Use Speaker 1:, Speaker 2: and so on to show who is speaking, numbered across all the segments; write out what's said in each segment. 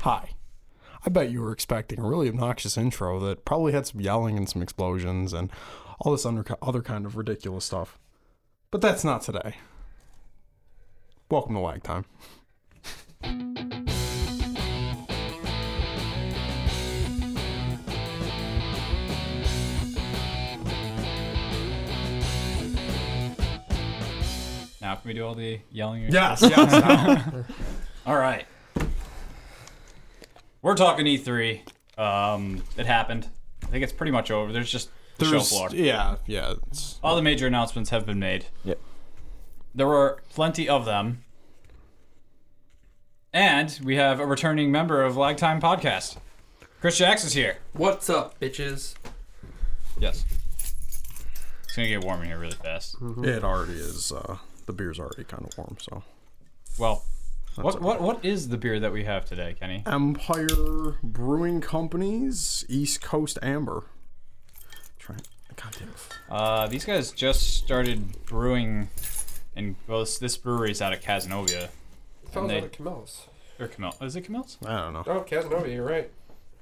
Speaker 1: Hi. I bet you were expecting a really obnoxious intro that probably had some yelling and some explosions and all this under- other kind of ridiculous stuff. But that's not today. Welcome to Lag Time.
Speaker 2: Now can we do all the yelling?
Speaker 1: Yes, yes.
Speaker 2: All right. We're talking E3. Um, it happened. I think it's pretty much over. There's just the show floor.
Speaker 1: yeah, yeah. It's,
Speaker 2: All the major announcements have been made.
Speaker 3: Yep.
Speaker 2: There were plenty of them. And we have a returning member of Lagtime Podcast. Chris Jax is here.
Speaker 4: What's up, bitches?
Speaker 2: Yes. It's going to get warm in here really fast.
Speaker 1: it already is. Uh, the beer's already kind of warm, so.
Speaker 2: Well, what,
Speaker 1: okay.
Speaker 2: what what is the beer that we have today, Kenny?
Speaker 1: Empire Brewing Company's East Coast Amber. Trying. God damn it.
Speaker 2: Uh, these guys just started brewing, and well, this, this brewery is out of Casanova.
Speaker 4: Sounds
Speaker 2: they-
Speaker 4: like Camillus.
Speaker 2: Or Camel. Is it Camel's?
Speaker 1: I don't know.
Speaker 4: Oh, Casanova, you're right.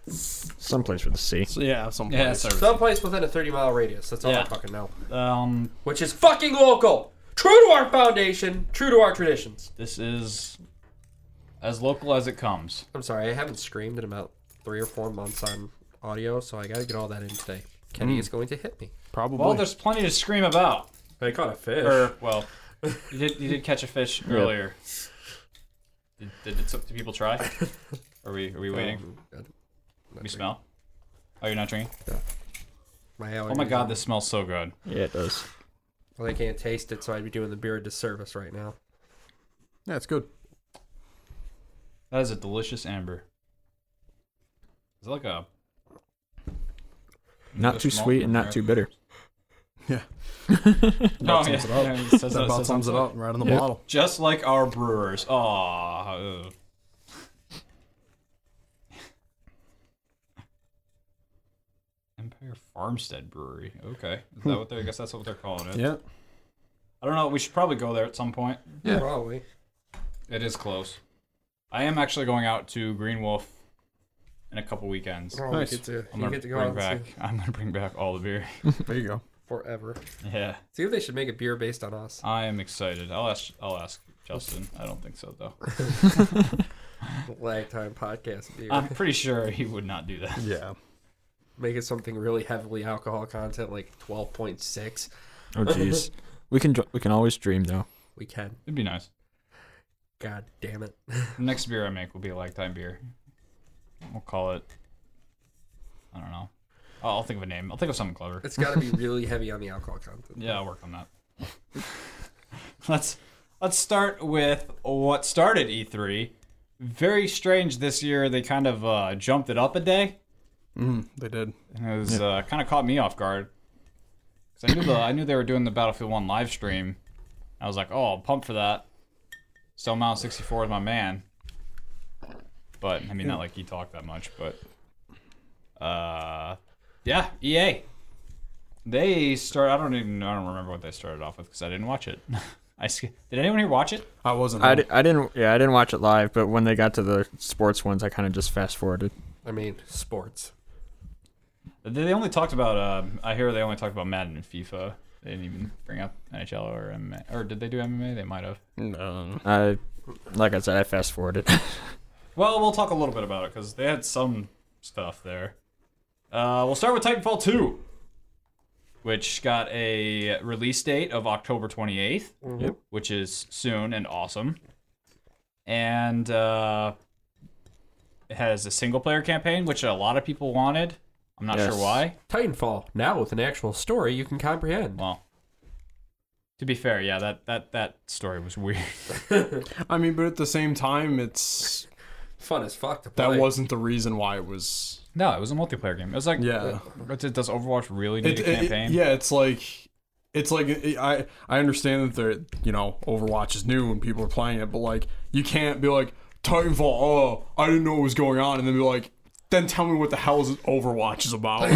Speaker 3: Someplace with a C.
Speaker 1: So, yeah, something.
Speaker 2: Yeah, sorry.
Speaker 4: Someplace within a 30 mile radius. That's all
Speaker 2: Yeah.
Speaker 4: I fucking know.
Speaker 2: Um,
Speaker 4: Which is fucking local. True to our foundation, true to our traditions.
Speaker 2: this is as local as it comes.
Speaker 4: I'm sorry, I haven't screamed in about three or four months on audio, so I gotta get all that in today. Kenny
Speaker 2: Hmm.
Speaker 4: is going to hit me.
Speaker 1: Probably.
Speaker 2: Well, there's plenty to scream about.
Speaker 4: I caught a fish.
Speaker 2: Or well, you did you did catch a fish earlier. Did, did, did, some- did people try? Are we are we
Speaker 4: Oh, Mm,
Speaker 2: waiting? We smell. Oh, you're not drinking.
Speaker 4: My
Speaker 2: Oh my God, this smells so good.
Speaker 3: Yeah, it does.
Speaker 4: Well, they can't taste it, so I'd be doing the beer a disservice right now.
Speaker 1: yeah, it's good.
Speaker 2: That is a delicious amber. Is it like a
Speaker 3: Not
Speaker 2: Just
Speaker 3: too
Speaker 2: malt
Speaker 3: sweet and
Speaker 2: there.
Speaker 3: not too bitter.
Speaker 1: Yeah.
Speaker 2: No, yeah,
Speaker 1: sums it up.
Speaker 2: yeah, it says
Speaker 1: That
Speaker 2: it-
Speaker 1: about
Speaker 2: says
Speaker 1: sums it
Speaker 2: on-
Speaker 1: up right on the
Speaker 3: Yeah.
Speaker 1: bottle.
Speaker 2: Just like our brewers. Aw. ugh. Empire Farmstead Brewery. Okay. Is that what they're, I guess that's what they're calling it.
Speaker 1: Yeah.
Speaker 2: I don't know. We should probably go there at some point.
Speaker 1: Yeah.
Speaker 4: Probably.
Speaker 2: It is close. I am actually going out to Green Wolf in a couple weekends.
Speaker 4: Oh,
Speaker 1: Nice.
Speaker 4: we get to,
Speaker 2: I'm
Speaker 4: you
Speaker 2: gonna
Speaker 4: get to go
Speaker 2: bring
Speaker 4: out
Speaker 2: back.
Speaker 4: and see
Speaker 2: I'm gonna bring back all the beer.
Speaker 1: There you go.
Speaker 4: forever.
Speaker 2: yeah,
Speaker 4: See if they should make a beer based on us.
Speaker 2: I am excited. I'll ask. I'll ask Justin. I don't think so though.
Speaker 4: Lag time podcast beer.
Speaker 2: I'm pretty sure he would not do that.
Speaker 1: Yeah.
Speaker 4: make it something really heavily alcohol content, like 12.6.
Speaker 3: Oh jeez. we can dr- we can always dream though.
Speaker 4: We can.
Speaker 2: It'd be nice.
Speaker 4: God damn it.
Speaker 2: The next beer I make will be a lifetime beer. We'll call it. I don't know. I'll I'll think of a name. I'll think of something clever.
Speaker 4: It's got to be really heavy on the alcohol content.
Speaker 2: Yeah, I'll work on that. let's let's start with what started E3. Very strange this year. They kind of uh, jumped it up a day,
Speaker 1: Mm, they did.
Speaker 2: and it was uh, kind of caught me off guard. 'Cause I knew the I knew they were doing the Battlefield One live stream. I was like, oh, I'm pumped for that. Still, Mount 64 is my man. But I mean, not like he talked that much, but uh, yeah, EA. They start. I don't even. I don't remember what they started off with because I didn't watch it. I sk- did anyone here watch it?
Speaker 1: I wasn't.
Speaker 3: I, di- I didn't yeah I didn't watch it live, but when they got to the sports ones, I kind of just fast forwarded.
Speaker 4: I mean, sports.
Speaker 2: They they only talked about. Um, I hear they only talked about Madden and FIFA. They didn't even bring up NHL or MMA. Or did they do MMA? They might have.
Speaker 1: no.
Speaker 3: I like I said, I fast forwarded.
Speaker 2: Well, we'll talk a little bit about it because they had some stuff there. Uh, we'll start with Titanfall 2, which got a release date of October 28th,
Speaker 1: Mm-hmm.
Speaker 3: Yep.
Speaker 2: which is soon and awesome. And uh, it has a single player campaign, which a lot of people wanted. I'm not
Speaker 3: Yes.
Speaker 2: sure why.
Speaker 4: Titanfall, now with an actual story you can comprehend.
Speaker 2: Well, to be fair, yeah, that, that, that story was weird.
Speaker 1: I mean, but at the same time, it's
Speaker 4: Fun as fuck to
Speaker 1: that
Speaker 4: play.
Speaker 1: wasn't the reason why it was.
Speaker 2: no, it was a multiplayer game. It was like,
Speaker 1: Yeah.
Speaker 2: what did- does Overwatch really need
Speaker 1: It,
Speaker 2: a
Speaker 1: it-
Speaker 2: campaign?
Speaker 1: yeah, it's like. It's like I I understand that they're you know Overwatch is new and people are playing it, but like you can't be like Titanfall. Oh, I didn't know what was going on, and then be like, then tell me what the hell is Overwatch is about.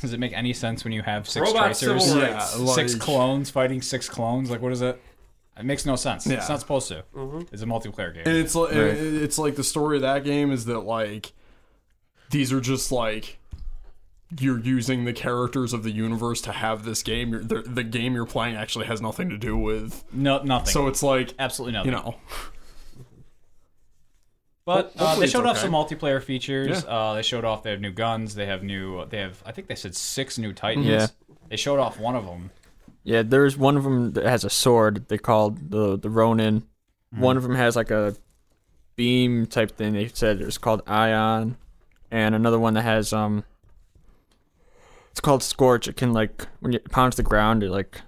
Speaker 2: Does it make any sense when you have six
Speaker 4: Robot
Speaker 2: tracers,
Speaker 4: civil
Speaker 1: rights. Yeah,
Speaker 2: six
Speaker 1: like-
Speaker 2: clones fighting six clones? Like, what is it? It makes no sense.
Speaker 1: Yeah.
Speaker 2: It's not supposed to.
Speaker 4: Mm-hmm.
Speaker 2: It's a multiplayer game.
Speaker 1: And it's like
Speaker 3: Right.
Speaker 1: it's like the story of that game is that like these are just like you're using the characters of the universe to have this game. You're, the, the game you're playing actually has nothing to do with.
Speaker 2: no, nothing.
Speaker 1: So it's like
Speaker 2: Absolutely nothing.
Speaker 1: you know,
Speaker 2: But
Speaker 1: Ho-
Speaker 2: uh,
Speaker 1: hopefully
Speaker 2: they
Speaker 1: it's
Speaker 2: showed off
Speaker 1: okay.
Speaker 2: some multiplayer features. Uh, they showed off they have new guns. They have new. They have. I think they said six new titans.
Speaker 3: Yeah.
Speaker 2: They showed off one of them.
Speaker 3: Yeah, there's one of them that has a sword. They called the the Ronin. One of them has like a beam type thing. They said it was called Ion, and another one that has um. It's called Scorch. It can like when it pounds the ground, it like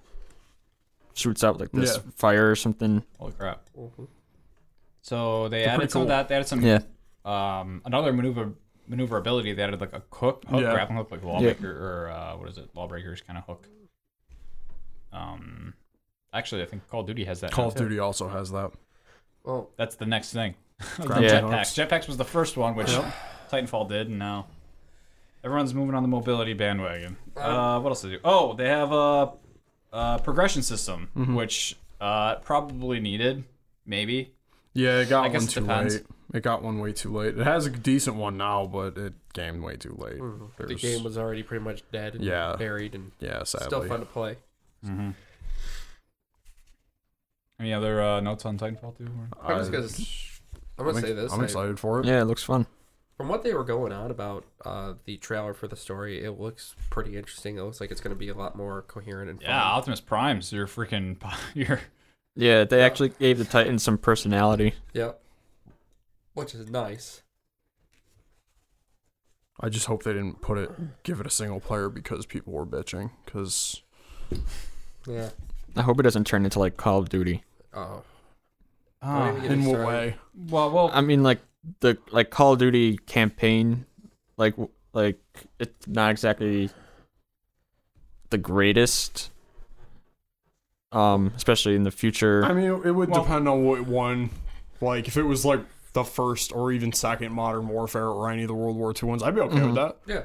Speaker 3: shoots out like this
Speaker 1: Yeah.
Speaker 3: fire or something.
Speaker 2: Holy crap!
Speaker 4: Mhm.
Speaker 2: So they
Speaker 1: They're
Speaker 2: added
Speaker 1: pretty
Speaker 2: some of
Speaker 1: cool.
Speaker 2: that. They added some.
Speaker 3: Yeah.
Speaker 2: Um, another maneuver maneuverability. They added like a hook, hook
Speaker 1: Yeah.
Speaker 2: grappling hook, like lawbreaker or uh, what is it? Lawbreakers kind of hook. Um, actually, I think Call of Duty has that.
Speaker 1: Call
Speaker 2: now,
Speaker 1: of
Speaker 2: too.
Speaker 1: Duty also has that.
Speaker 4: Well,
Speaker 2: That's the next thing. The
Speaker 1: Grappling
Speaker 3: Yeah.
Speaker 1: hooks.
Speaker 2: Jetpacks. Jetpacks was the first one, which Titanfall did, and now everyone's moving on the mobility bandwagon. Uh, what else they do? Oh, they have a, a progression system,
Speaker 1: Mm-hmm.
Speaker 2: which uh, probably needed, maybe.
Speaker 1: Yeah, it got
Speaker 2: guess
Speaker 1: one
Speaker 2: it
Speaker 1: too
Speaker 2: depends.
Speaker 1: late. It got one way too late. It has a decent one now, but it came way too late.
Speaker 4: Hmm. the
Speaker 1: There's-
Speaker 4: game was already pretty much dead and
Speaker 1: Yeah.
Speaker 4: buried and
Speaker 1: yeah, sadly.
Speaker 4: still fun to play.
Speaker 2: Mm-hmm. Any other uh, notes on Titanfall 2?
Speaker 4: I was gonna- I'm gonna
Speaker 1: I'm ex-
Speaker 4: say this.
Speaker 1: I'm
Speaker 4: I-
Speaker 1: excited for it.
Speaker 3: Yeah, it looks fun.
Speaker 4: From what they were going on about uh, the trailer for the story, it looks pretty interesting. It looks like it's going to be a lot more coherent and fun.
Speaker 2: Yeah, Optimus Prime's your freaking your
Speaker 3: Yeah, they actually gave the Titan some personality.
Speaker 4: Yep. Which is nice.
Speaker 1: I just hope they didn't put it, give it a single player because people were bitching. Because
Speaker 4: Yeah.
Speaker 3: I hope it doesn't turn into like Call of Duty.
Speaker 4: Oh.
Speaker 2: Ah.
Speaker 4: Don't even get
Speaker 1: in
Speaker 4: me
Speaker 1: what
Speaker 4: started.
Speaker 1: way?
Speaker 2: well, well,
Speaker 3: I mean, like the like Call of Duty campaign, like w- like it's not exactly the greatest. Um, especially in the future.
Speaker 1: I mean, it would
Speaker 2: Well-
Speaker 1: depend on what one. Like, if it was like the first or even second Modern Warfare or any of the World War II ones, I'd be okay with that.
Speaker 4: Yeah,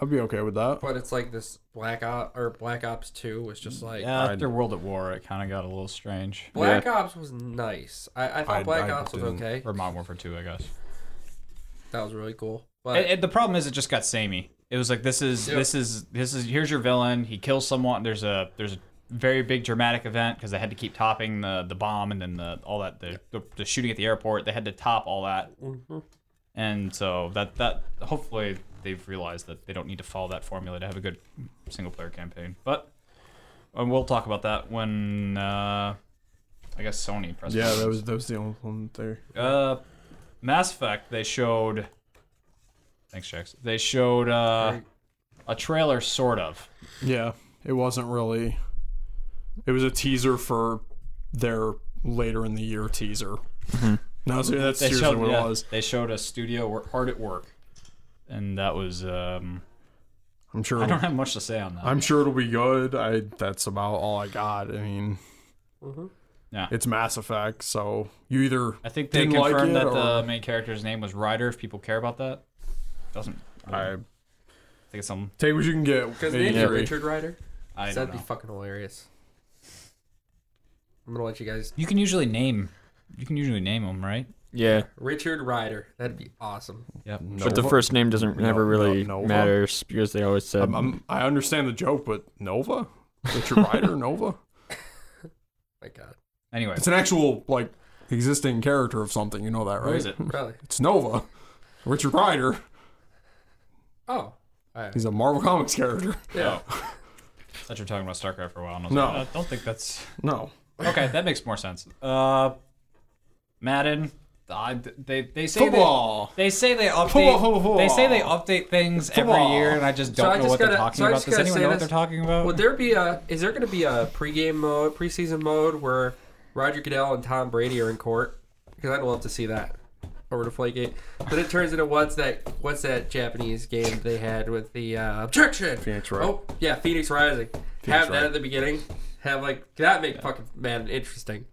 Speaker 1: I'd be okay with that.
Speaker 4: but it's like this Black Ops or Black Ops Two was just like
Speaker 2: Mm, yeah, Uh, after World at War, it kind of got a little strange.
Speaker 4: Black Ops was nice. I, I thought
Speaker 1: I-
Speaker 4: Black
Speaker 1: I
Speaker 4: Ops was
Speaker 1: didn't.
Speaker 4: okay.
Speaker 2: Or Modern Warfare 2, I guess.
Speaker 4: That was really cool. But
Speaker 2: It, it- the problem is it just got samey. It was like this is
Speaker 4: Yep.
Speaker 2: this is this is here's your villain. He kills someone. There's a there's a very big dramatic event because they had to keep topping the the bomb and then the all that the, the, the shooting at the airport. They had to top all that,
Speaker 4: Mm-hmm.
Speaker 2: and so that that hopefully they've realized that they don't need to follow that formula to have a good single player campaign. But and we'll talk about that when uh, I guess Sony presents.
Speaker 1: Yeah, that was that was the only one there.
Speaker 2: Uh, Mass Effect, they showed. Thanks, Jax. They showed uh, a trailer, sort of.
Speaker 1: Yeah, it wasn't really. It was a teaser for their later in the year teaser. Mm-hmm. No, so that's
Speaker 2: They
Speaker 1: seriously
Speaker 2: showed,
Speaker 1: what
Speaker 2: yeah,
Speaker 1: it was.
Speaker 2: They showed a studio work, hard at work, and that was. Um,
Speaker 1: I'm sure.
Speaker 2: I
Speaker 1: It'll,
Speaker 2: don't have much to say on that.
Speaker 1: I'm sure it'll be good. I that's about all I got. I mean,
Speaker 2: Mm-hmm. Yeah.
Speaker 1: it's Mass Effect, so you either
Speaker 2: I think they
Speaker 1: didn't like
Speaker 2: confirmed
Speaker 1: it
Speaker 2: that the
Speaker 1: or-
Speaker 2: main character's name was Ryder. If people care about that, doesn't.
Speaker 1: I
Speaker 2: I think it's some.
Speaker 1: take what you can get.
Speaker 4: because
Speaker 1: maybe
Speaker 4: yeah.
Speaker 1: three.
Speaker 4: Richard Ryder,
Speaker 2: I don't
Speaker 4: that'd
Speaker 2: know.
Speaker 4: be fucking hilarious. I'm gonna let you guys.
Speaker 2: You can usually name. You can usually name them, right?
Speaker 3: yeah,
Speaker 4: Richard Ryder, that'd be awesome.
Speaker 2: Yep.
Speaker 3: but the
Speaker 1: Nova?
Speaker 3: first name doesn't never
Speaker 1: no,
Speaker 3: really
Speaker 1: no.
Speaker 3: matters because they always said
Speaker 1: I'm, I'm, I understand the joke, but Nova, Richard Ryder, Nova.
Speaker 4: My God,
Speaker 2: Anyway,
Speaker 1: It's an actual like existing character of something. You know that, right?
Speaker 2: who is it?
Speaker 4: really?
Speaker 1: It's Nova. Richard Ryder.
Speaker 4: Oh, I,
Speaker 1: He's a Marvel Comics character.
Speaker 4: yeah.
Speaker 2: That you're talking about StarCraft for a while. And I was
Speaker 1: No.
Speaker 2: like, I don't think that's.
Speaker 1: No.
Speaker 2: Okay, that makes more sense. Uh, Madden. I, they they say
Speaker 1: Football.
Speaker 2: They, they say they update.
Speaker 1: Football, football.
Speaker 2: They say they update things every
Speaker 1: Football.
Speaker 2: year, and I just
Speaker 4: So
Speaker 2: don't
Speaker 4: I
Speaker 2: know
Speaker 4: just
Speaker 2: what
Speaker 4: gotta-
Speaker 2: they're talking
Speaker 4: so I
Speaker 2: about.
Speaker 4: just
Speaker 2: Does
Speaker 4: gotta
Speaker 2: anyone
Speaker 4: say
Speaker 2: know what
Speaker 4: this.
Speaker 2: they're talking about?
Speaker 4: Would there be a? Is there gonna be a pregame mode, preseason mode where Roger Goodell and Tom Brady are in court? Because I'd love to see that over to Flygate. But it turns into what's that? What's that Japanese game they had with the uh, objection?
Speaker 1: Phoenix Rising.
Speaker 4: Oh yeah, Phoenix Rising. have that
Speaker 1: Rising.
Speaker 4: at the beginning. Have like that make fucking man interesting.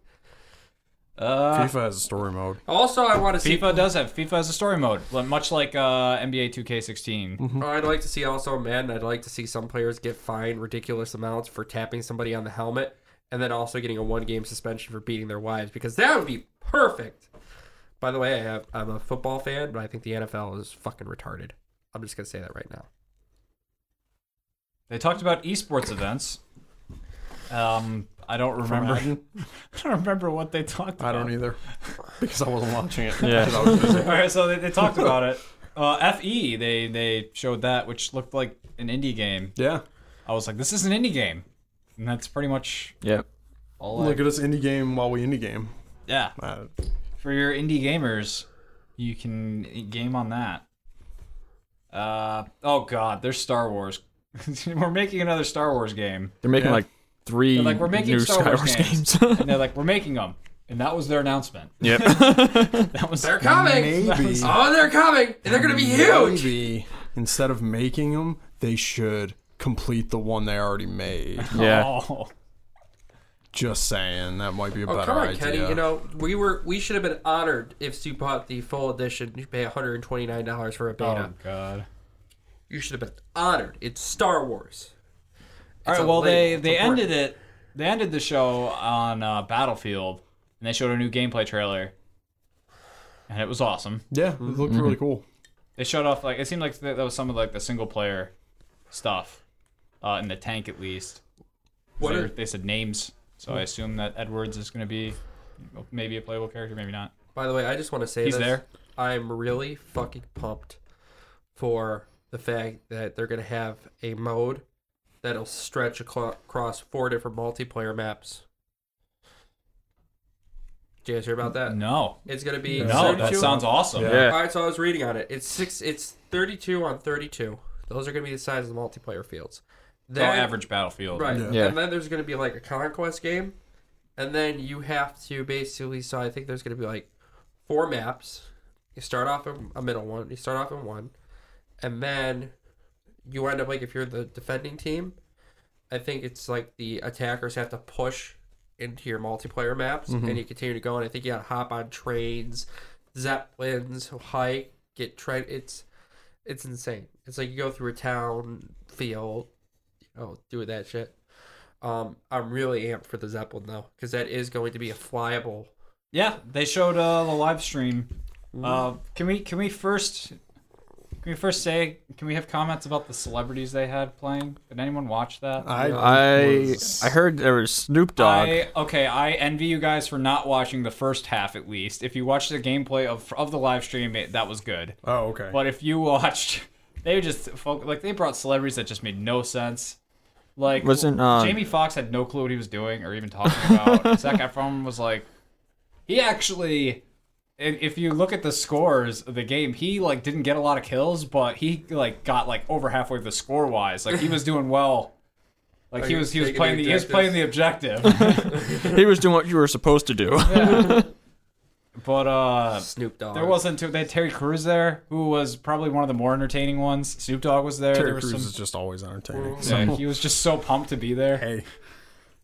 Speaker 2: uh,
Speaker 1: FIFA has a story mode.
Speaker 4: Also, I want to see.
Speaker 2: FIFA does have FIFA as a story mode, li- much like uh, NBA 2K16.
Speaker 1: Mm-hmm.
Speaker 4: Oh, I'd like to see also Madden. I'd like to see some players get fined ridiculous amounts for tapping somebody on the helmet, and then also getting a one game suspension for beating their wives because that would be perfect. By the way, I have I'm a football fan, but I think the NFL is fucking retarded. I'm just gonna say that right now.
Speaker 2: They talked about esports events. Um, I don't remember. I don't remember what they talked about.
Speaker 1: I don't either because I wasn't watching it.
Speaker 3: Yeah.
Speaker 1: 'Cause I was busy.
Speaker 2: All right, so they, they talked about it. Uh, Fe, they they showed that, which looked like an indie game.
Speaker 1: yeah.
Speaker 2: I was like, this is an indie game, and that's pretty much
Speaker 3: Yeah.
Speaker 2: all. I,
Speaker 1: Look at us indie game while we indie game.
Speaker 2: yeah,
Speaker 1: Uh,
Speaker 2: for your indie gamers, you can game on that. Uh, oh God, there's Star Wars. We're making another Star Wars game.
Speaker 3: They're making
Speaker 1: Yeah.
Speaker 3: like 3
Speaker 2: They're like, we're making
Speaker 3: new
Speaker 2: Star Wars games.
Speaker 3: games.
Speaker 2: And they're like, we're making them, and that was their announcement.
Speaker 3: yep.
Speaker 2: That was
Speaker 4: They're coming.
Speaker 1: Maybe.
Speaker 4: Oh, they're coming. And they're gonna be huge.
Speaker 1: Maybe instead of making them, they should complete the one they already made.
Speaker 3: Yeah.
Speaker 2: Oh.
Speaker 1: Just saying, that might be a
Speaker 4: Oh,
Speaker 1: better
Speaker 4: come on,
Speaker 1: idea.
Speaker 4: Kenny. You know, we were we should have been honored if Stu bought the full edition. You pay $129 for a beta.
Speaker 2: Oh God.
Speaker 4: You should have been honored. It's Star Wars.
Speaker 2: All
Speaker 4: It's
Speaker 2: right.
Speaker 4: a
Speaker 2: Well, they
Speaker 4: label.
Speaker 2: they
Speaker 4: It's important.
Speaker 2: ended it. They ended the show on uh, Battlefield, and they showed a new gameplay trailer, and it was awesome.
Speaker 1: yeah, it looked really cool.
Speaker 2: They showed off like it seemed like that was some of like the single player stuff, uh, in the tank at least.
Speaker 4: What
Speaker 2: they,
Speaker 4: are-
Speaker 2: were- they said names, so I assume that Edwards is going to be maybe a playable character, maybe not.
Speaker 4: By the way, I just want to say
Speaker 2: He's
Speaker 4: this.
Speaker 2: there.
Speaker 4: I'm really fucking pumped for the fact that they're gonna have a mode that'll stretch aclo- across four different multiplayer maps. Did you guys hear about that?
Speaker 2: No,
Speaker 4: It's gonna be
Speaker 2: no, that
Speaker 4: 32
Speaker 2: sounds awesome.
Speaker 1: Yeah.
Speaker 3: Yeah.
Speaker 4: All right, so I was reading on it. It's six. It's thirty-two on thirty-two. Those are going to be the size of the multiplayer fields.
Speaker 2: So
Speaker 4: Then,
Speaker 2: average Battlefield.
Speaker 4: right?
Speaker 1: Yeah.
Speaker 3: Yeah.
Speaker 4: And then there's going to be like a conquest game, and then you have to basically. So I think there's going to be like four maps. You start off in a middle one. You start off in one, and then you end up like if you're the defending team, I think it's like the attackers have to push into your multiplayer maps and you continue to go. And I think you got to hop on trains, zeppelins, hike, get train. It's it's insane. It's like you go through a town field, you know, Oh, do that shit. Um, I'm really amped for the zeppelin though, because that is going to be a flyable.
Speaker 2: Yeah, they showed uh, the live stream.
Speaker 4: Mm-hmm.
Speaker 2: Uh, can we can we first can we first say can we have comments about the celebrities they had playing? Did anyone watch that?
Speaker 1: I
Speaker 3: I
Speaker 1: was-
Speaker 3: I heard there was Snoop Dogg.
Speaker 2: I- okay, I envy you guys for not watching the first half at least. If you watched the gameplay of of the live stream, it, that was good.
Speaker 1: oh okay.
Speaker 2: But if you watched, they just folk, like they brought celebrities that just made no sense. Like
Speaker 3: Wasn't, uh,
Speaker 2: Jamie Foxx had no clue what he was doing or even talking about. Zach Efron was like, he actually, i- if you look at the scores of the game, he like didn't get a lot of kills, but he like got like over halfway the score wise. Like he was doing well. Like he
Speaker 4: Like,
Speaker 2: was he was
Speaker 4: taking
Speaker 2: playing the
Speaker 4: the
Speaker 2: he was playing the objective.
Speaker 3: he was doing what you were supposed to do.
Speaker 2: Yeah. But uh,
Speaker 4: Snoop Dogg.
Speaker 2: there wasn't too. They had Terry Crews there, who was probably one of the more entertaining ones. Snoop Dogg was there.
Speaker 1: Terry
Speaker 2: there was
Speaker 1: Crews
Speaker 2: some-
Speaker 1: is just always entertaining. So,
Speaker 2: Yeah, he was just so pumped to be there.
Speaker 1: hey,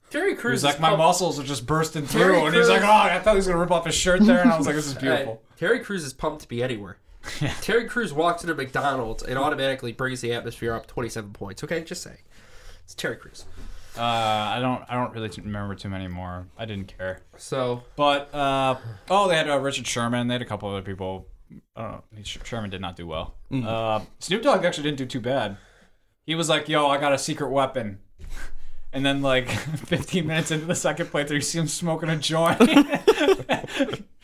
Speaker 4: Terry
Speaker 2: He
Speaker 4: Crews.
Speaker 2: was
Speaker 4: is
Speaker 2: like, my
Speaker 4: pumped-
Speaker 2: muscles are just bursting through,
Speaker 4: Terry
Speaker 2: and he's like,
Speaker 4: Crews-
Speaker 2: oh, I thought he was gonna rip off his shirt there, and I was like, this is beautiful.
Speaker 4: Hey, Terry Crews is pumped to be anywhere. Terry Crews walks into McDonald's and automatically brings the atmosphere up 27 points. Okay, just saying. It's Terry Crews.
Speaker 2: Uh, I don't, I don't really t- remember too many more. I didn't care.
Speaker 4: So
Speaker 2: But uh, oh, they had uh, Richard Sherman. They had a couple other people. I don't know. Sh- Sherman did not do well.
Speaker 1: Mm-hmm.
Speaker 2: Uh, Snoop Dogg actually didn't do too bad. He was like, "Yo, I got a secret weapon," and then like 15 minutes into the second playthrough, you see him smoking a joint. He's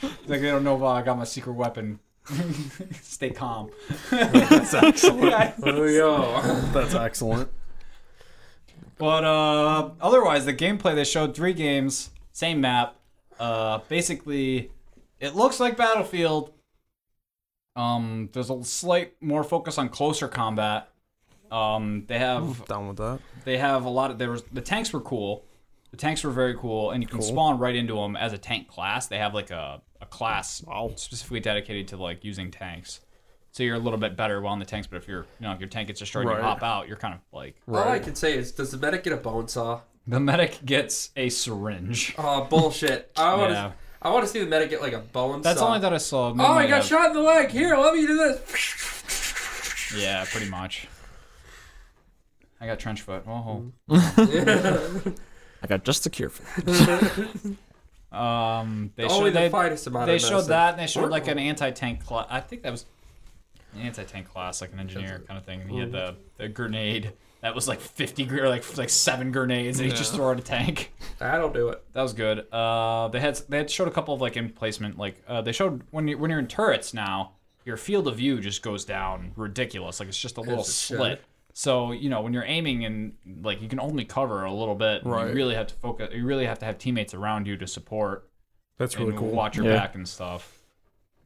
Speaker 2: like, "They don't know about I got my secret weapon." Stay calm.
Speaker 1: that's excellent.
Speaker 2: Yeah.
Speaker 4: yo.
Speaker 1: That's excellent.
Speaker 2: But uh, otherwise, the gameplay they showed three games, same map. Uh, basically, it looks like Battlefield. Um, there's a slight more focus on closer combat. Um, they have
Speaker 1: Down with that.
Speaker 2: they have a lot of there was the tanks were cool. The tanks were very cool, and you can spawn right into them as a tank class. They have like a a class specifically dedicated to like using tanks. So you're a little bit better while in the tanks, but if you're you know if your tank gets destroyed, and
Speaker 1: Right.
Speaker 2: you hop out. You're kind of like
Speaker 4: All I can say is, does the medic get a bone saw?
Speaker 2: the medic gets a syringe.
Speaker 4: Oh, bullshit. I want to.
Speaker 2: Yeah.
Speaker 4: I want to see the medic get like a bone
Speaker 2: That's
Speaker 4: saw.
Speaker 2: all I thought I saw.
Speaker 4: Oh, I got shot in the leg. Here, let me do this.
Speaker 2: Yeah, pretty much. I got trench foot. Oh,
Speaker 3: I I got just the cure for that.
Speaker 2: Um, they
Speaker 4: Mm-hmm. Only
Speaker 2: showed
Speaker 4: the
Speaker 2: they,
Speaker 4: finest amount
Speaker 2: they
Speaker 4: of
Speaker 2: showed
Speaker 4: medicine.
Speaker 2: that, and they showed like an anti-tank class. I think that was an anti-tank class, like an engineer kind of thing. And he had the, the grenade that was like fifty gr- or like like seven grenades, and he just
Speaker 1: Yeah.
Speaker 2: threw out a tank.
Speaker 4: I don't do it.
Speaker 2: That was good. Uh, they had they had showed a couple of like emplacement, like uh, they showed when you when you're in turrets now, your field of view just goes down ridiculous. Like it's just a little
Speaker 4: it should.
Speaker 2: slit. So you know when you're aiming and like you can only cover a little bit. and
Speaker 1: Right.
Speaker 2: You really have to focus. You really have to have teammates around you to support
Speaker 1: That's really
Speaker 2: and
Speaker 1: cool.
Speaker 2: watch your
Speaker 3: Yeah.
Speaker 2: back and stuff.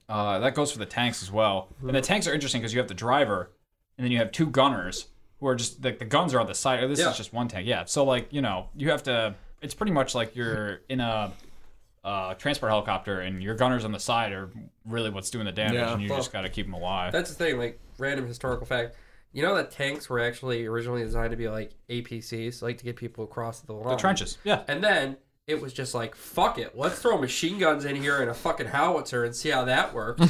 Speaker 2: Uh, that goes for the tanks as well. And the tanks are interesting because you have the driver, and then you have two gunners who are just like the guns are on the side. Or this
Speaker 4: Yeah.
Speaker 2: is just one tank, yeah. So like you know you have to. It's pretty much like you're in a uh, transport helicopter, and your gunners on the side are really what's doing the damage,
Speaker 1: Yeah.
Speaker 2: and you
Speaker 4: Well,
Speaker 2: just got to keep them alive.
Speaker 4: That's the thing, like random historical fact. You know that tanks were actually originally designed to be like APCs, like to get people across the line.
Speaker 2: The trenches, yeah.
Speaker 4: And then it was just like, fuck it, let's throw machine guns in here and a fucking howitzer and see how that works.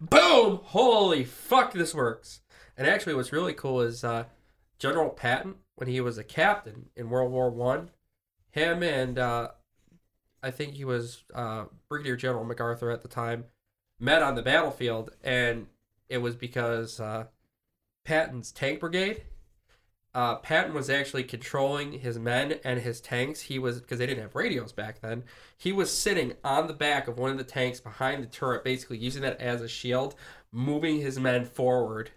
Speaker 4: Boom! Holy fuck, this works. And actually, what's really cool is uh, General Patton, when he was a captain in World War One, him and uh, I think he was uh, Brigadier General MacArthur at the time met on the battlefield, and it was because uh, Patton's tank brigade uh, Patton was actually controlling his men and his tanks. He was because they didn't have radios back then. He was sitting on the back of one of the tanks behind the turret, basically using that as a shield, moving his men forward.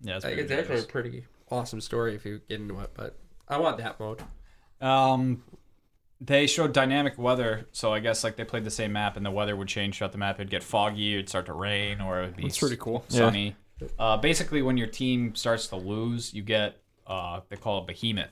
Speaker 2: Yeah, it's
Speaker 4: Like,
Speaker 2: pretty
Speaker 4: it's actually a
Speaker 2: ridiculous.
Speaker 4: pretty awesome story if you get into it. But I want that mode.
Speaker 2: Um, they showed dynamic weather, so I guess like they played the same map, and the weather would change throughout the map. It'd get foggy, it'd start to rain, or it'd be
Speaker 1: That's pretty cool.
Speaker 2: sunny. Uh, basically, when your team starts to lose, you get uh, they call it behemoth,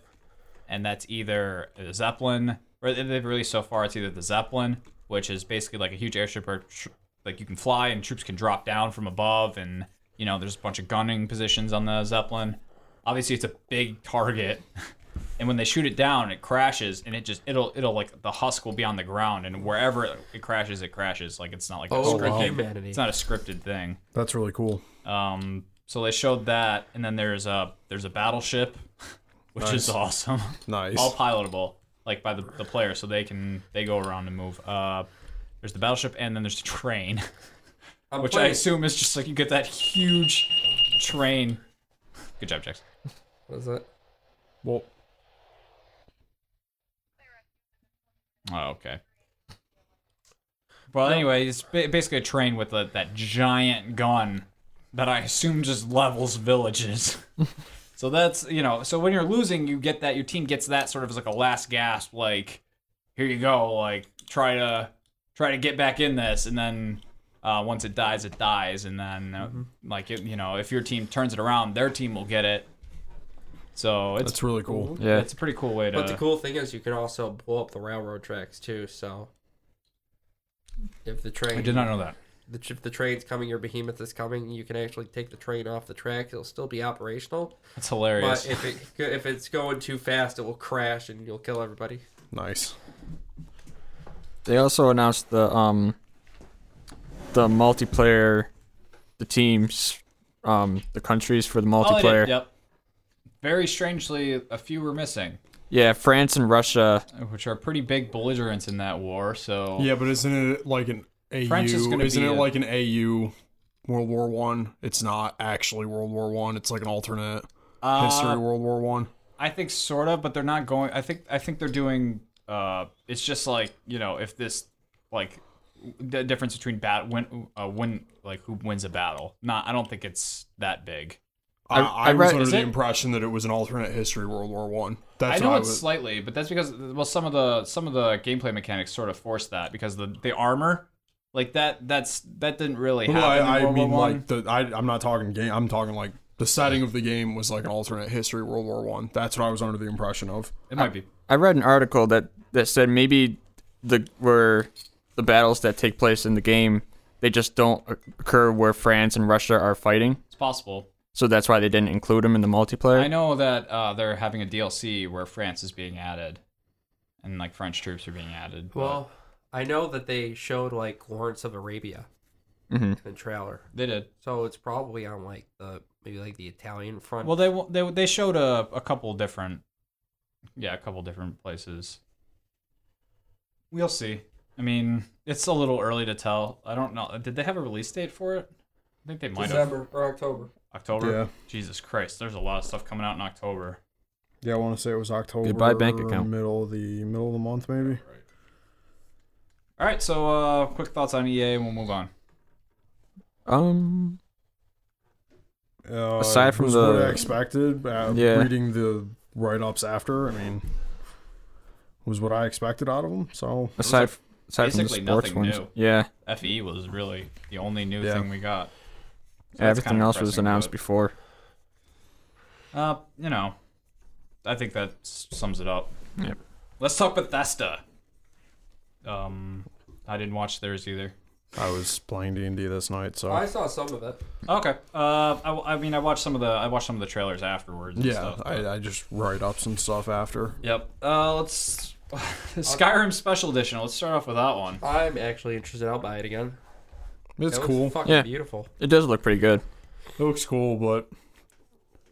Speaker 2: and that's either a zeppelin, or they- they've released so far it's either the zeppelin, which is basically like a huge airship, or tr- like you can fly and troops can drop down from above, and you know there's a bunch of gunning positions on the zeppelin. Obviously, it's a big target. and when they shoot it down it crashes and it just it'll it'll like the husk will be on the ground and wherever it crashes it crashes like it's not like a
Speaker 4: Oh,
Speaker 2: scripted
Speaker 4: wow. humanity.
Speaker 2: it's not a scripted thing
Speaker 1: That's really cool.
Speaker 2: um so they showed that and then there's a there's a battleship which
Speaker 1: Nice.
Speaker 2: is awesome
Speaker 1: Nice.
Speaker 2: all pilotable like by the, the player so they can they go around and move uh there's the battleship and then there's the train
Speaker 4: I'm
Speaker 2: which I
Speaker 4: playing-
Speaker 2: assume is just like you get that huge train good job Jax
Speaker 4: What is it?
Speaker 1: Well,
Speaker 2: Oh, okay. Well, anyway, it's ba- basically a train with a, that giant gun that I assume just levels villages. so that's you know, so when you're losing, you get that your team gets that sort of as like a last gasp, like here you go, like try to try to get back in this, and then uh, once it dies, it dies, and then uh,
Speaker 4: Mm-hmm.
Speaker 2: like it, you know, if your team turns it around, their team will get it. So it's
Speaker 1: that's really cool.
Speaker 3: Yeah.
Speaker 2: it's a pretty cool way to.
Speaker 4: But the cool thing is you can also blow up the railroad tracks too. So if the train
Speaker 2: I did not know that.
Speaker 4: the, if the train's coming or behemoth is coming, you can actually take the train off the track. It'll still be operational.
Speaker 2: That's hilarious.
Speaker 4: But if it if it's going too fast, it will crash and you'll kill everybody.
Speaker 1: Nice.
Speaker 3: They also announced the um the multiplayer, the teams, um the countries for the
Speaker 2: Oh, they did,
Speaker 3: multiplayer.
Speaker 2: Yep. Very strangely, a few were missing,
Speaker 3: Yeah, France and Russia.
Speaker 2: which are pretty big belligerents in that war. So
Speaker 1: Yeah, but isn't it like an AU?
Speaker 2: France is gonna
Speaker 1: isn't
Speaker 2: be
Speaker 1: it
Speaker 2: a-
Speaker 1: like an AU World War One? It's not actually World War One. It's like an alternate
Speaker 2: Uh,
Speaker 1: history World War One.
Speaker 2: I think sort of, but they're not going. I think I think they're doing. Uh, it's just like you know, if this like the difference between bat win uh, win like who wins a battle. Not, I don't think it's that big.
Speaker 1: I, I,
Speaker 3: I- I
Speaker 1: was
Speaker 3: read-
Speaker 1: under
Speaker 2: is
Speaker 1: the
Speaker 2: it-
Speaker 1: impression that it was an alternate history World War One. That's
Speaker 2: I know
Speaker 1: what I
Speaker 2: it's
Speaker 1: was.
Speaker 2: slightly, but that's because well, some of the some of the gameplay mechanics sort of force that because the the armor like that that's that didn't really
Speaker 1: Well, no,
Speaker 2: happen.
Speaker 1: I, I
Speaker 2: in World War
Speaker 1: mean,
Speaker 2: One.
Speaker 1: like the I, I'm not talking game. I'm talking like the setting of the game was like an alternate history World War One. That's what I was under the impression of.
Speaker 2: it might be.
Speaker 3: I read an article that that said maybe the where the battles that take place in the game they just don't occur where France and Russia are fighting,
Speaker 2: It's possible.
Speaker 3: so that's why they didn't include them in the multiplayer.
Speaker 2: I know that uh, they're having a DLC where France is being added, and like French troops are being added. but
Speaker 4: Well, I know that they showed like Lawrence of Arabia
Speaker 3: Mhm.
Speaker 4: in the trailer,
Speaker 2: they did.
Speaker 4: so it's probably on like the maybe like the Italian front.
Speaker 2: Well, they they they showed a, a couple different yeah, a couple different places. We'll see. I mean, it's a little early to tell. I don't know. Did they have a release date for it? I think they might have.
Speaker 4: December or October.
Speaker 2: October?
Speaker 1: Yeah.
Speaker 2: Jesus Christ, there's a lot of stuff coming out in October.
Speaker 1: Yeah, I want to say it was October.
Speaker 3: Goodbye, bank account.
Speaker 1: Middle of the middle of the month, maybe.
Speaker 2: All right, so uh, quick thoughts on EA and we'll move on.
Speaker 3: Um,
Speaker 1: Uh,
Speaker 3: Aside from
Speaker 1: it was what
Speaker 3: the-
Speaker 1: I expected, uh,
Speaker 3: Yeah.
Speaker 1: reading the write-ups after, I mean, was what I expected out of them. So
Speaker 3: aside f- aside from the
Speaker 2: basically
Speaker 3: sports
Speaker 2: nothing
Speaker 3: ones,
Speaker 2: new.
Speaker 3: yeah,
Speaker 2: FE E was really the only new
Speaker 1: Yeah.
Speaker 2: thing we got. So that's
Speaker 3: everything
Speaker 2: kinda
Speaker 3: else was
Speaker 2: depressing,
Speaker 3: announced
Speaker 2: but,
Speaker 3: before.
Speaker 2: Uh, you know, I think that s- sums it up.
Speaker 3: Yep.
Speaker 2: Let's talk Bethesda. Um, I didn't watch theirs either.
Speaker 1: I was playing D and D this night. So
Speaker 4: I saw some of it.
Speaker 2: Okay. Uh, I, w- I mean, I watched some of the I watched some of the trailers afterwards. And
Speaker 1: yeah,
Speaker 2: Stuff, but-
Speaker 1: I, I just write-ups and stuff after.
Speaker 2: yep. Uh, let's Skyrim Special Edition. Let's start off with that one.
Speaker 4: I'm actually interested. I'll buy it again.
Speaker 1: It's
Speaker 4: It looks
Speaker 1: cool.
Speaker 4: Fucking
Speaker 3: Yeah.
Speaker 4: beautiful.
Speaker 3: It does look pretty good.
Speaker 1: It looks cool, but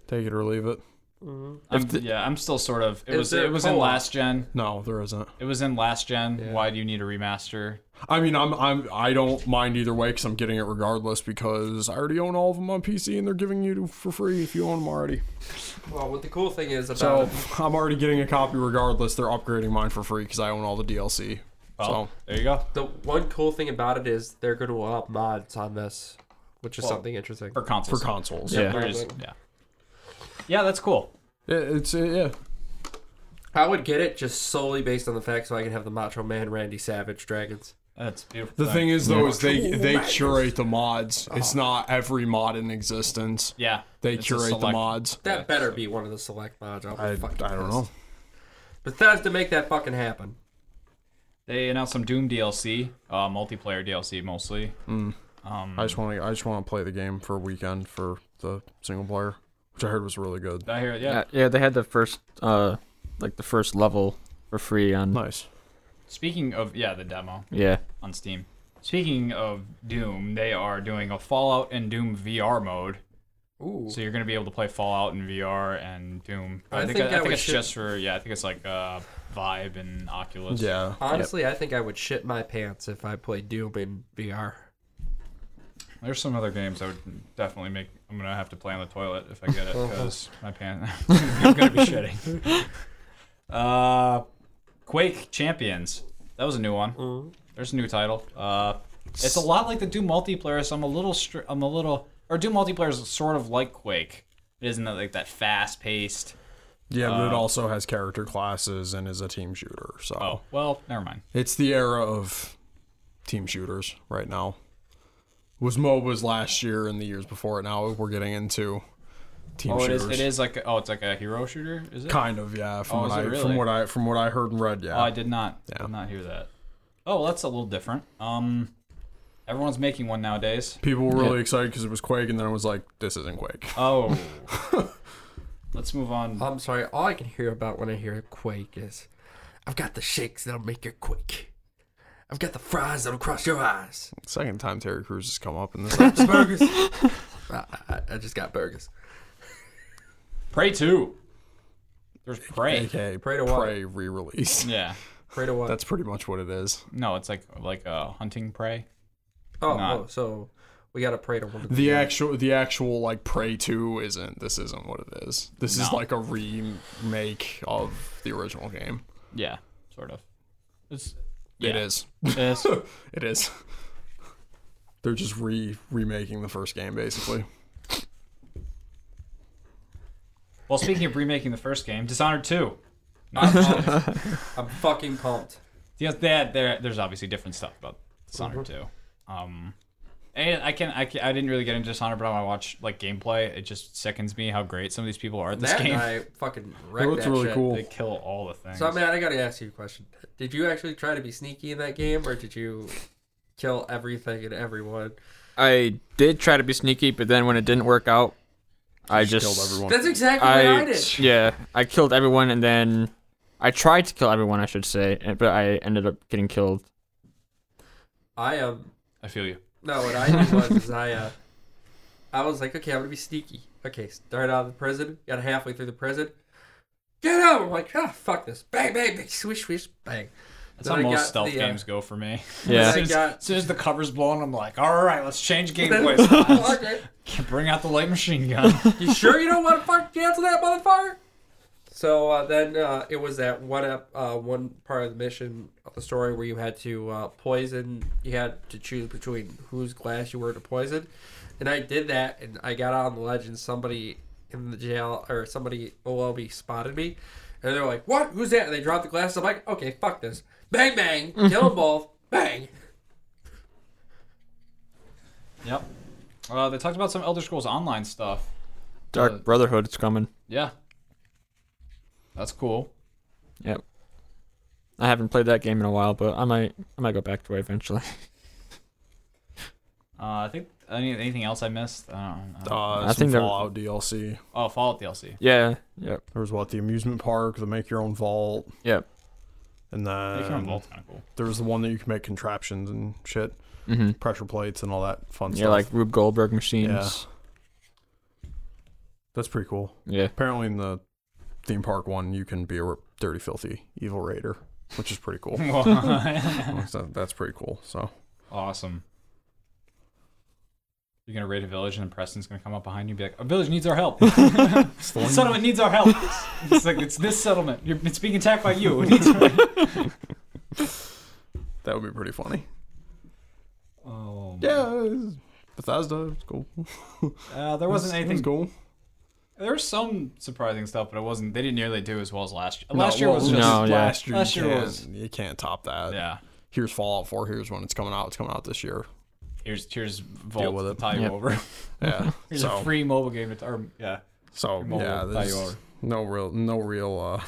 Speaker 1: take it or leave it.
Speaker 2: I'm,
Speaker 3: the-
Speaker 2: yeah, I'm still sort of. It
Speaker 4: Is
Speaker 2: was
Speaker 4: there
Speaker 2: it was in
Speaker 4: co-op?
Speaker 2: last gen.
Speaker 1: No, there isn't.
Speaker 2: It was in last gen.
Speaker 4: Yeah.
Speaker 2: Why do you need a remaster?
Speaker 1: I mean, I'm I'm I don't mind either way because I'm getting it regardless because I already own all of them on PC and they're giving you for free if you own them already.
Speaker 4: Well, what the cool thing is about
Speaker 1: So
Speaker 4: it,
Speaker 1: I'm already getting a copy regardless. They're upgrading mine for free because I own all the DLC.
Speaker 2: Well,
Speaker 1: So
Speaker 2: there you go.
Speaker 4: the one cool thing about it is they're going to allow mods on this, which is
Speaker 2: Well,
Speaker 4: something interesting.
Speaker 2: For
Speaker 1: for
Speaker 2: consoles.
Speaker 1: consoles,
Speaker 3: Yeah.
Speaker 2: There is- yeah. Yeah, that's cool.
Speaker 1: Yeah, it's uh, yeah.
Speaker 4: I would get it just solely based on the fact so I could have the Macho Man Randy Savage dragons.
Speaker 2: That's beautiful.
Speaker 1: The thing is though is they
Speaker 4: Cool
Speaker 1: they
Speaker 4: madness.
Speaker 1: curate the mods. It's not every mod in existence.
Speaker 2: yeah,
Speaker 1: They
Speaker 2: it's a
Speaker 1: curate the
Speaker 2: select-
Speaker 1: mods.
Speaker 4: That
Speaker 2: Yeah,
Speaker 4: better be one of the select mods. I'll be
Speaker 1: I, I
Speaker 4: fucking
Speaker 1: don't
Speaker 4: pissed.
Speaker 1: know.
Speaker 4: Bethesda, make that fucking happen.
Speaker 2: They announced some Doom DLC, uh, multiplayer DLC mostly. Um,
Speaker 1: I just want to I just want to play the game for a weekend for the single player, which I heard was really good.
Speaker 2: I hear, yeah.
Speaker 3: Yeah, yeah, they had the first uh, like the first level for free on.
Speaker 1: Nice.
Speaker 2: Speaking of yeah, the demo
Speaker 3: Yeah,
Speaker 2: on Steam. Speaking of Doom, they are doing a Fallout and Doom VR mode,
Speaker 4: Ooh.
Speaker 2: so you're gonna be able to play Fallout in VR and Doom.
Speaker 4: I think
Speaker 2: I,
Speaker 4: that we
Speaker 2: think it's
Speaker 4: should-
Speaker 2: just for yeah. I think it's like uh, Vibe and Oculus.
Speaker 1: Yeah.
Speaker 4: Honestly, I think I would shit my pants if I played Doom in VR.
Speaker 2: There's some other games I would definitely make. I'm gonna have to play on the toilet if I get it because my pants. I'm gonna be shitting. Uh, Quake Champions. That was a new one. There's a new title. Uh, it's a lot like the Doom multiplayer, so I'm a little. Str- I'm a little. Or Doom multiplayer is sort of like Quake. It isn't that, like that fast paced.
Speaker 1: Yeah, but
Speaker 2: Uh,
Speaker 1: it also has character classes and is a team shooter. So
Speaker 2: Oh well, never mind.
Speaker 1: it's the era of team shooters right now. Was MOBAs last year and the years before it. Now we're getting into team
Speaker 2: Oh, it
Speaker 1: shooters.
Speaker 2: is. It is like. Oh, it's like a hero shooter. Is it?
Speaker 1: kind of yeah. From
Speaker 2: Oh,
Speaker 1: what
Speaker 2: is
Speaker 1: I
Speaker 2: it really?
Speaker 1: from what I from what I heard and read. Yeah.
Speaker 2: Oh, I did not.
Speaker 1: Yeah.
Speaker 2: Did not hear that. Oh, well, that's a little different. Um, everyone's making one nowadays.
Speaker 1: People were really excited because it was Quake, and then it was like, "This isn't Quake."
Speaker 2: Oh. Let's move on.
Speaker 4: I'm sorry, all I can hear about when I hear Quake is I've got the shakes that'll make you quake. I've got the fries that'll cross your eyes.
Speaker 1: Second time Terry Crews has come up in this. episode.
Speaker 4: It's burgers. I, I, I just got burgers.
Speaker 2: Prey 2. There's Prey.
Speaker 1: AKA
Speaker 4: Pray
Speaker 1: Pray
Speaker 4: to
Speaker 1: to
Speaker 4: what?
Speaker 1: Prey re-release.
Speaker 2: Yeah.
Speaker 4: Pray to what?
Speaker 1: That's pretty much what it is.
Speaker 2: No, it's like like uh, hunting prey.
Speaker 4: oh,
Speaker 2: not-
Speaker 4: oh, so we gotta pray to one. of
Speaker 1: The actual, the actual like Prey Two isn't. This isn't what it is. This is
Speaker 2: No.
Speaker 1: like a remake of the original game.
Speaker 2: Yeah, sort of. It's
Speaker 1: It
Speaker 2: yeah.
Speaker 1: is.
Speaker 2: Yes.
Speaker 1: It is. They're just re remaking the first game basically.
Speaker 2: well, speaking of remaking the first game, Dishonored 2.
Speaker 4: I'm fucking pumped.
Speaker 2: Yes, that there. There's obviously different stuff about Dishonored
Speaker 4: Mm-hmm.
Speaker 2: too. Um, and I can, I can, I didn't really get into Dishonored, but when I watch like gameplay, it just sickens me how great some of these people are at this
Speaker 4: that
Speaker 2: game.
Speaker 4: guy fucking wrecked
Speaker 1: It looks
Speaker 4: that
Speaker 1: really
Speaker 4: shit.
Speaker 1: cool.
Speaker 2: They kill all the things.
Speaker 4: So, man, I gotta ask you a question. Did you actually try to be sneaky in that game, or did you kill everything and everyone?
Speaker 3: I did try to be sneaky, but then when it didn't work out, I just
Speaker 1: Killed everyone.
Speaker 4: That's exactly what I
Speaker 3: I,
Speaker 4: did.
Speaker 3: yeah, I killed everyone, and then I tried to kill everyone, I should say, and- but I ended up getting killed.
Speaker 4: I um,
Speaker 2: I feel you.
Speaker 4: No, what I did was is I, uh, I was like, okay, I'm gonna be sneaky. Okay, start out of the prison. Got halfway through the prison. get up. I'm like, ah, fuck this. Bang, bang, bang, swish, swish, bang.
Speaker 2: That's
Speaker 4: Then
Speaker 2: how
Speaker 4: I
Speaker 2: most
Speaker 4: got
Speaker 2: stealth
Speaker 4: the, uh,
Speaker 2: games go for me.
Speaker 3: Yeah.
Speaker 2: as, soon as,
Speaker 4: I got-
Speaker 2: as soon as the cover's blown, I'm like, all right, let's change gameplay. styles.
Speaker 4: Oh, Okay.
Speaker 2: Bring out the light machine gun.
Speaker 4: You sure you don't want to fuck cancel that motherfucker? So uh, then uh, it was that one up uh, one part of the mission of the story where you had to uh, poison. You had to choose between whose glass you were to poison, and I did that, and I got on the legend. Somebody in the jail or somebody OLB spotted me, and they're like, "What? Who's that?" And they dropped the glass. I'm like, "Okay, fuck this! Bang bang, kill them both! Bang!"
Speaker 2: Yep. Uh, they talked about some Elder Scrolls Online stuff.
Speaker 3: Dark
Speaker 2: Uh,
Speaker 3: Brotherhood, it's coming.
Speaker 2: Yeah. That's cool.
Speaker 3: Yep. I haven't played that game in a while, but I might I might go back to it eventually.
Speaker 2: Uh, I think any, anything else I missed? I don't know.
Speaker 1: Uh,
Speaker 3: I
Speaker 1: some
Speaker 3: think there-
Speaker 1: Fallout DLC.
Speaker 2: oh, Fallout DLC.
Speaker 3: yeah. Yep.
Speaker 1: There was what the amusement park, the make your own vault,
Speaker 3: Yep.
Speaker 1: and
Speaker 2: They came
Speaker 1: then
Speaker 2: both kind of cool.
Speaker 1: there was the one that you can make contraptions and shit,
Speaker 3: Mm-hmm.
Speaker 1: pressure plates and all that fun
Speaker 3: Yeah,
Speaker 1: stuff.
Speaker 3: like Rube Goldberg machines.
Speaker 1: that's pretty cool.
Speaker 3: Yeah.
Speaker 1: Apparently, in the theme park one, you can be a r- dirty, filthy evil raider, which is pretty cool. So that's pretty cool. So
Speaker 2: awesome. You're gonna raid a village, and then Preston's gonna come up behind you and be like, "A village needs our help. The settlement needs our help." It's like it's this settlement. You're, it's being attacked by you. It needs our-
Speaker 1: that would be pretty funny.
Speaker 2: oh. man.
Speaker 1: Yeah, it's- Bethesda, it's cool.
Speaker 2: Uh, there wasn't
Speaker 1: It's- it's
Speaker 2: anything
Speaker 1: cool.
Speaker 2: There was some surprising stuff, but it wasn't. They didn't nearly do as well as last year.
Speaker 1: No,
Speaker 2: Last year
Speaker 1: well,
Speaker 2: was just
Speaker 3: no, yeah.
Speaker 1: last year.
Speaker 2: last
Speaker 1: you,
Speaker 2: year
Speaker 1: can't,
Speaker 2: was-
Speaker 1: you can't top that.
Speaker 2: yeah.
Speaker 1: Here's Fallout 4. Here's when it's coming out. It's coming out this year.
Speaker 2: Here's here's Vault
Speaker 1: with
Speaker 2: to
Speaker 1: it.
Speaker 2: tie you
Speaker 3: Yep.
Speaker 2: over.
Speaker 1: Yeah.
Speaker 2: Here's
Speaker 1: so
Speaker 2: a free mobile game to or, yeah.
Speaker 1: so
Speaker 2: mobile
Speaker 1: yeah,
Speaker 2: tie you
Speaker 1: there's
Speaker 2: over.
Speaker 1: no real no real. uh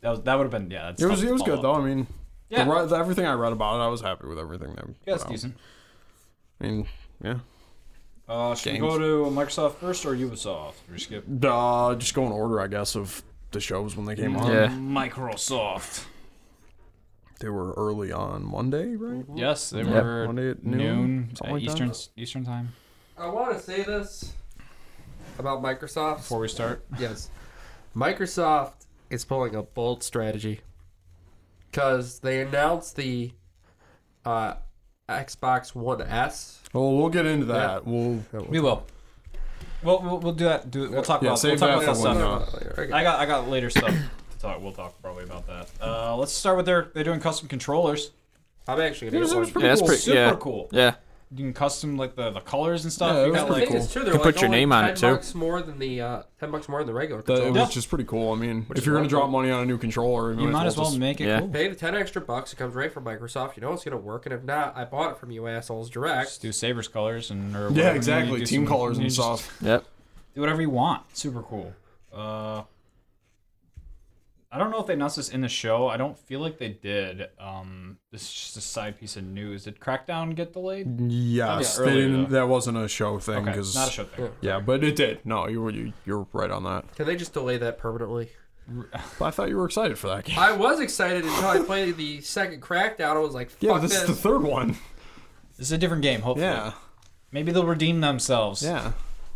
Speaker 2: That was that would have been yeah. That's
Speaker 1: It was
Speaker 2: tough
Speaker 1: it
Speaker 2: to
Speaker 1: was good
Speaker 2: follow
Speaker 1: though.
Speaker 2: up.
Speaker 1: I mean, the
Speaker 2: Yeah,
Speaker 1: re- the, everything I read about it, I was happy with everything. That
Speaker 2: yeah, it's
Speaker 1: well,
Speaker 2: decent.
Speaker 1: I mean, yeah.
Speaker 2: Uh, should we
Speaker 1: Games.
Speaker 2: go to Microsoft first or Ubisoft? We skip
Speaker 3: Mm,
Speaker 1: Uh, just go in order, I guess, of the shows when they came
Speaker 2: Mm-hmm.
Speaker 1: on.
Speaker 3: Yeah.
Speaker 2: Microsoft.
Speaker 1: They were early on Monday, right?
Speaker 2: Yes, they
Speaker 3: Yep.
Speaker 2: were
Speaker 1: Monday at
Speaker 2: noon,
Speaker 1: noon,
Speaker 2: uh,
Speaker 1: something like that.
Speaker 2: Eastern Eastern time.
Speaker 4: I want to say this about Microsoft
Speaker 2: Before we start,
Speaker 4: Yes. Microsoft is pulling a bold strategy because they announced the uh, Xbox One S.
Speaker 1: Well, Oh, we'll get into that. We'll
Speaker 2: we will. We'll we'll, we'll do that. Do we'll talk
Speaker 1: Yeah,
Speaker 2: about we'll
Speaker 1: save
Speaker 2: talk
Speaker 1: that
Speaker 2: about
Speaker 1: for
Speaker 4: Oh,
Speaker 2: stuff.
Speaker 1: when, uh,
Speaker 2: I got I got later stuff to talk. We'll talk probably about that. Uh, let's start with their they're doing custom controllers.
Speaker 4: I'm actually gonna
Speaker 1: Here's
Speaker 4: get
Speaker 1: a
Speaker 4: one.
Speaker 1: pretty
Speaker 3: Yeah, that's
Speaker 1: cool.
Speaker 3: pretty.
Speaker 2: Super
Speaker 3: yeah.
Speaker 2: cool.
Speaker 3: Yeah.
Speaker 2: You can custom like the, the colors and stuff.
Speaker 1: Yeah,
Speaker 2: you
Speaker 1: it was
Speaker 2: got
Speaker 1: pretty
Speaker 2: like
Speaker 4: I think it's true. They're
Speaker 3: Could
Speaker 4: like
Speaker 3: put your
Speaker 4: only
Speaker 3: name on
Speaker 4: 10
Speaker 3: it, too.
Speaker 4: bucks more than the uh, ten bucks more than the regular
Speaker 1: That-
Speaker 4: controller.
Speaker 1: it was
Speaker 2: Yeah.
Speaker 1: just pretty cool. I mean,
Speaker 4: is
Speaker 1: if you're gonna
Speaker 4: lovely.
Speaker 1: drop money on a new controller,
Speaker 2: you might as well
Speaker 1: just-
Speaker 2: make it
Speaker 3: Yeah.
Speaker 2: cool.
Speaker 4: Pay the ten extra bucks. It comes right from Microsoft. You know it's gonna work, and if not, I bought it from you assholes direct.
Speaker 2: Just do Sabres colors and or whatever,
Speaker 1: yeah,
Speaker 2: and you
Speaker 1: exactly.
Speaker 2: do
Speaker 1: Team
Speaker 2: some-
Speaker 1: colors
Speaker 2: you
Speaker 1: and
Speaker 2: just
Speaker 1: stuff.
Speaker 3: Yep.
Speaker 2: Do whatever you want. Super cool. Uh, I don't know if they announced this in the show. I don't feel like they did. Um, this is just a side piece of news. Did Crackdown get delayed?
Speaker 1: Yes,
Speaker 2: Yeah,
Speaker 1: they
Speaker 2: earlier,
Speaker 1: didn't,
Speaker 2: though.
Speaker 1: that wasn't a show thing
Speaker 2: Okay,
Speaker 1: because
Speaker 2: not a show thing.
Speaker 1: yeah, but it did. No, you were you, you're right on that.
Speaker 4: Can they just delay that permanently?
Speaker 1: But I thought you were excited for that game.
Speaker 4: I was excited until I played the second Crackdown. I was like, "Fuck
Speaker 1: Yeah, this is the third one.
Speaker 2: This is a different game. Hopefully,
Speaker 1: Yeah,
Speaker 2: maybe they'll redeem themselves.
Speaker 1: yeah.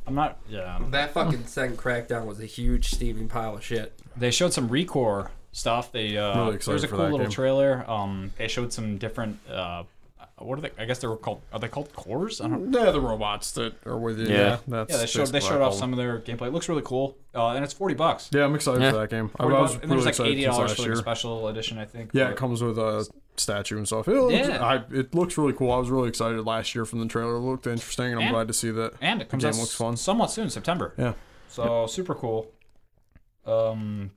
Speaker 2: I'm not. Yeah,
Speaker 4: That fucking second crackdown was a huge steaming pile of shit.
Speaker 2: they showed some recore stuff. They uh,
Speaker 1: Really excited
Speaker 2: there was a
Speaker 1: for
Speaker 2: cool
Speaker 1: that
Speaker 2: little
Speaker 1: game.
Speaker 2: trailer. Um, they showed some different. Uh, what are they? I guess they were called. Are they called cores? I don't.
Speaker 1: Yeah, the robots that are with you.
Speaker 3: Yeah.
Speaker 1: Yeah, Mm, that's
Speaker 2: Yeah, they showed they
Speaker 1: basically what I
Speaker 2: showed off
Speaker 1: call them.
Speaker 2: some of their gameplay. It looks really cool, uh, and it's forty bucks.
Speaker 1: Yeah, I'm excited
Speaker 3: Yeah.
Speaker 1: for that game. I, I
Speaker 2: 40
Speaker 1: was
Speaker 2: bucks, and
Speaker 1: really
Speaker 2: there's like
Speaker 1: excited
Speaker 2: eighty
Speaker 1: since
Speaker 2: dollars
Speaker 1: last
Speaker 2: for like
Speaker 1: year.
Speaker 2: a special edition, I think.
Speaker 1: Yeah,
Speaker 2: but-
Speaker 1: it comes with a statue and stuff. It looks,
Speaker 2: Yeah.
Speaker 1: I, it looks really cool. I was really excited last year from the trailer. It looked interesting, and I'm
Speaker 2: And-
Speaker 1: glad to see that.
Speaker 2: and it comes
Speaker 1: game
Speaker 2: out
Speaker 1: looks fun.
Speaker 2: somewhat soon, September.
Speaker 1: Yeah.
Speaker 2: So super cool. Um,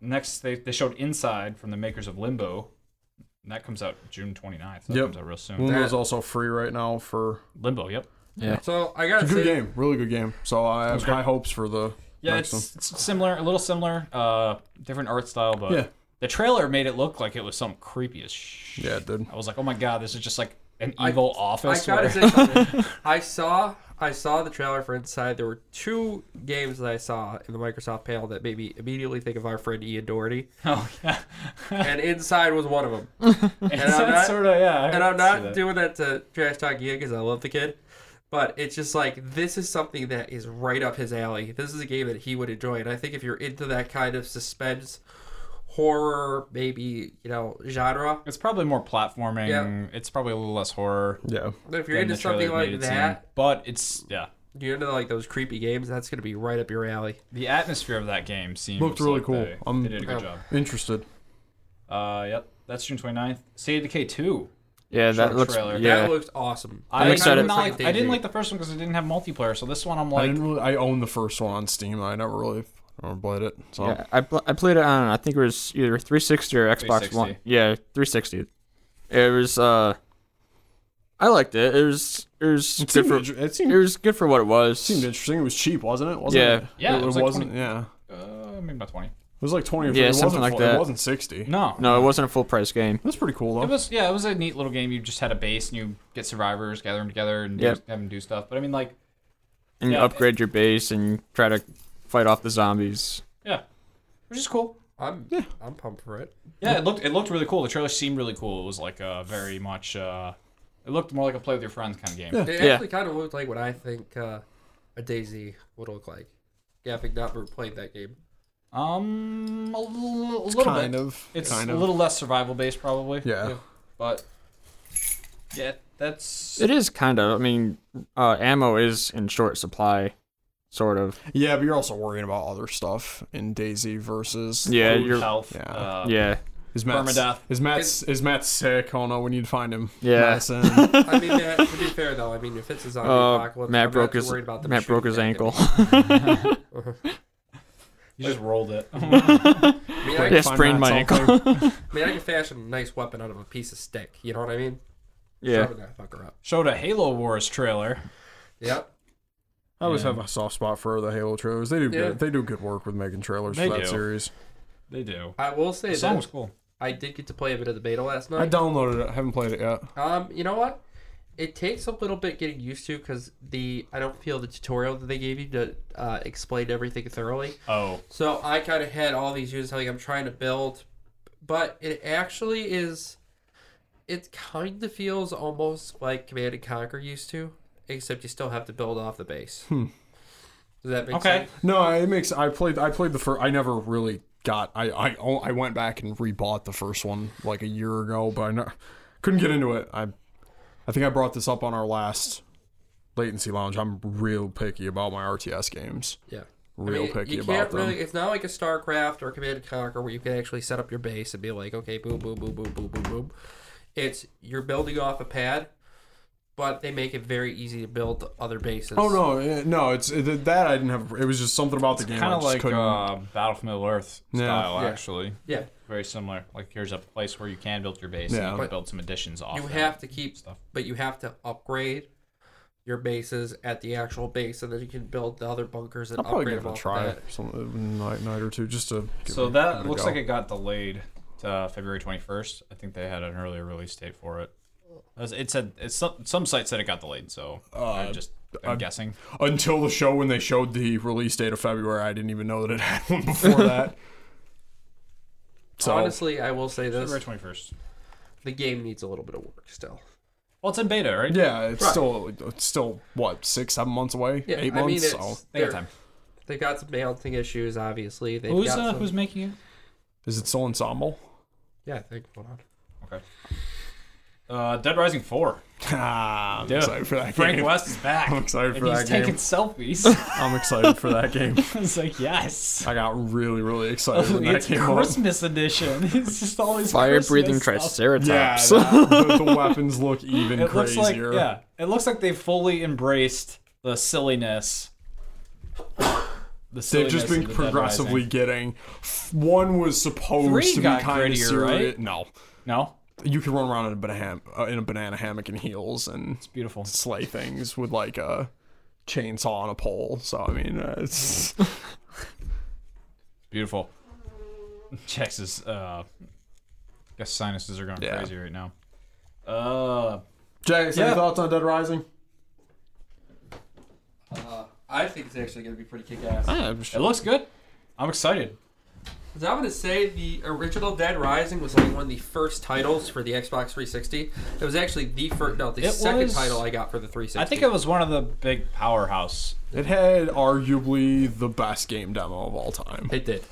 Speaker 2: next they they showed Inside from the makers of Limbo. And that comes out June 29th. So that
Speaker 1: Yep. Mm.
Speaker 2: comes out real soon.
Speaker 1: Window's also free right now for
Speaker 2: Limbo, yep.
Speaker 4: So I gotta
Speaker 1: It's a good
Speaker 4: say,
Speaker 1: game, really good game. So I have high hopes for the
Speaker 2: Yeah,
Speaker 1: next
Speaker 2: it's, it's similar, a little similar, uh, different art style, but
Speaker 1: one. Yeah,
Speaker 2: the trailer made it look like it was some creepy as shit.
Speaker 1: yeah, it did.
Speaker 2: I was like, oh my god, this is just like an
Speaker 4: I-
Speaker 2: evil
Speaker 4: I
Speaker 2: office.
Speaker 4: gotta
Speaker 2: where-
Speaker 4: say something. I saw I saw the trailer for Inside. There were two games that I saw in the Microsoft panel that made me immediately think of our friend Ian Doherty,
Speaker 2: oh yeah,
Speaker 4: and Inside was one of them.
Speaker 2: and
Speaker 4: I'm not-
Speaker 2: sort of yeah. I
Speaker 4: And I'm
Speaker 2: see
Speaker 4: not
Speaker 2: that.
Speaker 4: doing that to trash talk Ian because I love the kid, But it's just like this is something that is right up his alley. This is a game that he would enjoy, and I think if you're into that kind of suspense, horror, maybe you know genre,
Speaker 2: It's probably more platforming. It's probably a little less horror.
Speaker 1: Yeah.
Speaker 4: if
Speaker 2: than
Speaker 4: you're into
Speaker 2: the trailer
Speaker 4: something
Speaker 2: made
Speaker 4: like
Speaker 2: it seem.
Speaker 4: that,
Speaker 2: But it's yeah.
Speaker 4: you're into like those creepy games, that's gonna be right up your alley.
Speaker 2: The atmosphere of that game seems
Speaker 1: Looked really
Speaker 2: like
Speaker 1: cool.
Speaker 2: They,
Speaker 1: I'm-
Speaker 2: they did a good
Speaker 4: Yeah.
Speaker 2: job.
Speaker 1: Interested.
Speaker 2: Uh, yep. That's June 29th. State of Decay 2.
Speaker 3: Yeah, that
Speaker 2: Short
Speaker 3: looks.
Speaker 2: trailer.
Speaker 3: Yeah,
Speaker 4: That looks awesome.
Speaker 2: I,
Speaker 3: I'm excited.
Speaker 2: I, did not like, I
Speaker 4: Daisy.
Speaker 2: didn't like the first one because it didn't have multiplayer. So this one I'm
Speaker 1: I
Speaker 2: like,
Speaker 1: didn't really. I own the first one on Steam. I never really I never played it. So
Speaker 3: yeah. I, pl- I played it on. I think it was either 360 or Xbox
Speaker 2: 360.
Speaker 3: One. Yeah, 360. It was. Uh, I liked it. It was. It was
Speaker 1: it
Speaker 3: good
Speaker 1: seemed,
Speaker 3: for.
Speaker 1: inter- it
Speaker 3: It
Speaker 1: seemed,
Speaker 3: was good for what it was.
Speaker 1: seemed interesting. It was cheap, wasn't it? Wasn't
Speaker 3: Yeah.
Speaker 1: It,
Speaker 2: Yeah,
Speaker 1: It,
Speaker 2: it was
Speaker 1: it
Speaker 2: like
Speaker 1: wasn't.
Speaker 2: 20.
Speaker 1: Yeah.
Speaker 2: uh, maybe about 20.
Speaker 1: It was like twenty. Or 30.
Speaker 3: Yeah,
Speaker 1: It
Speaker 3: something
Speaker 1: wasn't
Speaker 3: like
Speaker 1: full-
Speaker 3: that.
Speaker 1: It wasn't sixty.
Speaker 2: No.
Speaker 3: no, it wasn't a full price game.
Speaker 1: That's pretty cool though.
Speaker 2: It was yeah, it was a neat little game. You just had a base and you get survivors, gather them together, and
Speaker 3: Yep.
Speaker 2: do, have them do stuff. But I mean, like,
Speaker 3: And
Speaker 2: Yeah.
Speaker 3: upgrade your base and try to fight off the zombies.
Speaker 2: yeah, which is cool.
Speaker 4: I'm I'm pumped for it.
Speaker 2: Yeah, it looked it looked really cool. The trailer seemed really cool. It was like uh, very much. Uh, it looked more like a play with your friends kind of game.
Speaker 1: Yeah.
Speaker 4: It
Speaker 3: Yeah.
Speaker 4: actually kind of looked like what I think uh, a Daisy would look like. Yeah, I think Notbert played that game.
Speaker 2: Um, a little, a little
Speaker 1: kind
Speaker 2: bit.
Speaker 1: of.
Speaker 2: It's
Speaker 1: kind
Speaker 2: a
Speaker 1: of.
Speaker 2: little less survival based probably.
Speaker 1: Yeah.
Speaker 4: Yeah.
Speaker 2: but yeah, that's
Speaker 3: It is kind of. I mean, uh, ammo is in short supply, sort of.
Speaker 1: Yeah, but you're also worrying about other stuff in Daisy versus.
Speaker 3: Yeah,
Speaker 2: food,
Speaker 3: you're.
Speaker 2: health.
Speaker 1: yeah.
Speaker 2: Uh,
Speaker 3: Yeah,
Speaker 1: Is Matt's,
Speaker 2: Permadeath.
Speaker 1: Is Matt's is Matt sick? Oh no, we need to find him. uh,
Speaker 3: Yeah.
Speaker 1: Madison.
Speaker 4: I mean, that, to be fair though, I mean, if it's a zombie
Speaker 3: Uh,
Speaker 4: apocalypse, I'm
Speaker 3: Matt
Speaker 4: not
Speaker 3: broke
Speaker 4: too
Speaker 3: his
Speaker 4: worried about them
Speaker 3: Matt broke
Speaker 4: shooting
Speaker 3: his
Speaker 4: at me.
Speaker 3: ankle.
Speaker 2: You just rolled it.
Speaker 4: I mean, I,
Speaker 1: Like,
Speaker 3: Yeah,
Speaker 4: I
Speaker 1: find
Speaker 3: sprained
Speaker 1: Matt
Speaker 3: my
Speaker 1: something.
Speaker 4: mean, I can fashion a nice weapon out of a piece of stick. You know what I mean?
Speaker 3: yeah,
Speaker 4: Sharpen that fucker up.
Speaker 2: Showed a Halo Wars trailer.
Speaker 4: Yep.
Speaker 1: I always have a soft spot for the Halo trailers. They do
Speaker 4: Yeah.
Speaker 1: good. They do good work with making trailers
Speaker 2: They
Speaker 1: for that
Speaker 2: do.
Speaker 1: series.
Speaker 2: They do.
Speaker 4: I will say
Speaker 2: The song was
Speaker 4: that
Speaker 2: cool.
Speaker 4: I did get to play a bit of the beta last
Speaker 1: I
Speaker 4: night.
Speaker 1: downloaded it. I haven't played it yet.
Speaker 4: Um, you know what? It takes a little bit getting used to because the I don't feel the tutorial that they gave you to uh, explain everything thoroughly.
Speaker 2: Oh,
Speaker 4: So I kind of had all these units like I'm trying to build, but it actually is. It kind of feels almost like Command and Conquer used to, except you still have to build off the base. Does that make
Speaker 2: Okay.
Speaker 4: sense?
Speaker 1: No, it makes. I played. I played the first. I never really got. I I o- I went back and rebought the first one like a year ago, but I ne- couldn't get into it. I I think I brought this up on our last latency lounge. I'm real picky about my RTS games.
Speaker 4: Yeah. I
Speaker 1: Real
Speaker 4: mean,
Speaker 1: picky
Speaker 4: you
Speaker 1: about
Speaker 4: can't
Speaker 1: them.
Speaker 4: really. It's not like a StarCraft or Command and Conquer where you can actually set up your base and be like, okay, boom, boom, boom, boom, boom, boom, boom. It's you're building off a pad, but they make it very easy to build other bases.
Speaker 1: Oh no, eh, no! It's it, that I didn't have. It was just something about the game.
Speaker 2: kind
Speaker 1: I
Speaker 2: of
Speaker 1: just
Speaker 2: like
Speaker 1: couldn't.
Speaker 2: uh, Battle from Middle Earth
Speaker 1: Yeah.
Speaker 2: style,
Speaker 4: Yeah.
Speaker 2: actually.
Speaker 4: Yeah.
Speaker 2: Very similar. Like here's a place where you can build your base
Speaker 1: Yeah.
Speaker 2: and you
Speaker 1: But
Speaker 2: can build some additions off.
Speaker 4: you
Speaker 2: that.
Speaker 4: have to keep
Speaker 2: stuff.
Speaker 4: but you have to upgrade your bases at the actual base and then you can build the other bunkers and
Speaker 1: I'll probably
Speaker 4: upgrade
Speaker 1: give it
Speaker 4: them
Speaker 1: a
Speaker 4: off
Speaker 1: try
Speaker 4: that.
Speaker 1: some uh, night, night or two just to. Give
Speaker 2: So
Speaker 1: it, give
Speaker 2: that
Speaker 1: it a
Speaker 2: looks
Speaker 1: go.
Speaker 2: like it got delayed to uh, February 21st. I think they had an earlier release date for it. As It said it's some, some sites said it got delayed, so
Speaker 1: Uh,
Speaker 2: I just I'm, guessing.
Speaker 1: until the show when they showed the release date of February. I didn't even know that it had one before that. So
Speaker 4: honestly i will say this
Speaker 2: February 21st.
Speaker 4: the game needs a little bit of work still
Speaker 2: Well, it's in beta, right?
Speaker 1: yeah, it's
Speaker 4: Right.
Speaker 1: still it's still what six seven months away,
Speaker 4: yeah
Speaker 1: eight
Speaker 4: i mean
Speaker 1: months. Oh,
Speaker 4: it's,
Speaker 1: So
Speaker 2: They got
Speaker 4: they're-
Speaker 2: time.
Speaker 4: they've got some balancing issues obviously they've
Speaker 2: Who's
Speaker 4: got
Speaker 2: uh,
Speaker 4: some,
Speaker 2: who's making it?
Speaker 1: is it still ensemble?
Speaker 4: yeah i think hold on
Speaker 2: Okay. Uh, Dead Rising 4.
Speaker 1: Ah, I'm
Speaker 2: Yeah.
Speaker 1: excited for that
Speaker 2: Frank
Speaker 1: game.
Speaker 2: West is back.
Speaker 1: I'm excited
Speaker 2: and
Speaker 1: for
Speaker 2: he's
Speaker 1: that game.
Speaker 2: taking selfies.
Speaker 1: I'm excited for that game.
Speaker 2: it's like, yes.
Speaker 1: I got really really excited when that
Speaker 2: it's
Speaker 1: came out.
Speaker 2: Christmas edition. It's just all these
Speaker 3: fire breathing
Speaker 2: Christmas stuff.
Speaker 1: Yeah,
Speaker 3: triceratops.
Speaker 1: that- the, the weapons look even
Speaker 2: It looks
Speaker 1: crazier.
Speaker 2: like yeah, it looks like they fully embraced the silliness. The
Speaker 1: They've
Speaker 2: silliness
Speaker 1: just been
Speaker 2: of the Dead
Speaker 1: progressively
Speaker 2: Rising.
Speaker 1: getting. One was supposed
Speaker 2: Three
Speaker 1: to be
Speaker 2: got
Speaker 1: kind of
Speaker 2: grittier,
Speaker 1: serious.
Speaker 2: right?
Speaker 1: No,
Speaker 2: no,
Speaker 1: you can run around in a banana uh, in a banana hammock in heels and
Speaker 2: it's beautiful.
Speaker 1: slay things with like a chainsaw on a pole. So I mean, uh, it's
Speaker 2: Beautiful. Checks his uh, guess sinuses are going
Speaker 1: Yeah.
Speaker 2: crazy right now. Uh,
Speaker 1: Jax.
Speaker 2: Yeah.
Speaker 1: Any thoughts on Dead Rising?
Speaker 4: i think it's actually going to be pretty kick-ass
Speaker 2: it looks good. I'm excited.
Speaker 4: So I'm gonna say the original Dead Rising was like one of the first titles for the Xbox 360. It was actually the first, no, the
Speaker 2: It
Speaker 4: second
Speaker 2: was-
Speaker 4: title I got for the 360.
Speaker 2: I think it was one of the big powerhouse.
Speaker 1: It had arguably the best game demo of all time.
Speaker 4: it did.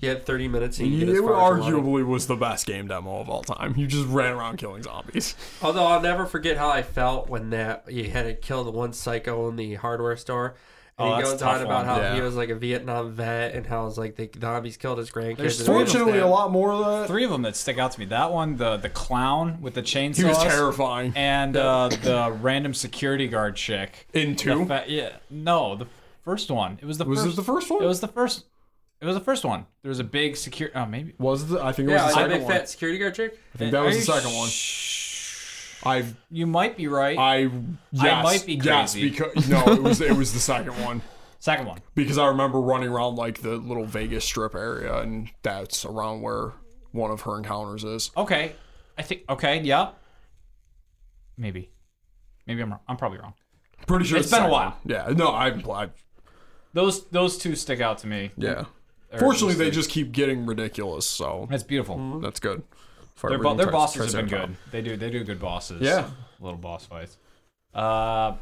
Speaker 4: You had 30 minutes. And you
Speaker 1: It
Speaker 4: could get as far as you wanted.
Speaker 1: arguably was the best game demo of all time. You just ran around killing zombies.
Speaker 4: Although I'll never forget how I felt when that you had to kill the one psycho in the hardware store. And
Speaker 2: Oh,
Speaker 4: he
Speaker 2: that's a
Speaker 4: goes
Speaker 2: tough
Speaker 4: on about
Speaker 2: one.
Speaker 4: how he
Speaker 1: Yeah.
Speaker 4: was like a Vietnam vet and how it's like the zombies killed his grandkids.
Speaker 2: There's
Speaker 4: and
Speaker 2: three of
Speaker 4: stuff.
Speaker 1: Fortunately, a lot more of that.
Speaker 2: Three of them that stick out to me. That one, the the clown with the chainsaw.
Speaker 1: He was terrifying.
Speaker 2: And uh, the random security guard chick.
Speaker 1: In
Speaker 2: The
Speaker 1: two,
Speaker 2: fa- yeah, no, the first one. It was the
Speaker 1: was
Speaker 2: first.
Speaker 1: it the first one?
Speaker 2: It was the first. It was the first one. There was a big secure. Oh, maybe.
Speaker 1: Was the I think it was
Speaker 4: Yeah,
Speaker 1: the
Speaker 4: like that
Speaker 1: second
Speaker 4: big
Speaker 1: one.
Speaker 4: fat security guard chick.
Speaker 1: I think that was
Speaker 2: Are
Speaker 1: the
Speaker 2: you
Speaker 1: second one.
Speaker 2: sh-
Speaker 1: I've
Speaker 2: You might be right.
Speaker 1: I yes,
Speaker 2: might be
Speaker 1: yes,
Speaker 2: crazy.
Speaker 1: because no, it was it was the second one
Speaker 2: second one.
Speaker 1: because I remember running around like the little Vegas Strip area, and that's around where one of her encounters is.
Speaker 2: Okay. I think. Okay. Yeah. Maybe. Maybe I'm wrong. I'm probably wrong.
Speaker 1: Pretty sure
Speaker 2: It's
Speaker 1: it's the
Speaker 2: been a
Speaker 1: second
Speaker 2: while.
Speaker 1: one. Yeah, no, I, I
Speaker 2: Those those two stick out to me.
Speaker 1: yeah.
Speaker 2: Or
Speaker 1: Fortunately,
Speaker 2: at least
Speaker 1: they just keep getting ridiculous, so
Speaker 2: That's beautiful.
Speaker 1: that's good. For
Speaker 2: Their, bo-
Speaker 1: everything
Speaker 2: their
Speaker 1: Tri-
Speaker 2: bosses have been
Speaker 1: Triceratops.
Speaker 2: good. They do they do good bosses.
Speaker 1: Yeah.
Speaker 2: Little boss fights. Uh,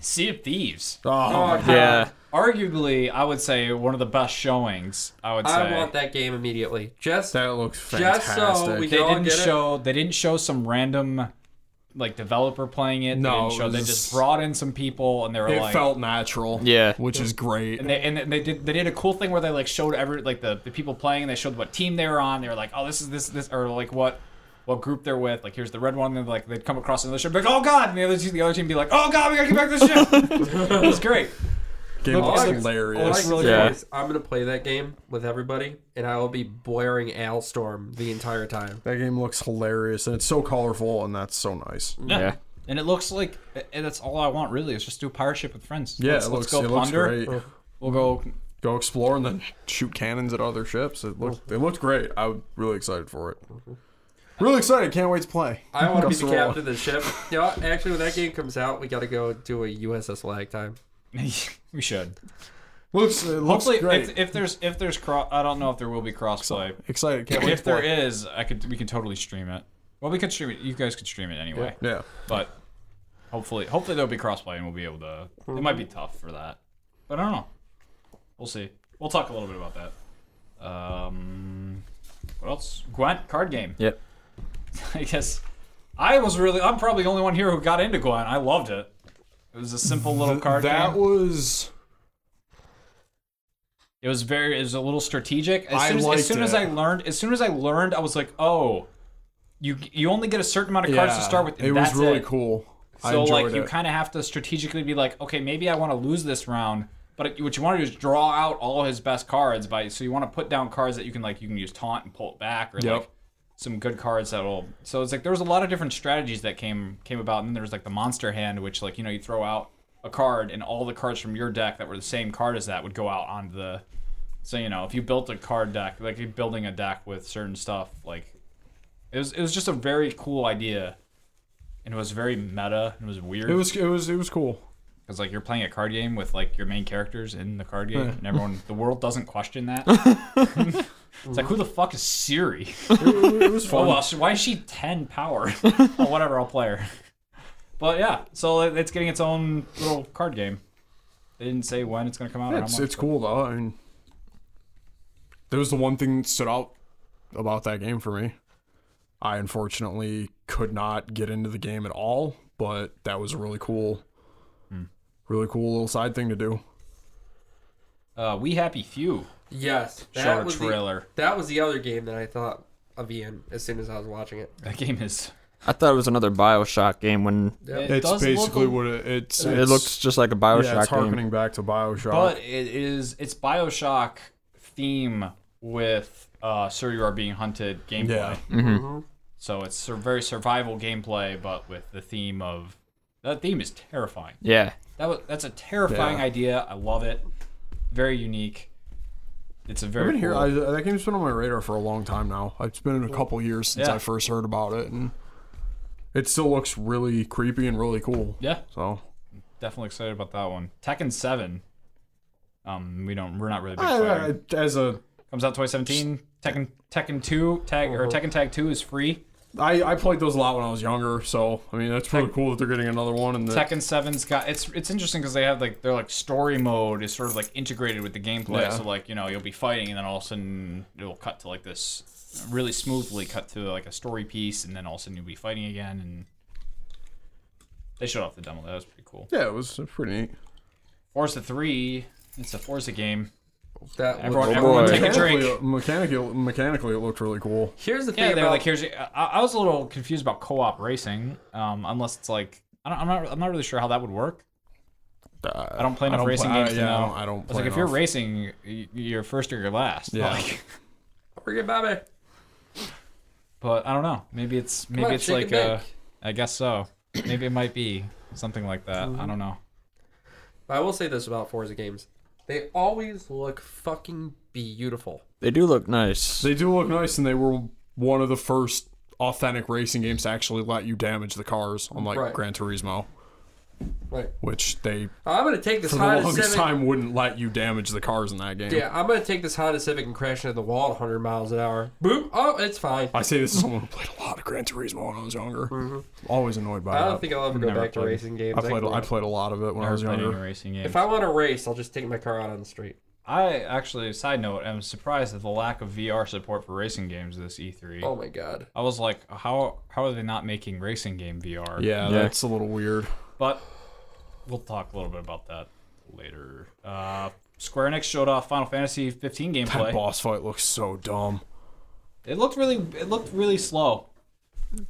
Speaker 2: sea of Thieves.
Speaker 1: Oh,
Speaker 3: Yeah.
Speaker 2: Arguably, I would say one of the best showings. I would say.
Speaker 4: I want that game immediately. Just
Speaker 1: that looks
Speaker 4: Just so
Speaker 1: fantastic.
Speaker 4: we
Speaker 2: they
Speaker 4: Y'all
Speaker 2: didn't
Speaker 4: get it?
Speaker 2: show they didn't show some random like developer playing it.
Speaker 1: No,
Speaker 2: they didn't show. They
Speaker 1: it was-
Speaker 2: just brought in some people and they were
Speaker 1: it
Speaker 2: like.
Speaker 1: felt natural.
Speaker 3: Yeah.
Speaker 1: which is great.
Speaker 2: and they, and they did they did a cool thing where they like showed every like the, the people playing and they showed what team they were on they were like oh this is this this or like what what group they're with like here's the red one and like they'd come across another ship be like oh god and the other team the other team be like oh god we gotta get back to the ship it was great
Speaker 1: Game
Speaker 2: Look,
Speaker 1: looks
Speaker 2: it's-
Speaker 4: All I
Speaker 1: hilarious.
Speaker 4: can say
Speaker 3: Yeah.
Speaker 4: is I'm gonna play that game with everybody, and I will be blaring Alstorm the entire time.
Speaker 1: That game looks hilarious, and it's so colorful, and that's so nice.
Speaker 3: Yeah.
Speaker 2: and it looks like and that's all I want really is just do a pirate ship with friends
Speaker 1: Yeah,
Speaker 2: let's,
Speaker 1: it looks,
Speaker 2: let's go
Speaker 1: it looks
Speaker 2: plunder
Speaker 1: great.
Speaker 2: we'll go
Speaker 1: Go explore and then shoot cannons at other ships. It looked it looked great. I'm really excited for it. Really excited. Can't wait to play.
Speaker 4: I want to be the
Speaker 1: Gus Roll.
Speaker 4: captain of the ship. You know, actually, when that game comes out, we gotta go do a USS lag time.
Speaker 2: we should
Speaker 1: Looks it looks
Speaker 2: hopefully
Speaker 1: great.
Speaker 2: if, if there's if there's cross I don't know if there will be crossplay
Speaker 1: excited. Can't wait
Speaker 2: if
Speaker 1: to
Speaker 2: there
Speaker 1: play.
Speaker 2: is I could we can totally stream it well we could stream it you guys could stream it anyway
Speaker 1: Yeah.
Speaker 2: But hopefully, hopefully there'll be crossplay and we'll be able to. It might be
Speaker 1: Mm-hmm.
Speaker 2: tough for that, but I don't know. We'll see. We'll talk a little bit about that. Um, what else? Gwent card game.
Speaker 3: Yep.
Speaker 2: I guess I was really. I'm probably the only one here who got into Gwent. I loved it. It was a simple little card
Speaker 1: that
Speaker 2: game.
Speaker 1: was
Speaker 2: it was very. It was a little strategic. As
Speaker 1: I
Speaker 2: soon, as,
Speaker 1: liked
Speaker 2: as, soon as
Speaker 1: it.
Speaker 2: I learned, as soon as I learned, I was like, oh, you you only get a certain amount of cards to start with. and
Speaker 1: It was
Speaker 2: that's
Speaker 1: really
Speaker 2: it.
Speaker 1: cool. I
Speaker 2: So
Speaker 1: enjoyed
Speaker 2: like you
Speaker 1: it.
Speaker 2: kind of have to strategically be like, okay, maybe I want to lose this round, but it- what you want to do is draw out all his best cards by. So you want to put down cards that you can like you can use taunt and pull it back or
Speaker 1: Yep.
Speaker 2: like some good cards that'll. So it's like there was a lot of different strategies that came came about, and then there was like the monster hand, which like you know you throw out a card and all the cards from your deck that were the same card as that would go out onto the. So you know if you built a card deck, like you're building a deck with certain stuff, like it was it was just a very cool idea. And it was very meta. and It was weird.
Speaker 1: it was it was it was cool.
Speaker 2: Because like you're playing a card game with like your main characters in the card game, and everyone the world doesn't question that. it's like who the fuck is Siri?
Speaker 1: It, it was
Speaker 2: Oh,
Speaker 1: fun.
Speaker 2: well, she- why is she ten power? oh, whatever, I'll play her. But yeah, so it- it's getting its own little card game. They didn't say when it's gonna come out. or how
Speaker 1: It's
Speaker 2: much,
Speaker 1: it's cool though. I mean, there was the one thing that stood out about that game for me. I unfortunately could not get into the game at all, but that was a really cool,
Speaker 2: Hmm.
Speaker 1: really cool little side thing to do.
Speaker 2: but- Uh, we happy few
Speaker 4: Yes,
Speaker 2: showed
Speaker 4: that
Speaker 2: a
Speaker 4: was the,
Speaker 2: trailer.
Speaker 4: that was the other game that I thought of Ian as soon as I was watching it.
Speaker 2: That game is.
Speaker 3: I thought it was another Bioshock game when
Speaker 2: it
Speaker 1: It's
Speaker 2: does look
Speaker 1: basically
Speaker 2: a-
Speaker 1: what it, it's,
Speaker 3: it
Speaker 1: it's-
Speaker 3: looks just like a
Speaker 1: Yeah, it's
Speaker 3: Bioshock game.
Speaker 1: harkening back to Bioshock.
Speaker 2: But it is it's Bioshock theme with uh, Sir You Are Being Hunted gameplay.
Speaker 1: Yeah.
Speaker 2: So it's sur- very survival gameplay, but with the theme of that theme is terrifying.
Speaker 3: Yeah.
Speaker 2: That was, that's a terrifying
Speaker 1: Yeah.
Speaker 2: idea. I love it. Very unique. It's a
Speaker 1: I've
Speaker 2: very
Speaker 1: been here.
Speaker 2: cool-
Speaker 1: I, that game's been on my radar for a long time now. It's been a couple years since
Speaker 2: Yeah.
Speaker 1: I first heard about it, and it still looks really creepy and really cool.
Speaker 2: yeah,
Speaker 1: So
Speaker 2: definitely excited about that one. Tekken Seven. Um, we don't. We're not really big
Speaker 1: I,
Speaker 2: player.
Speaker 1: I, as a
Speaker 2: Comes out 2017. Tekken Tekken 2 tag
Speaker 1: Uh-huh.
Speaker 2: or Tekken Tag 2 is free.
Speaker 1: I, I played those a lot when I was younger, so I mean that's really cool that they're getting another one. And that,
Speaker 2: Tekken 7's got it's it's interesting because they have like they're like story mode is sort of like integrated with the gameplay.
Speaker 1: Yeah.
Speaker 2: So like you know you'll be fighting and then all of a sudden it'll cut to like this really smoothly cut to like a story piece and then all of a sudden you'll be fighting again and they showed off the demo. That was pretty cool.
Speaker 1: yeah, it was uh, pretty neat.
Speaker 2: Forza 3, it's a Forza game.
Speaker 4: That
Speaker 2: Everyone,
Speaker 4: was-
Speaker 2: everyone
Speaker 3: boy.
Speaker 2: take a drink.
Speaker 1: Mechanically, uh, mechanically, mechanically, it looked really cool.
Speaker 4: Here's the thing
Speaker 2: Yeah, they were
Speaker 4: about-
Speaker 2: like, here's. your- I, I was a little confused about co-op racing, um, unless it's like I don't, I'm not. I'm not really sure how that would work. I don't play enough
Speaker 1: don't
Speaker 2: racing
Speaker 1: play- I-
Speaker 2: games to
Speaker 1: yeah, I
Speaker 2: know.
Speaker 1: don't- I don't
Speaker 2: It's
Speaker 1: play
Speaker 2: like if you're
Speaker 1: enough.
Speaker 2: racing, y- you're first or you're last.
Speaker 1: Yeah.
Speaker 2: Like,
Speaker 4: Forget Bobby.
Speaker 2: but I don't know. Maybe it's maybe
Speaker 4: on,
Speaker 2: it's
Speaker 4: shake
Speaker 2: like
Speaker 4: it
Speaker 2: uh,
Speaker 4: back.
Speaker 2: I guess so. Maybe it might be something like that. I don't know.
Speaker 4: I will say this about Forza games. They always look fucking beautiful.
Speaker 3: They do look nice.
Speaker 1: They do look nice, and they were one of the first authentic racing games to actually let you damage the cars, unlike
Speaker 4: Right.
Speaker 1: Gran Turismo,
Speaker 4: Like
Speaker 1: which they
Speaker 4: I'm gonna take this
Speaker 1: for the
Speaker 4: Honda
Speaker 1: longest
Speaker 4: Civic.
Speaker 1: time wouldn't let you damage the cars in that game.
Speaker 4: Yeah, I'm gonna take this Honda Civic and crash into the wall at 100 miles an hour. Boom! Oh, it's fine.
Speaker 1: I say this is someone who played a lot of Gran Turismo when I was younger. Always annoyed by
Speaker 4: Mm-hmm. I don't
Speaker 1: that.
Speaker 4: think I'll ever go
Speaker 2: Never
Speaker 4: back to
Speaker 2: played.
Speaker 4: racing games.
Speaker 1: I played
Speaker 4: grew
Speaker 1: I
Speaker 4: up-
Speaker 1: played a lot of it when I
Speaker 2: Never
Speaker 1: was
Speaker 2: played any
Speaker 1: younger.
Speaker 2: racing games.
Speaker 4: If I want to race, I'll just take my car out on the street.
Speaker 2: I actually, side note, I'm surprised at the lack of VR support for racing games this E3.
Speaker 4: Oh my god.
Speaker 2: I was like, how how are they not making racing game VR?
Speaker 1: Yeah,
Speaker 3: Yeah.
Speaker 1: that's a little weird.
Speaker 2: But we'll talk a little bit about that later. Uh, Square Enix showed off Final Fantasy 15
Speaker 1: That
Speaker 2: gameplay.
Speaker 1: boss fight looks so dumb.
Speaker 2: It looked really it looked really slow.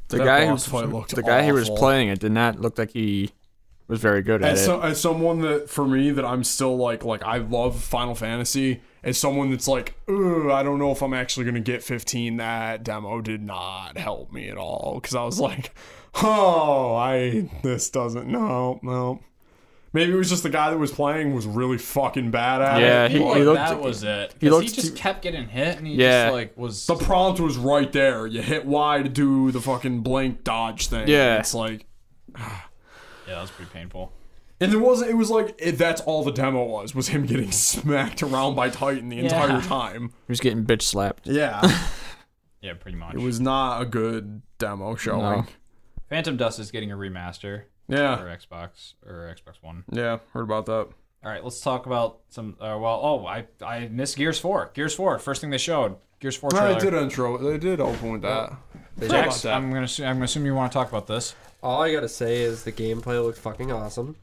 Speaker 3: The
Speaker 1: That
Speaker 3: guy who
Speaker 1: boss fight looked
Speaker 3: the guy who was
Speaker 1: awful.
Speaker 3: playing it did not look like he was very good at
Speaker 1: as,
Speaker 3: it.
Speaker 1: so, as someone that for me that I'm still like like I love Final Fantasy as someone that's like Ooh, I don't know if I'm actually gonna get 15 that demo did not help me at all because I was like oh I this doesn't no no maybe it was just the guy that was playing was really fucking bad at
Speaker 3: Yeah,
Speaker 1: it
Speaker 3: he-
Speaker 1: but
Speaker 3: he looked-
Speaker 2: that was it.
Speaker 3: he
Speaker 2: He,
Speaker 3: looked
Speaker 2: he just
Speaker 3: too-
Speaker 2: kept getting hit and he
Speaker 3: Yeah.
Speaker 2: just like was
Speaker 1: the prompt was right there you hit Y to do the fucking blank dodge thing
Speaker 3: Yeah.
Speaker 1: it's like
Speaker 2: Yeah, that was pretty painful.
Speaker 1: and there was it was like it, that's all the demo was was him getting smacked around by Titan the entire time
Speaker 3: he was getting bitch slapped.
Speaker 1: yeah.
Speaker 2: Yeah, pretty much.
Speaker 1: It was not a good demo showing.
Speaker 2: Phantom Dust is getting a remaster for
Speaker 1: Yeah.
Speaker 2: Xbox or Xbox One.
Speaker 1: Yeah, heard about that.
Speaker 2: All right, let's talk about some. Uh, well, oh, I I missed Gears Four. Gears Four, first thing they showed. Gears Four trailer.
Speaker 1: They did intro. They did open with that.
Speaker 2: Jax, I'm gonna assu- I'm gonna assume you want to talk about this.
Speaker 4: All I gotta say is the gameplay looked fucking awesome.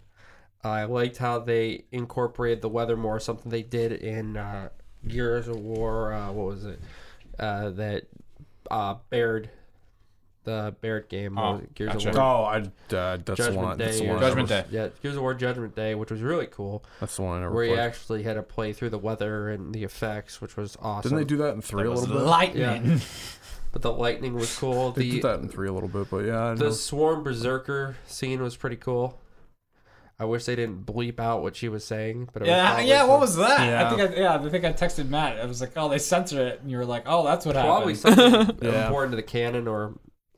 Speaker 4: I liked how they incorporated the weather more, something they did in uh, Gears of War. Uh, what was it? Uh, that uh, Baird, the Baird game, what
Speaker 2: Oh,
Speaker 4: was it? Gears
Speaker 2: gotcha.
Speaker 4: of War.
Speaker 1: Oh, I uh, that's the
Speaker 4: Judgment
Speaker 1: one. That's the
Speaker 4: Day
Speaker 1: one.
Speaker 4: or-
Speaker 1: I
Speaker 2: Judgment
Speaker 1: never-
Speaker 2: Day.
Speaker 4: Yeah, Gears of War Judgment Day, which was really cool,
Speaker 1: That's the one I never
Speaker 4: where
Speaker 1: played.
Speaker 4: you actually had to play through the weather and the effects, which was awesome.
Speaker 1: Didn't they do that in three a little bit?
Speaker 2: lightning.
Speaker 4: but the lightning was cool.
Speaker 1: They did
Speaker 4: The
Speaker 1: that in three a little bit, but yeah. I
Speaker 4: The
Speaker 1: know.
Speaker 4: swarm berserker scene was pretty cool. I wish they didn't bleep out what she was saying, but it was
Speaker 2: Yeah,
Speaker 4: probably
Speaker 2: yeah. What
Speaker 4: some-
Speaker 2: was that?
Speaker 1: Yeah.
Speaker 2: I think I, yeah, I think I texted Matt. I was like, oh, they censored it, and you were like, oh, that's what
Speaker 4: probably
Speaker 2: happened.
Speaker 4: something
Speaker 1: Yeah.
Speaker 4: important to the canon or a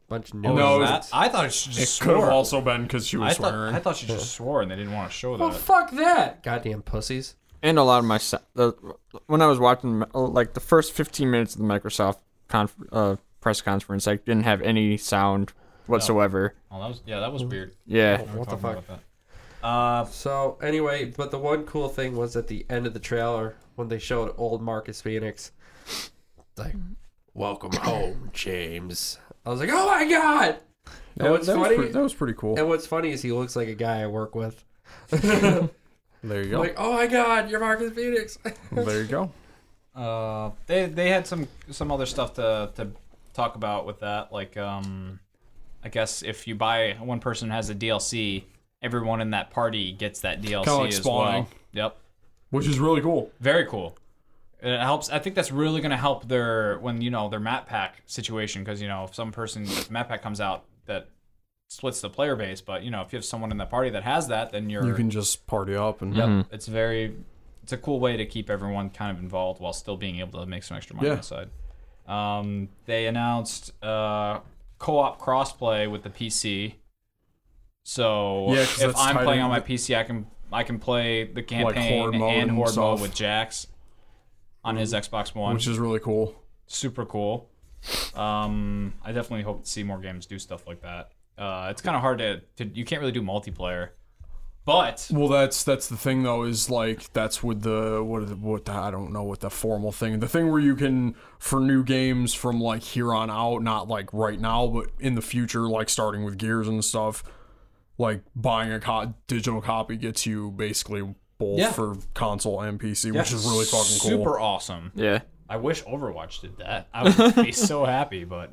Speaker 4: bunch of new
Speaker 1: No,
Speaker 2: Was Oh, that? I thought she
Speaker 1: It
Speaker 2: just
Speaker 1: could have
Speaker 2: swore.
Speaker 1: also been because she was
Speaker 2: I thought
Speaker 1: swearing.
Speaker 2: I thought she just swore, and they didn't want to show
Speaker 4: Well,
Speaker 2: that.
Speaker 4: Oh, fuck that, goddamn pussies.
Speaker 3: And a lot of my si- the, when I was watching oh, like the first 15 minutes of the Microsoft conf- uh, press conference, I didn't have any sound whatsoever.
Speaker 2: Oh, that was yeah, that was weird.
Speaker 3: Yeah.
Speaker 1: Oh.
Speaker 2: We were
Speaker 4: What the
Speaker 2: talking
Speaker 4: fuck?
Speaker 2: about that. Uh,
Speaker 4: So anyway, but the one cool thing was at the end of the trailer when they showed old Marcus Phoenix, like, "Welcome home, James." I was like, "Oh my god!"
Speaker 1: Yeah,
Speaker 4: and what's
Speaker 1: that, was
Speaker 4: funny?
Speaker 1: pretty, that was pretty cool.
Speaker 4: and what's funny is he looks like a guy I work with.
Speaker 1: There you go.
Speaker 4: Like, "Oh my god, you're Marcus Phoenix."
Speaker 1: there you go.
Speaker 2: Uh, they they had some some other stuff to to talk about with that. Like, um, I guess if you buy one person has a DLC, everyone in that party gets that DLC
Speaker 1: Kinda like
Speaker 2: as
Speaker 1: spawning.
Speaker 2: well. Yep,
Speaker 1: Which is really cool.
Speaker 2: very cool. It helps. I think that's really gonna help their when you know their map pack situation because you know if some person if map pack comes out that splits the player base, but you know if you have someone in the party that has that, then you're
Speaker 1: You can just party up and
Speaker 2: Yep. It's very it's a cool way to keep everyone kind of involved while still being able to make some extra money
Speaker 1: Yeah.
Speaker 2: on the side. Um, they announced uh, co-op crossplay with the PC. So
Speaker 1: Yeah, 'cause
Speaker 2: if
Speaker 1: that's
Speaker 2: I'm
Speaker 1: tied
Speaker 2: playing
Speaker 1: in
Speaker 2: on my
Speaker 1: with-
Speaker 2: PC, I can I can play the campaign
Speaker 1: Horde mode
Speaker 2: and
Speaker 1: and
Speaker 2: horde
Speaker 1: stuff. Mm-hmm.
Speaker 2: mode with Jax. on his Xbox One.
Speaker 1: which is really cool.
Speaker 2: super cool. Um, I definitely hope to see more games do stuff like that. Uh, it's kind of hard to, to you can't really do multiplayer, but
Speaker 1: Well, that's that's the thing though is like that's with the what is- what the, I don't know what the formal thing the thing where you can for new games from like here on out not like right now but in the future like starting with gears and stuff like buying a co- digital copy gets you basically both
Speaker 2: Yeah.
Speaker 1: for console and PC which is really fucking cool.
Speaker 2: super awesome.
Speaker 3: Yeah.
Speaker 2: I wish Overwatch did that. I would be so happy, but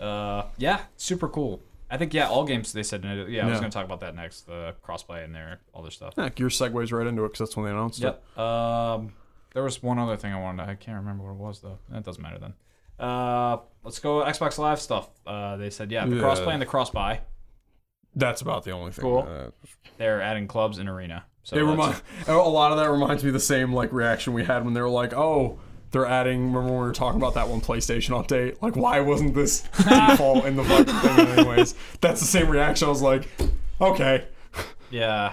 Speaker 2: uh, yeah, super cool. I think yeah, all games they said. Yeah, I was
Speaker 1: Yeah.
Speaker 2: gonna talk about that next, the crossplay and their other stuff.
Speaker 1: Yeah, Gear segues right into it because that's when they announced it.
Speaker 2: Yep. Um, there was one other thing I wanted. to- I can't remember what it was though. That doesn't matter then. Uh, let's go Xbox Live stuff. Uh, they said yeah, the
Speaker 1: Yeah.
Speaker 2: crossplay and the crossbuy.
Speaker 1: That's about the only thing.
Speaker 2: Cool.
Speaker 1: that-
Speaker 2: They're adding clubs and arena. So
Speaker 1: It
Speaker 2: that's-
Speaker 1: remind a lot of that reminds me of the same like reaction we had when they were like, "Oh, they're adding." Remember when we were talking about that one PlayStation update? Like, why wasn't this default in the fucking thing? Anyways, that's the same reaction. I was like, "Okay,
Speaker 2: yeah,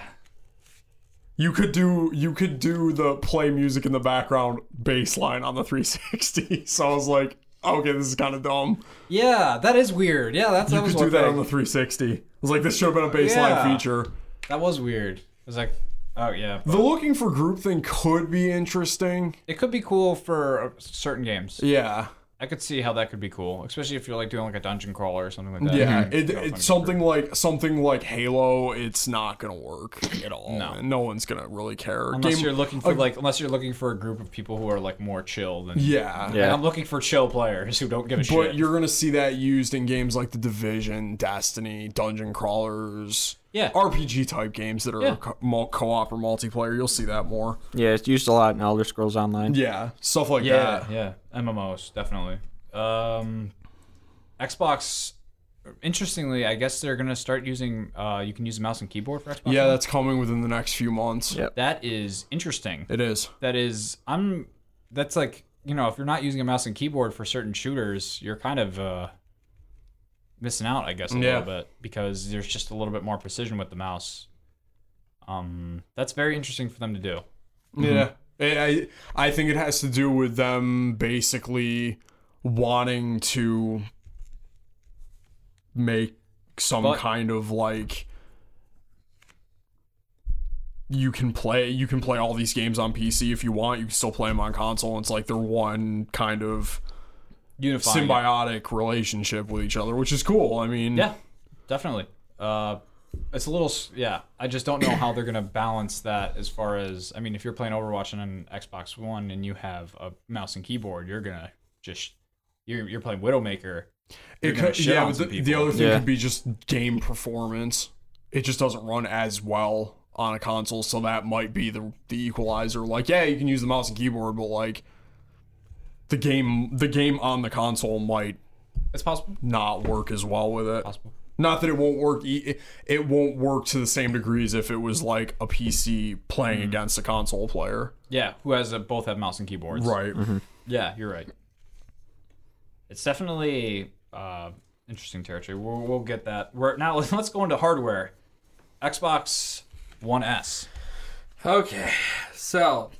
Speaker 1: you could do you could do the play music in the background baseline on the 360." So I was like, "Okay, this is kind of dumb."
Speaker 2: yeah, that is weird. Yeah, that's
Speaker 1: You
Speaker 2: that was
Speaker 1: could do
Speaker 2: one
Speaker 1: that
Speaker 2: thing.
Speaker 1: on the 360. I was like, "This should have been a baseline
Speaker 2: Yeah.
Speaker 1: feature."
Speaker 2: that was weird. It was like, oh yeah,
Speaker 1: The looking for group thing could be interesting.
Speaker 2: it could be cool for uh, certain games.
Speaker 1: Yeah.
Speaker 2: I could see how that could be cool, especially if you're like doing like a dungeon crawler or something like that. Mm-hmm.
Speaker 1: Yeah,
Speaker 2: You
Speaker 1: it,
Speaker 2: can go find a
Speaker 1: it's something like something like Halo. It's not gonna work at all.
Speaker 2: No.
Speaker 1: no one's gonna really care.
Speaker 2: Unless
Speaker 1: Game-
Speaker 2: you're looking for like, unless you're looking for a group of people who are like more chill than
Speaker 1: yeah,
Speaker 3: Yeah.
Speaker 2: And I'm looking for chill players who don't give a
Speaker 1: But
Speaker 2: shit.
Speaker 1: you're gonna see that used in games like The Division, Destiny, dungeon crawlers,
Speaker 2: Yeah.
Speaker 1: RPG type games that are
Speaker 2: Yeah.
Speaker 1: co- mul- co-op or multiplayer. You'll see that more.
Speaker 3: Yeah, it's used a lot in Elder Scrolls Online.
Speaker 1: Yeah, stuff like
Speaker 2: yeah,
Speaker 1: that.
Speaker 2: yeah, MMOs definitely. Um, Xbox. Interestingly, I guess they're gonna start using. Uh, you can use a mouse and keyboard for Xbox.
Speaker 1: Yeah,
Speaker 2: One.
Speaker 1: that's coming within the next few months.
Speaker 3: Yep.
Speaker 2: that is interesting.
Speaker 1: It is.
Speaker 2: That is, I'm. That's like you know, if you're not using a mouse and keyboard for certain shooters, you're kind of uh, missing out, I guess, a
Speaker 1: Yeah.
Speaker 2: little bit because there's just a little bit more precision with the mouse. Um, that's very interesting for them to do.
Speaker 1: Yeah. I I I think it has to do with them basically wanting to make some
Speaker 2: But-
Speaker 1: kind of like you can play you can play all these games on PC if you want, you can still play them on console. It's like they're one kind of
Speaker 2: Unifying. it.
Speaker 1: symbiotic relationship with each other, which is cool. I mean,
Speaker 2: Yeah, definitely. Uh, it's a little, s- yeah. I just don't know how they're gonna balance that as far as I mean, if you're playing Overwatch on an Xbox One and you have a mouse and keyboard, you're gonna just you're you're playing Widowmaker.
Speaker 1: it
Speaker 2: gonna
Speaker 1: could,
Speaker 2: shit
Speaker 1: yeah, but
Speaker 2: on
Speaker 1: the,
Speaker 2: some
Speaker 1: the
Speaker 2: people.
Speaker 1: other thing
Speaker 3: Yeah.
Speaker 1: could be just game performance. It just doesn't run as well on a console, so that might be the the equalizer. Like, yeah, you can use the mouse and keyboard, but like the game the game on the console might
Speaker 2: It's possible.
Speaker 1: not work as well with it.
Speaker 2: Possible.
Speaker 1: Not that it won't work. e- It, it won't work to the same degrees if it was like a PC playing
Speaker 2: Mm-hmm.
Speaker 1: against a console player.
Speaker 2: Yeah, who has a, both have mouse and keyboards?
Speaker 1: Right.
Speaker 2: Yeah, you're right. It's definitely uh, interesting territory. We'll, we'll get that. We're, now let's go into hardware. Xbox One S.
Speaker 4: Okay, so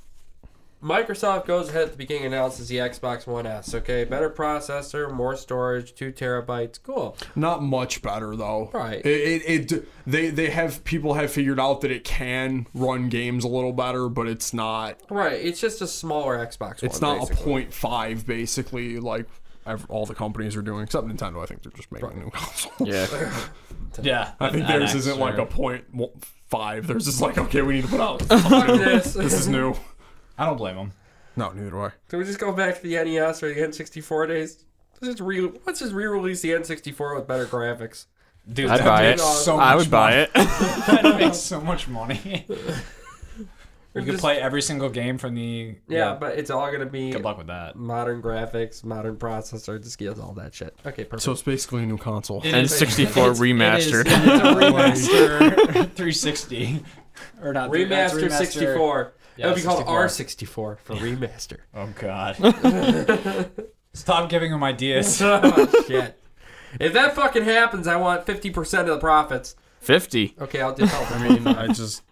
Speaker 4: Microsoft goes ahead at the beginning and announces the Xbox One S. Okay, better processor, more storage, two terabytes. Cool.
Speaker 1: Not much better though.
Speaker 4: Right.
Speaker 1: It, it, it they they have people have figured out that it can run games a little better, but it's not
Speaker 4: Right, it's just a smaller Xbox
Speaker 1: it's
Speaker 4: One.
Speaker 1: not
Speaker 4: basically.
Speaker 1: a point five basically like ev- all the companies are doing except Nintendo. I think they're just making new consoles.
Speaker 3: Yeah.
Speaker 2: Yeah,
Speaker 1: I think
Speaker 2: an
Speaker 1: theirs
Speaker 2: NX
Speaker 1: isn't like
Speaker 2: or-
Speaker 1: a point one- five. Theirs is like okay, we need to put out. something
Speaker 4: Fuck
Speaker 1: new.
Speaker 4: this.
Speaker 1: This is new.
Speaker 2: Oh, I don't blame them.
Speaker 1: No, neither do I.
Speaker 4: Can we just go back to the NES or the N64 days? Let's just re let's just re-release the N64 with better graphics.
Speaker 2: Dude,
Speaker 3: I'd
Speaker 2: that
Speaker 3: buy it.
Speaker 1: uh,
Speaker 2: makes so
Speaker 3: I
Speaker 2: much
Speaker 3: would buy it.
Speaker 2: money. That makes so much money. you could
Speaker 4: Just-
Speaker 2: play every single game from the.
Speaker 4: Yeah, but it's all gonna be
Speaker 2: Good luck with that.
Speaker 4: modern graphics, modern processor, just gives all that shit. Okay, perfect.
Speaker 1: So it's basically a new console.
Speaker 3: and 64
Speaker 2: It
Speaker 3: remastered.
Speaker 2: is a remaster 360. Or not. three- that's
Speaker 4: remaster 64.
Speaker 2: Yeah,
Speaker 4: it would be called
Speaker 2: 64.
Speaker 4: R64 for remaster.
Speaker 2: Oh, God. Stop giving them ideas.
Speaker 4: Oh, shit. If that fucking happens, I want 50% of the profits.
Speaker 3: 50.
Speaker 4: Okay, I'll do help.
Speaker 1: I
Speaker 2: uh,
Speaker 1: mean, I just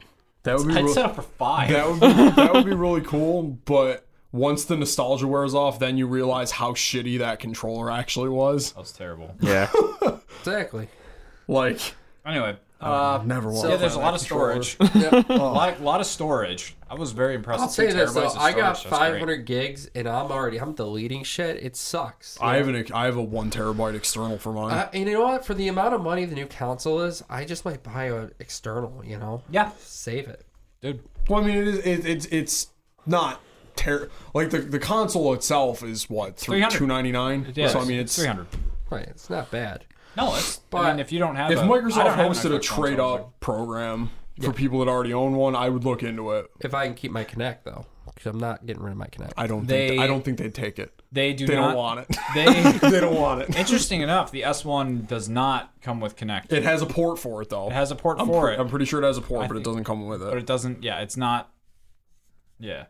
Speaker 1: that would be
Speaker 2: I'd
Speaker 1: real-
Speaker 2: set up for five.
Speaker 1: That would be that would be really cool, but once the nostalgia wears off, then you realize how shitty that controller actually was.
Speaker 2: That was terrible.
Speaker 3: Yeah.
Speaker 4: Exactly.
Speaker 1: Like,
Speaker 2: Anyway,
Speaker 1: uh, never was.
Speaker 2: yeah, there's a lot of storage.
Speaker 4: Yeah.
Speaker 2: a lot, lot of storage. I was very impressed.
Speaker 4: I'll
Speaker 2: with
Speaker 4: say
Speaker 2: two
Speaker 4: this
Speaker 2: terabytes
Speaker 4: though,
Speaker 2: of
Speaker 4: I got
Speaker 2: storage. That's great.
Speaker 4: 500 gigs, and I'm already I'm deleting shit. It sucks.
Speaker 1: I have an I have a one terabyte external for mine.
Speaker 4: Uh, and you know what? For the amount of money the new console is, I just might buy an external. You know,
Speaker 2: Yeah,
Speaker 4: save it.
Speaker 2: dude.
Speaker 1: well, I mean, it is it, it's it's not ter- like the the console itself is what three
Speaker 2: 300.
Speaker 1: two ninety nine.
Speaker 2: Yeah,
Speaker 1: so I mean, it's
Speaker 2: 300.
Speaker 4: Right, it's not bad.
Speaker 2: No, it's. I
Speaker 4: But
Speaker 2: mean, if you don't have,
Speaker 1: if
Speaker 2: a- I
Speaker 1: Microsoft
Speaker 2: don't have an
Speaker 1: hosted a
Speaker 2: Xbox
Speaker 1: trade
Speaker 2: console,
Speaker 1: up program for people that already own one, I would look into it.
Speaker 4: If I can keep my Connect though, because I'm not getting rid of my Connect.
Speaker 1: I don't
Speaker 2: They-
Speaker 1: think I don't think they'd take it.
Speaker 2: they do
Speaker 1: They
Speaker 2: not
Speaker 1: don't want it.
Speaker 2: They.
Speaker 1: they don't want it.
Speaker 2: Interesting enough, the S1 does not come with Connect. It
Speaker 1: It has a port for it though.
Speaker 2: has a port
Speaker 1: I'm,
Speaker 2: for
Speaker 1: pre-
Speaker 2: it,
Speaker 1: I'm pretty sure it has a port, but it doesn't come with
Speaker 2: but
Speaker 1: it.
Speaker 2: it doesn't. Yeah, it's not. Yeah,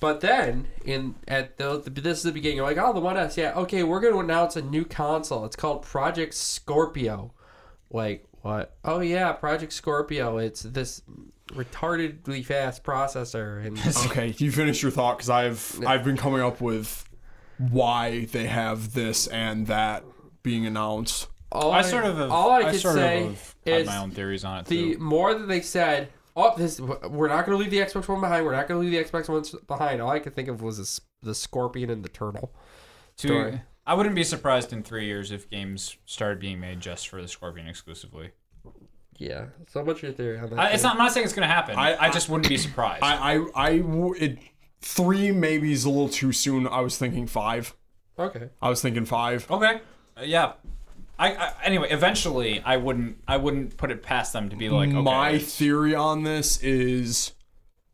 Speaker 4: But then in at the, the this is the beginning. You're like, oh, the One S, yeah, okay. We're gonna announce a new console. It's called Project Scorpio. Like what? Oh yeah, Project Scorpio. It's this retardedly fast processor and
Speaker 1: Okay, you finish your thought because I've I've been coming up with why they have this and that being announced.
Speaker 4: all
Speaker 2: I sort of. Have,
Speaker 4: all I, could
Speaker 2: sort
Speaker 4: say
Speaker 2: of have
Speaker 4: is
Speaker 2: had my own theories on it
Speaker 4: the
Speaker 2: too.
Speaker 4: more that they said, oh, this we're not going to leave the Xbox One behind. We're not going to leave the Xbox One behind. All I could think of was this, the Scorpion and the Turtle.
Speaker 2: To-
Speaker 4: story.
Speaker 2: I wouldn't be surprised in three years if games started being made just for the Scorpion exclusively.
Speaker 4: Yeah. So what's your theory on that?
Speaker 2: I, Uh, it's not. I'm not saying it's going to happen. I,
Speaker 1: I-
Speaker 2: I just wouldn't be surprised.
Speaker 1: I I, I w- it three maybe is a little too soon. I was thinking five.
Speaker 4: Okay.
Speaker 1: I was thinking five.
Speaker 2: okay. Uh, yeah. I, I anyway. Eventually, I wouldn't. I wouldn't put it past them to be like. Okay,
Speaker 1: My theory on this is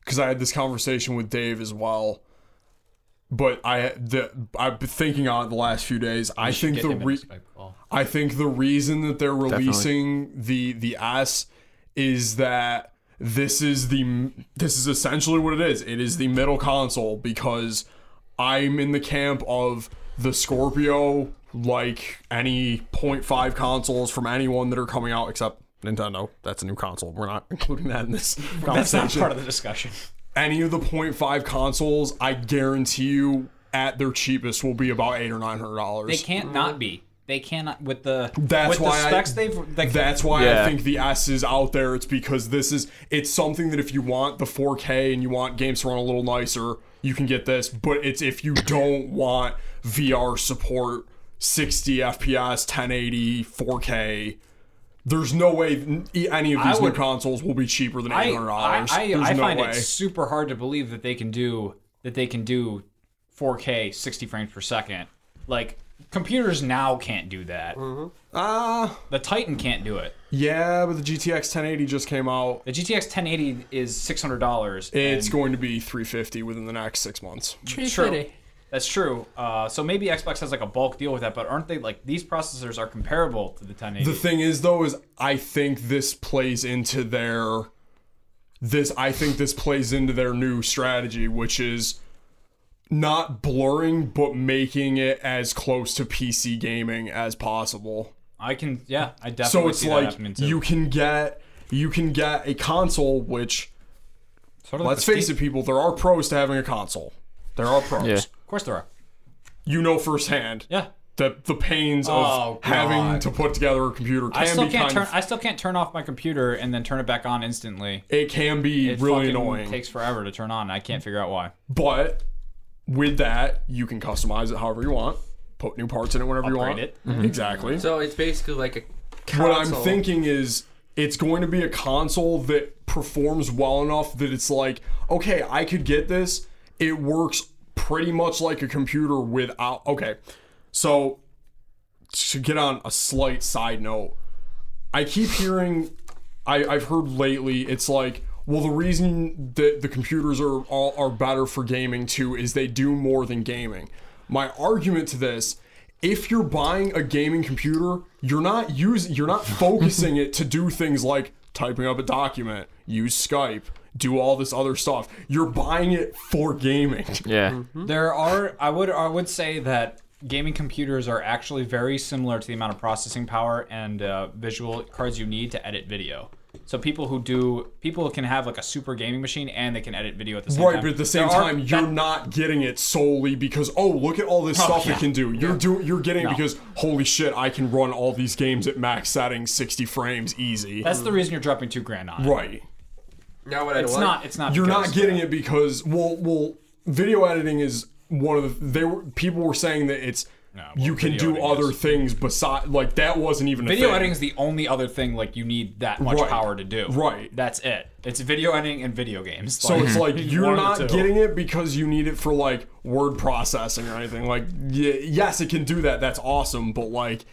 Speaker 1: because I had this conversation with Dave as well, but I the I've been thinking on it the last few days. I think
Speaker 2: get
Speaker 1: the
Speaker 2: him in
Speaker 1: re-
Speaker 2: a Skype call.
Speaker 1: I think the reason that they're releasing the the S is that this is the this is essentially what it is. It is the middle console because I'm in the camp of the Scorpio like any 0.5 consoles from anyone that are coming out except Nintendo. That's a new console. We're not including that in this conversation
Speaker 2: That's not part of the discussion.
Speaker 1: any of the 0.5 consoles, I guarantee you at their cheapest will be about eight or nine hundred
Speaker 2: They
Speaker 1: dollars.
Speaker 2: can't not be. They cannot with the
Speaker 1: That's
Speaker 2: with
Speaker 1: why
Speaker 2: the
Speaker 1: I-
Speaker 2: specs they've they,
Speaker 1: That's why
Speaker 3: Yeah.
Speaker 1: I think the S is out there. It's because this is it's something that if you want the 4K and you want games to run a little nicer, you can get this. But it's if you don't want VR support, 60 FPS, 1080, 4K. There's no way e, any of these
Speaker 2: would-
Speaker 1: new consoles will be cheaper than
Speaker 2: I
Speaker 1: eight hundred
Speaker 2: I,
Speaker 1: dollars.
Speaker 2: I,
Speaker 1: There's
Speaker 2: I
Speaker 1: no
Speaker 2: find
Speaker 1: way.
Speaker 2: it super hard to believe that they can do that they can do 4K 60 frames per second. Like computers now can't do that.
Speaker 1: Ah,
Speaker 2: The Titan can't do it.
Speaker 1: yeah, but the GTX 1080 just came out.
Speaker 2: The GTX 1080 is $600.
Speaker 1: It's
Speaker 2: and-
Speaker 1: going to be 350 within the next six months.
Speaker 2: True. That's true. Uh, so maybe Xbox has like a bulk deal with that, but aren't they like these processors are comparable to the 1080?
Speaker 1: The thing is, though, is I think this plays into their this. I think this plays into their new strategy, which is not blurring but making it as close to PC gaming as possible.
Speaker 2: I can yeah, I definitely
Speaker 1: So it's
Speaker 2: see that
Speaker 1: like
Speaker 2: happening too.
Speaker 1: you can get you can get a console, which
Speaker 2: Sort of like
Speaker 1: let's
Speaker 2: the
Speaker 1: face
Speaker 2: Steam-
Speaker 1: it, people, there are pros to having a console. There are pros.
Speaker 3: Yeah.
Speaker 2: Of course there are.
Speaker 1: You know firsthand.
Speaker 2: Yeah.
Speaker 1: the the pains
Speaker 2: Oh,
Speaker 1: of having
Speaker 2: God.
Speaker 1: to put together a computer can
Speaker 2: I still
Speaker 1: be
Speaker 2: can't
Speaker 1: kind
Speaker 2: turn.
Speaker 1: of,
Speaker 2: I still can't turn off my computer and then turn it back on instantly.
Speaker 1: it can be
Speaker 2: It
Speaker 1: really
Speaker 2: fucking
Speaker 1: annoying.
Speaker 2: Takes forever to turn on. and I can't figure out why.
Speaker 1: but with that, you can customize it however you want, put new parts in it whenever you
Speaker 2: Upgrade
Speaker 1: want.
Speaker 2: it.
Speaker 1: Exactly.
Speaker 4: So it's basically like a console.
Speaker 1: what I'm thinking is it's going to be a console that performs well enough that it's like, okay, I could get this. It works pretty much like a computer without. Okay, so to get on a slight side note, I keep hearing, I, I've heard lately, it's like, well, the reason that the computers are all are better for gaming too is they do more than gaming. My argument to this, if you're buying a gaming computer, you're not using, you're not focusing it to do things like typing up a document, use Skype, do all this other stuff. You're buying it for gaming.
Speaker 3: Yeah.
Speaker 1: Mm-hmm. Hmm?
Speaker 2: There are. I would. I would say that gaming computers are actually very similar to the amount of processing power and uh, visual cards you need to edit video. So people who do people can have like a super gaming machine and they can edit video at the same
Speaker 1: Right,
Speaker 2: time.
Speaker 1: but at the same
Speaker 2: There are-
Speaker 1: time,
Speaker 2: that-
Speaker 1: you're not getting it solely because oh, look at all this stuff
Speaker 2: yeah.
Speaker 1: it can do. You're do you're getting
Speaker 2: No.
Speaker 1: it because holy shit, I can run all these games at max settings, sixty frames, easy.
Speaker 2: That's the reason you're dropping two grand on. it.
Speaker 1: right.
Speaker 4: Now what I
Speaker 2: It's
Speaker 4: like-
Speaker 2: not. It's not.
Speaker 1: You're
Speaker 2: because-
Speaker 1: not getting it because well, well, video editing is one of the they were people were saying that it's
Speaker 2: well,
Speaker 1: you can
Speaker 2: video
Speaker 1: do
Speaker 2: editing
Speaker 1: other
Speaker 2: is-
Speaker 1: things beside like that wasn't even a
Speaker 2: Video
Speaker 1: thing.
Speaker 2: editing is the only other thing like you need that much
Speaker 1: Right.
Speaker 2: power to do.
Speaker 1: Right.
Speaker 2: That's it. It's video editing and video games.
Speaker 1: So it's like
Speaker 2: one
Speaker 1: you're
Speaker 2: of the
Speaker 1: not
Speaker 2: two.
Speaker 1: getting it because you need it for like word processing or anything. Like, y- yes, it can do that. That's awesome. But like,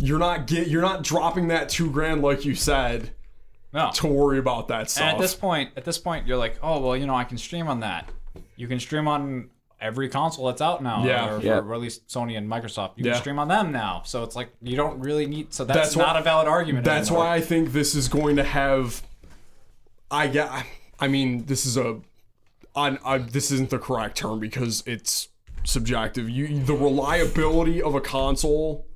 Speaker 1: you're not get you're not dropping that two grand like you said
Speaker 2: no.
Speaker 1: to worry about that stuff.
Speaker 2: And at this point, at this point, you're like, oh well, you know, I can stream on that. You can stream on every console that's out now.
Speaker 1: Yeah.
Speaker 2: Or,
Speaker 3: Yeah.
Speaker 2: or at least Sony and Microsoft. You
Speaker 1: Yeah.
Speaker 2: can stream on them now. So it's like you don't really need. So that's,
Speaker 1: That's why-
Speaker 2: not a valid argument.
Speaker 1: That's
Speaker 2: anymore.
Speaker 1: why I think this is going to have. I get. I mean, this is a. On I, this isn't the correct term because it's subjective. You the reliability of a console.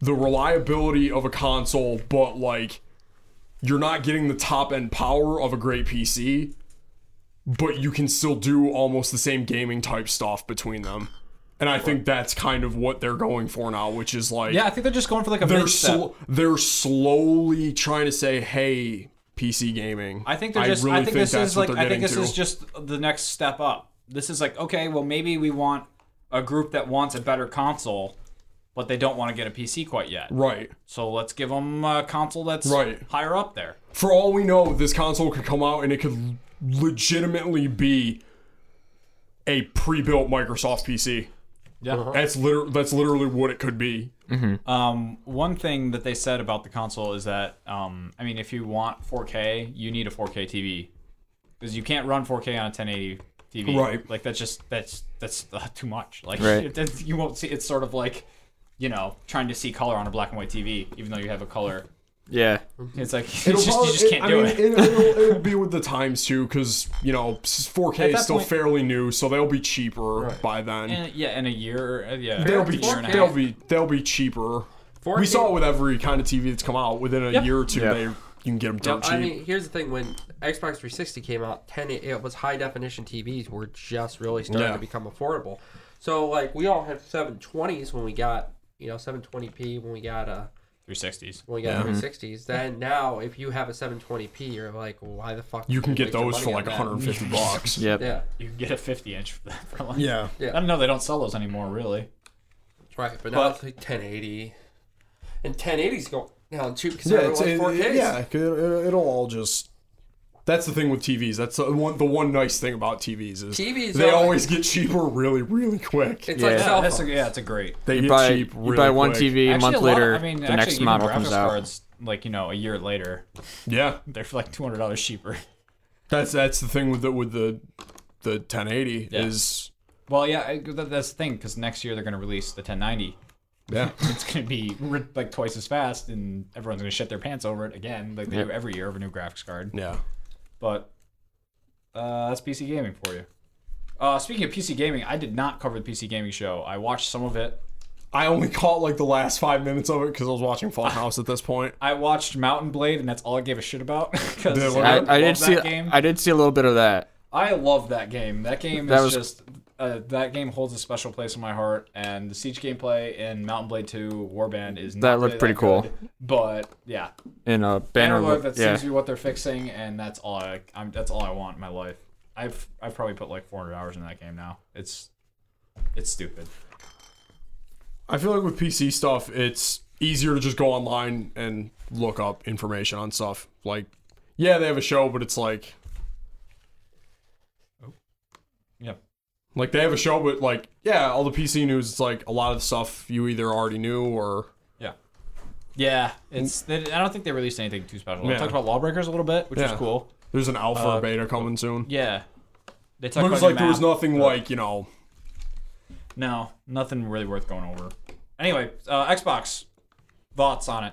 Speaker 1: The reliability of a console, but like, you're not getting the top end power of a great PC, but you can still do almost the same gaming type stuff between them. And I think that's kind of what they're going for now, which is like
Speaker 2: Yeah, I think they're just going for like a
Speaker 1: they're
Speaker 2: mid step.
Speaker 1: sl- they're slowly trying to say, "Hey, PC gaming."
Speaker 2: I think they're just. I,
Speaker 1: really
Speaker 2: think this
Speaker 1: that's
Speaker 2: is
Speaker 1: what
Speaker 2: like.
Speaker 1: they're
Speaker 2: I
Speaker 1: getting
Speaker 2: think this
Speaker 1: to.
Speaker 2: is just the next step up. This is like okay, well maybe we want a group that wants a better console, but they don't want to get a PC quite yet.
Speaker 1: right.
Speaker 2: So let's give them a console that's
Speaker 1: Right.
Speaker 2: higher up there.
Speaker 1: For all we know, this console could come out and it could legitimately be a pre-built Microsoft PC.
Speaker 2: Yeah.
Speaker 1: That's liter- that's literally what it could be.
Speaker 2: Um, one thing that they said about the console is that um, I mean, if you want 4K, you need a 4K TV because you can't run 4K on a 1080 TV.
Speaker 1: Right.
Speaker 2: Like that's just that's that's uh, too much. Like
Speaker 3: Right.
Speaker 2: it, that's- you won't see. It's sort of like you know trying to see color on a black and white TV, even though you have a color.
Speaker 3: Yeah.
Speaker 2: It's like it's
Speaker 1: It'll
Speaker 2: just,
Speaker 1: probably-
Speaker 2: you just can't
Speaker 1: I
Speaker 2: do
Speaker 1: mean,
Speaker 2: it.
Speaker 1: it'll, it'll, it'll be with the times too, because you know 4K
Speaker 2: At
Speaker 1: is
Speaker 2: that
Speaker 1: still
Speaker 2: point-
Speaker 1: fairly new, so they'll be cheaper by then.
Speaker 2: And, yeah, in a year, uh, yeah,
Speaker 1: they'll
Speaker 2: a
Speaker 1: be
Speaker 2: year and a
Speaker 1: they'll
Speaker 2: half.
Speaker 1: be they'll be cheaper.
Speaker 4: 4K
Speaker 1: We saw it with every kind of TV that's come out. Within a year or two,
Speaker 3: Yeah.
Speaker 1: they you can get them dirt cheap.
Speaker 4: I mean, here's the thing: when Xbox 360 came out, 10 it was high definition TVs were just really starting
Speaker 1: Yeah.
Speaker 4: to become affordable. So like we all had 720s when we got you know 720p when we got uh
Speaker 2: 360s.
Speaker 4: when we
Speaker 3: Mm-hmm.
Speaker 4: got 360s. Then now if you have a 720p, you're like, why the fuck?
Speaker 1: you
Speaker 4: did
Speaker 1: can get
Speaker 4: waste your
Speaker 1: those for
Speaker 4: money
Speaker 1: like
Speaker 4: on that?
Speaker 1: 150 bucks.
Speaker 3: Yep.
Speaker 4: Yeah,
Speaker 2: You can get a 50 inch for that. For like,
Speaker 1: Yeah.
Speaker 2: I don't know. They don't sell those anymore, really.
Speaker 4: right. But now it's like 1080, and 1080s go down too because
Speaker 1: Yeah,
Speaker 4: everyone
Speaker 1: it's, it,
Speaker 4: wants 4Ks.
Speaker 1: yeah, it, it'll all just. That's the thing with TVs. That's the one. The one nice thing about TVs is
Speaker 4: TVs
Speaker 1: they
Speaker 4: are-
Speaker 1: always get cheaper really, really quick.
Speaker 4: It's
Speaker 3: Yeah.
Speaker 4: like cell
Speaker 2: that's a,
Speaker 4: phones.
Speaker 2: yeah, it's a great.
Speaker 1: They
Speaker 3: You
Speaker 1: get
Speaker 3: buy
Speaker 1: cheap. Really
Speaker 3: you buy one
Speaker 1: quick.
Speaker 3: TV a
Speaker 2: Actually, lot
Speaker 3: month
Speaker 2: of-
Speaker 3: later, the
Speaker 2: actually,
Speaker 3: next
Speaker 2: even
Speaker 3: model
Speaker 2: graphics
Speaker 3: comes out.
Speaker 2: Cards, like you know, a year later,
Speaker 1: Yeah,
Speaker 2: they're like two hundred dollars cheaper.
Speaker 1: that's that's the thing with the with the the 1080
Speaker 2: Yeah.
Speaker 1: is
Speaker 2: Well, yeah, I- that- that's the thing because next year they're going to release the 1090.
Speaker 1: yeah.
Speaker 2: It's going to be ri- like twice as fast, and everyone's going to shit their pants over it again, like they do every year of a new graphics card.
Speaker 1: Yeah.
Speaker 2: But uh, that's PC gaming for you. Uh, speaking of PC gaming, I did not cover the PC gaming show. I watched some of it.
Speaker 1: I only caught like the last five minutes of it because I was watching Full House at this point.
Speaker 2: I watched Mountain Blade, and that's all I gave a shit about because
Speaker 1: Yeah, what- I
Speaker 2: I,
Speaker 3: I, I did
Speaker 2: love
Speaker 3: see
Speaker 2: that game.
Speaker 3: I did see a little bit of that.
Speaker 2: I love that game. That game
Speaker 3: That
Speaker 2: is
Speaker 3: was-
Speaker 2: just uh, that game holds a special place in my heart. And the siege gameplay in Mountain Blade Two Warband is not
Speaker 3: That looked
Speaker 2: really
Speaker 3: pretty cool.
Speaker 2: good, but yeah,
Speaker 3: In a banner,
Speaker 2: Bannerlord.
Speaker 3: look,
Speaker 2: That
Speaker 3: yeah.
Speaker 2: seems to be what they're fixing, and that's all I. I'm, that's all I want in my life. I've I've probably put like 400 hours in that game now. It's it's stupid.
Speaker 1: I feel like with PC stuff, it's easier to just go online and look up information on stuff. Like, yeah, they have a show, but it's like,
Speaker 2: Yep.
Speaker 1: like they have a show, but like, yeah, all the PC news. It's like a lot of stuff you either already knew or
Speaker 2: Yeah. Yeah, it's. They, I don't think they released anything too special. They
Speaker 1: Yeah.
Speaker 2: talked about Lawbreakers a little bit, which
Speaker 1: Yeah.
Speaker 2: was cool.
Speaker 1: there's an alpha or beta coming soon.
Speaker 2: Yeah, they talked
Speaker 1: Looks
Speaker 2: Uh, about
Speaker 1: like there was
Speaker 2: no.
Speaker 1: nothing like you know.
Speaker 2: No, nothing really worth going over. Anyway, uh, Xbox thoughts on it.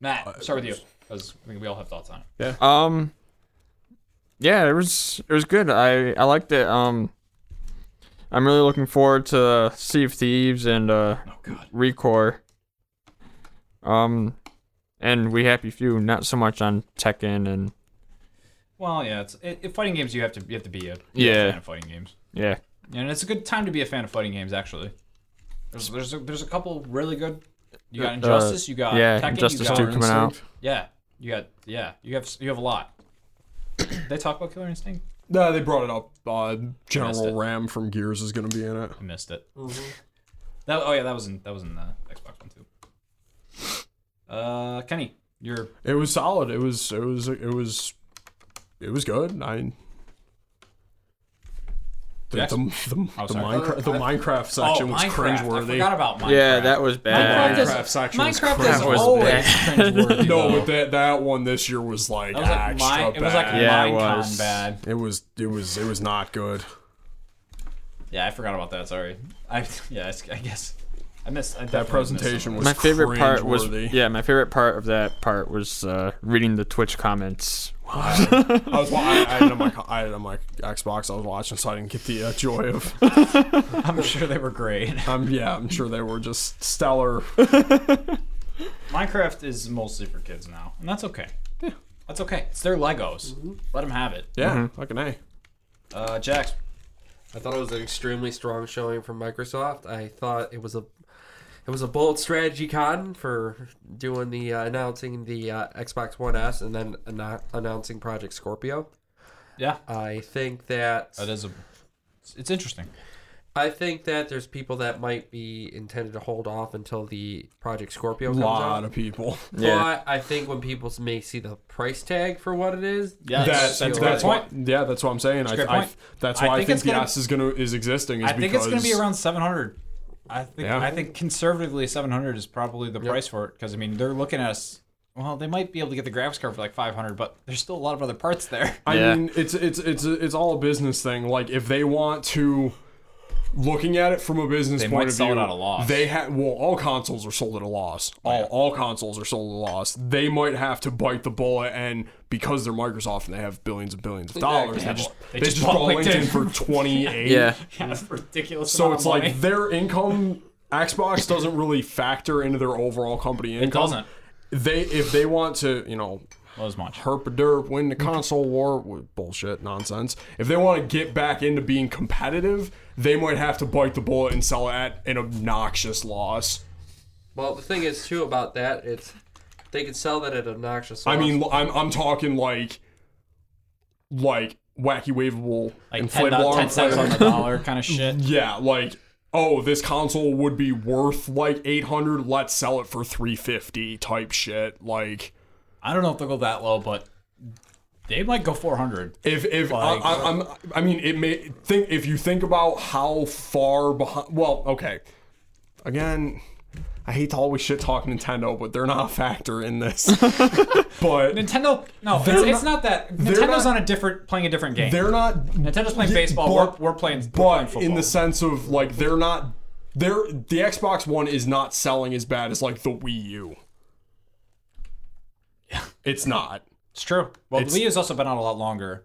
Speaker 2: Matt, start with you because I think we all have thoughts on it.
Speaker 3: Um, yeah, it was it was good. I I liked it. Um, I'm really looking forward to Sea of Thieves and uh,
Speaker 2: Oh God.
Speaker 3: Recore. Um, and We Happy Few, not so much on Tekken and
Speaker 2: Well, yeah, it's it, it, fighting games. You have to you have to be a
Speaker 3: Yeah.
Speaker 2: fan of fighting games,
Speaker 3: yeah,
Speaker 2: and it's a good time to be a fan of fighting games. Actually, there's there's a, there's a couple really good. You got
Speaker 3: Uh,
Speaker 2: Injustice. You got
Speaker 3: yeah,
Speaker 2: Tekken,
Speaker 3: Injustice
Speaker 2: you got,
Speaker 3: Two coming out.
Speaker 2: Yeah, you got yeah. You have you have a lot. Did they talk about Killer Instinct.
Speaker 1: No, they brought it up. Uh,
Speaker 2: Missed it.
Speaker 1: General Ram from Gears is going to be in it.
Speaker 2: I missed it. That oh yeah, that was in that was in the Xbox One too. Uh, Kenny, you're
Speaker 1: It was solid. It was it was it was it was good. I the, the,
Speaker 2: Jackson?
Speaker 1: the,
Speaker 2: Oh,
Speaker 1: the
Speaker 2: sorry.
Speaker 1: Minecraft the Minecraft section was
Speaker 2: Oh, Minecraft. I
Speaker 1: cringeworthy.
Speaker 2: forgot about Minecraft.
Speaker 3: Yeah, that was
Speaker 2: Minecraft
Speaker 3: bad.
Speaker 2: is,
Speaker 1: Minecraft section was
Speaker 2: Minecraft
Speaker 1: crap.
Speaker 2: is
Speaker 3: That was
Speaker 2: always
Speaker 3: bad.
Speaker 2: cringeworthy.
Speaker 1: No,
Speaker 2: though.
Speaker 1: but that that one this year was like
Speaker 2: That was like
Speaker 1: extra
Speaker 2: my, it was like
Speaker 1: bad.
Speaker 3: Yeah. it
Speaker 2: Minecon
Speaker 3: was.
Speaker 2: bad.
Speaker 1: It was it was it was not good.
Speaker 2: Yeah, I forgot about that. Sorry. I yeah, I, s- I guess I missed I
Speaker 1: That
Speaker 2: definitely missed
Speaker 1: presentation
Speaker 2: something.
Speaker 1: was
Speaker 3: my favorite part was
Speaker 1: cringeworthy.
Speaker 3: yeah, my favorite part of that part was uh, reading the Twitch comments.
Speaker 1: I was wa- I, I had it on my co- I had it on my Xbox. I was watching, so I didn't get the uh, joy of.
Speaker 2: I'm sure they were great.
Speaker 1: Um, yeah, I'm sure they were just stellar.
Speaker 2: Minecraft is mostly for kids now, and that's okay. Yeah, that's okay. It's their Legos. Let them have it.
Speaker 1: Yeah, fucking a.
Speaker 2: Uh, Jax,
Speaker 4: I thought it was an extremely strong showing from Microsoft. I thought it was a it was a bold strategy con for doing the uh, announcing the uh, Xbox One S and then anno- announcing Project Scorpio.
Speaker 2: yeah,
Speaker 4: I think that
Speaker 2: that is a. it's- It's interesting.
Speaker 4: I think that there's people that might be intended to hold off until the Project Scorpio comes
Speaker 1: lot
Speaker 4: out.
Speaker 1: of people.
Speaker 3: Yeah.
Speaker 4: But I think when people may see the price tag for what it is,
Speaker 2: Yeah,
Speaker 1: That's,
Speaker 2: that's
Speaker 1: that's,
Speaker 2: a great
Speaker 1: why,
Speaker 2: point.
Speaker 1: yeah, that's what I'm saying. I,
Speaker 2: great
Speaker 1: I,
Speaker 2: point.
Speaker 1: that's
Speaker 2: I
Speaker 1: why I
Speaker 2: think
Speaker 1: think,
Speaker 2: it's
Speaker 1: the
Speaker 2: gonna-
Speaker 1: S is gonna is existing. Is
Speaker 2: I think it's
Speaker 1: because
Speaker 2: going to be around 700. I think
Speaker 1: Yeah.
Speaker 2: I think conservatively 700 is probably the price for it because I mean they're looking at us. Well, they might be able to get the graphics card for like 500, but there's still a lot of other parts there.
Speaker 1: I
Speaker 3: Yeah.
Speaker 1: mean, it's it's it's it's all a business thing. Like if they want to, looking at it from a business
Speaker 2: They
Speaker 1: point
Speaker 2: might
Speaker 1: of
Speaker 2: sell it
Speaker 1: view,
Speaker 2: at a loss.
Speaker 1: They ha well, all consoles are sold at a loss. All all consoles are sold at a loss. They might have to bite the bullet, and because they're Microsoft and they have billions and billions of dollars,
Speaker 2: Yeah,
Speaker 1: they just
Speaker 2: they
Speaker 1: they,
Speaker 2: just
Speaker 1: just,
Speaker 2: bought
Speaker 1: bought
Speaker 2: LinkedIn.
Speaker 1: LinkedIn for twenty eight.
Speaker 3: Yeah.
Speaker 2: Yeah, that's ridiculous.
Speaker 1: So it's like their income. Xbox doesn't really factor into their overall company income.
Speaker 2: doesn't.
Speaker 1: They if they want to, you know,
Speaker 2: well, as much.
Speaker 1: herp a derp, win the console war, w- bullshit, nonsense. If they want to get back into being competitive, they might have to bite the bullet and sell at an obnoxious loss.
Speaker 4: well, the thing is too about that, it's they could sell that at obnoxious.
Speaker 1: I
Speaker 4: loss.
Speaker 1: mean, l- I'm I'm talking like, like wacky waveable
Speaker 2: Like 10,
Speaker 1: inflatable arm
Speaker 2: cents on
Speaker 1: flailer.
Speaker 2: the dollar kind of shit.
Speaker 1: Yeah, like oh, this console would be worth like 800. Let's sell it for 350 type shit. Like
Speaker 2: I don't know if they'll go that low, but they might go 400.
Speaker 1: If if
Speaker 2: Like-
Speaker 1: I, I, I'm, I mean, it may think if you think about how far behind. Well, okay. Again, I hate to always shit talk Nintendo, but they're not a factor in this. but
Speaker 2: Nintendo, no, it's,
Speaker 1: They're
Speaker 2: it's not that. Nintendo's
Speaker 1: not-
Speaker 2: on a different, playing a different game.
Speaker 1: they're not.
Speaker 2: Nintendo's playing
Speaker 1: Yeah,
Speaker 2: baseball.
Speaker 1: but-
Speaker 2: we're, we're playing. We're
Speaker 1: But
Speaker 2: playing football.
Speaker 1: in the sense of like, they're not. They're the Xbox One is not selling as bad as like the Wii U. It's not.
Speaker 2: it's true. Well,
Speaker 1: It's-
Speaker 2: the Wii U's also been out a lot longer.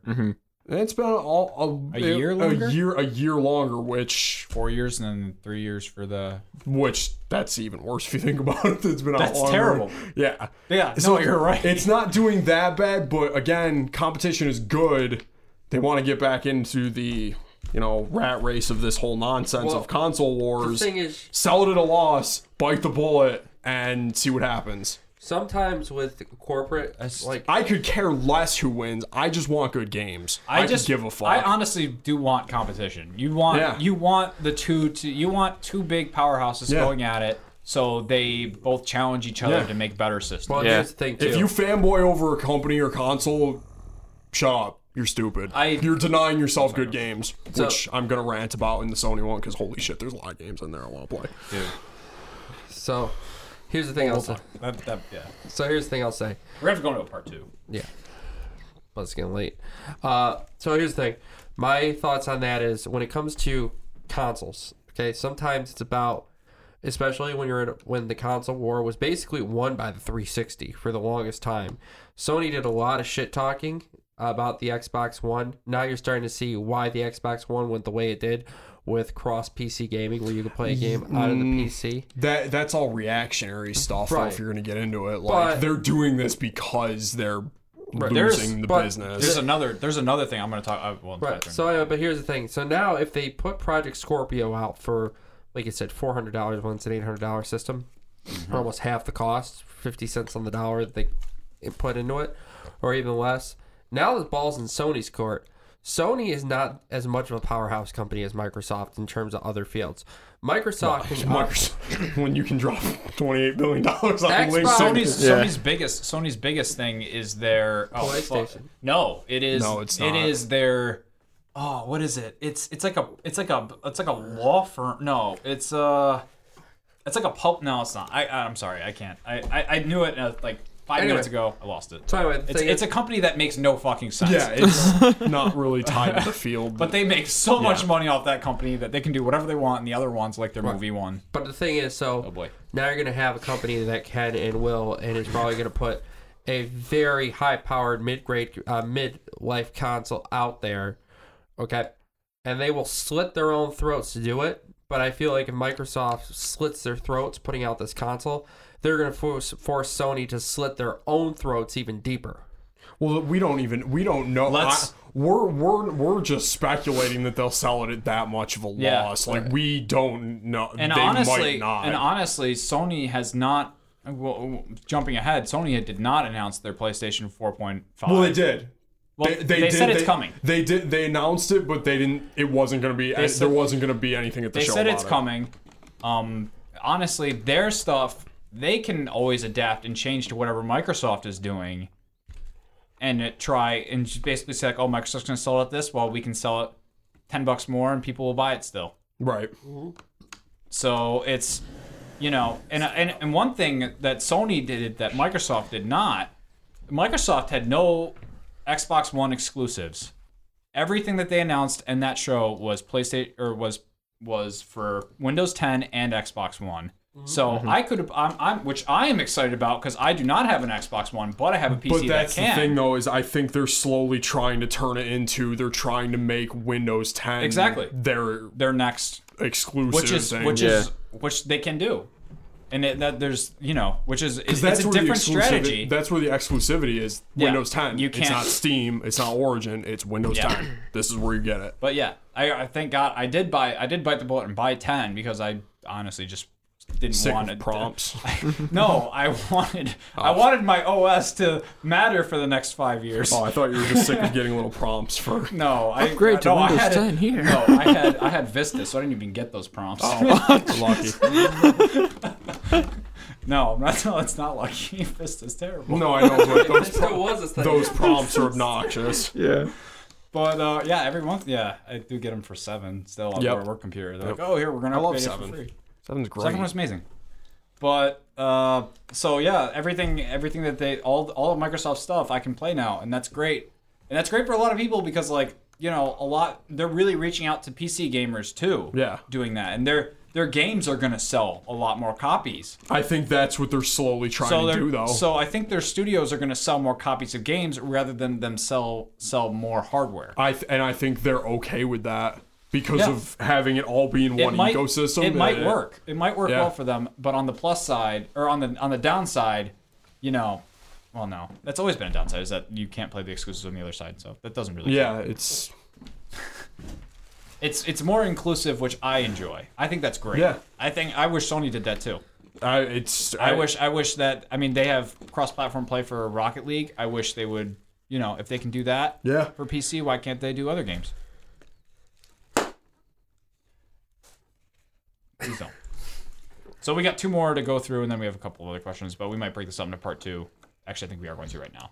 Speaker 1: It's been all a,
Speaker 2: A year longer?
Speaker 1: a year, a year longer, which
Speaker 2: Four years and then three years for the.
Speaker 1: which that's even worse if you think about it. It's been out
Speaker 2: That's
Speaker 1: longer.
Speaker 2: terrible.
Speaker 1: Yeah.
Speaker 2: Yeah, no, you're right.
Speaker 1: It's not doing that bad, but again, competition is good. They want to get back into the you know rat race of this whole nonsense
Speaker 4: Well,
Speaker 1: of console wars.
Speaker 4: thing is-
Speaker 1: sell it at a loss, bite the bullet, and see what happens.
Speaker 4: sometimes with corporate, like
Speaker 1: I could care less who wins. I just want good games. I, could
Speaker 2: just
Speaker 1: give a fuck.
Speaker 2: I honestly do want competition. You want
Speaker 1: Yeah.
Speaker 2: you want the two to you want two big powerhouses
Speaker 1: Yeah.
Speaker 2: going at it, so they both challenge each other
Speaker 1: Yeah.
Speaker 2: to make better systems.
Speaker 4: well,
Speaker 3: Yeah.
Speaker 4: here's the thing too.
Speaker 1: if you fanboy over a company or console, shut up. You're stupid.
Speaker 2: I-
Speaker 1: You're denying yourself good games,
Speaker 4: So-
Speaker 1: which I'm gonna rant about in the Sony one because holy shit, there's a lot of games in there I want to play.
Speaker 4: so here's the thing I'll say.
Speaker 2: That, that, yeah.
Speaker 4: So here's the thing I'll say.
Speaker 2: We're gonna have to go into a part two.
Speaker 4: Yeah. But it's getting late. Uh, so here's the thing. My thoughts on that is when it comes to consoles, okay, sometimes it's about especially when you're in, when the console war was basically won by the 360 for the longest time. Sony did a lot of shit talking about the Xbox One. Now you're starting to see why the Xbox One went the way it did with cross PC gaming, where you can play a game out of the
Speaker 1: Mm.
Speaker 4: PC.
Speaker 1: That that's all reactionary stuff.
Speaker 4: Right.
Speaker 1: If you're gonna get into it, like
Speaker 4: But-
Speaker 1: they're doing this because they're
Speaker 2: There's-
Speaker 1: losing the
Speaker 4: but
Speaker 1: business.
Speaker 2: There's another. There's another thing I'm gonna talk. I, well,
Speaker 4: Right.
Speaker 2: Catherine.
Speaker 4: So, uh, but here's the thing. So now, if they put Project Scorpio out for, like I said, four hundred dollars once an eight hundred dollar system,
Speaker 2: Mm-hmm.
Speaker 4: for almost half the cost, fifty cents on the dollar that they put into it, or even less. Now the ball's in Sony's court. Sony is not as much of a powerhouse company as Microsoft in terms of other fields. Microsoft can
Speaker 1: Microsoft, when you can drop twenty eight billion dollars on
Speaker 4: Xbox-
Speaker 1: LinkedIn.
Speaker 2: Sony's
Speaker 3: Yeah.
Speaker 2: Sony's biggest Sony's biggest thing is their oh, fuck.
Speaker 4: PlayStation.
Speaker 2: No, it is.
Speaker 1: No, it's
Speaker 2: It
Speaker 1: not.
Speaker 2: is their. Oh, what is it? It's it's like a it's like a it's like a law firm. No, it's uh, it's like a pulp. No, it's not. I I'm sorry. I can't. I I, I knew it uh, like five
Speaker 4: Anyway.
Speaker 2: minutes ago. I lost it.
Speaker 4: So anyway, the
Speaker 2: It's,
Speaker 4: thing
Speaker 2: it's
Speaker 4: is,
Speaker 2: a company that makes no fucking sense.
Speaker 1: Yeah, it's not really tied to the field,
Speaker 2: But they make so much money off that company that they can do whatever they want, and the other one's like their movie one.
Speaker 4: but the thing is, so
Speaker 2: Oh boy.
Speaker 4: now you're going to have a company that can and will, and it's probably going to put a very high-powered mid-grade, uh, mid-life console out there. Okay, and they will slit their own throats to do it. But I feel like if Microsoft slits their throats putting out this console, they're going to force, force Sony to slit their own throats even deeper.
Speaker 1: Well, we don't even we don't know.
Speaker 2: Let's-
Speaker 1: I- we're we're we're just speculating that they'll sell it at that much of a
Speaker 2: Yeah.
Speaker 1: loss. Like we don't know.
Speaker 2: and
Speaker 1: they
Speaker 2: honestly,
Speaker 1: might not.
Speaker 2: and honestly, Sony has not. Well, jumping ahead, Sony did not announce their PlayStation 4.5.
Speaker 1: well, they did.
Speaker 2: Well,
Speaker 1: did,
Speaker 2: said it's
Speaker 1: they-
Speaker 2: coming.
Speaker 1: They did. They announced it, but they didn't. It wasn't going to be.
Speaker 2: said-
Speaker 1: there wasn't going to be anything at the
Speaker 2: They
Speaker 1: show.
Speaker 2: said
Speaker 1: about
Speaker 2: it's
Speaker 1: it.
Speaker 2: coming. Um, honestly, their stuff they can always adapt and change to whatever Microsoft is doing, and it, try and just basically say like, "Oh, Microsoft's gonna sell it at this. Well, we can sell it ten bucks more, and people will buy it still."
Speaker 1: right?
Speaker 2: So it's, you know, and and, and one thing that Sony did that Microsoft did not, Microsoft had no Xbox One exclusives. Everything that they announced in that show was PlayStation or was was for Windows 10 and Xbox One.
Speaker 1: Mm-hmm.
Speaker 2: So I could, I'm, I'm, which I am excited about because I do not have an Xbox One, but I have a PC
Speaker 1: But that's
Speaker 2: that can.
Speaker 1: the thing, though, is I think they're slowly trying to turn it into. They're trying to make Windows 10
Speaker 2: Exactly.
Speaker 1: their
Speaker 2: Their next
Speaker 1: exclusive
Speaker 2: which is
Speaker 1: thing.
Speaker 2: which
Speaker 3: Yeah.
Speaker 2: is which they can do, and it, that there's you know which is it's,
Speaker 1: That's
Speaker 2: it's a
Speaker 1: where the
Speaker 2: different
Speaker 1: exclusivi-
Speaker 2: strategy.
Speaker 1: That's where the exclusivity is.
Speaker 2: Yeah.
Speaker 1: Windows 10.
Speaker 2: You
Speaker 1: It's
Speaker 2: can't-
Speaker 1: not Steam. It's not Origin. It's Windows
Speaker 2: Yeah.
Speaker 1: 10. This is where you get it.
Speaker 2: but yeah, I, I thank God I did buy I did bite the bullet and buy ten because I honestly just didn't
Speaker 1: Sick
Speaker 2: want
Speaker 1: of
Speaker 2: it.
Speaker 1: prompts. Oh.
Speaker 2: no, I wanted I wanted my OS to matter for the next five years.
Speaker 1: oh, I thought you were just sick of getting little prompts for.
Speaker 2: No, I
Speaker 3: Upgrade to
Speaker 2: no, I
Speaker 3: Windows
Speaker 2: had it-
Speaker 3: 10 here.
Speaker 2: No, I had I had Vista, so I didn't even get those prompts.
Speaker 1: Oh, lucky.
Speaker 2: No, I'm not. No, it's not lucky. Vista's terrible.
Speaker 1: No, I know, but those,
Speaker 4: It
Speaker 1: pro-
Speaker 4: was this thing.
Speaker 1: those prompts are obnoxious.
Speaker 3: Yeah.
Speaker 2: But uh, yeah, every month, yeah, I do get them for seven still on
Speaker 1: Yep.
Speaker 2: our work computer. They're like, oh, here we're gonna upgrade
Speaker 1: love
Speaker 2: it
Speaker 1: seven.
Speaker 2: for free.
Speaker 1: Seven's great.
Speaker 2: Seven was "Oh, amazing. But uh, so yeah, everything, everything that they all all of Microsoft stuff, I can play now, and that's great. And that's great for a lot of people because like you know a lot they're really reaching out to PC gamers too.
Speaker 1: Yeah.
Speaker 2: doing that, and their their games are gonna sell a lot more copies.
Speaker 1: I think that's what they're slowly trying
Speaker 2: So
Speaker 1: to
Speaker 2: they're-
Speaker 1: do, though.
Speaker 2: so I think their studios are gonna sell more copies of games rather than them sell sell more hardware.
Speaker 1: I th- and I think they're okay with that because
Speaker 2: Yeah.
Speaker 1: of having it all be in one ecosystem.
Speaker 2: It might
Speaker 1: Uh,
Speaker 2: work. It might work
Speaker 1: Yeah.
Speaker 2: well for them, but on the plus side or on the on the downside, you know, well, no, that's always been a downside is that you can't play the exclusives on the other side, so that doesn't really.
Speaker 1: Yeah, it's
Speaker 2: It's it's more inclusive, which I enjoy. I think that's great.
Speaker 1: Yeah.
Speaker 2: I think I wish Sony did that too.
Speaker 1: I it's
Speaker 2: I wish I wish that I mean they have cross-platform play for Rocket League. I wish they would, you know, if they can do that
Speaker 1: Yeah.
Speaker 2: for PC, why can't they do other games? Please don't. So we got two more to go through, and then we have a couple of other questions, but we might break this up into part two. Actually, I think we are going to right now.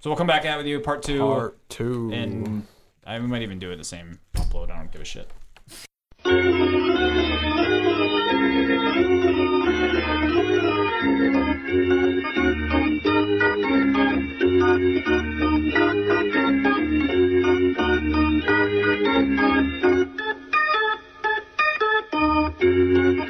Speaker 2: So we'll come back at with you part two,
Speaker 1: part two.
Speaker 2: and I, we might even do it the same upload. I don't give a shit.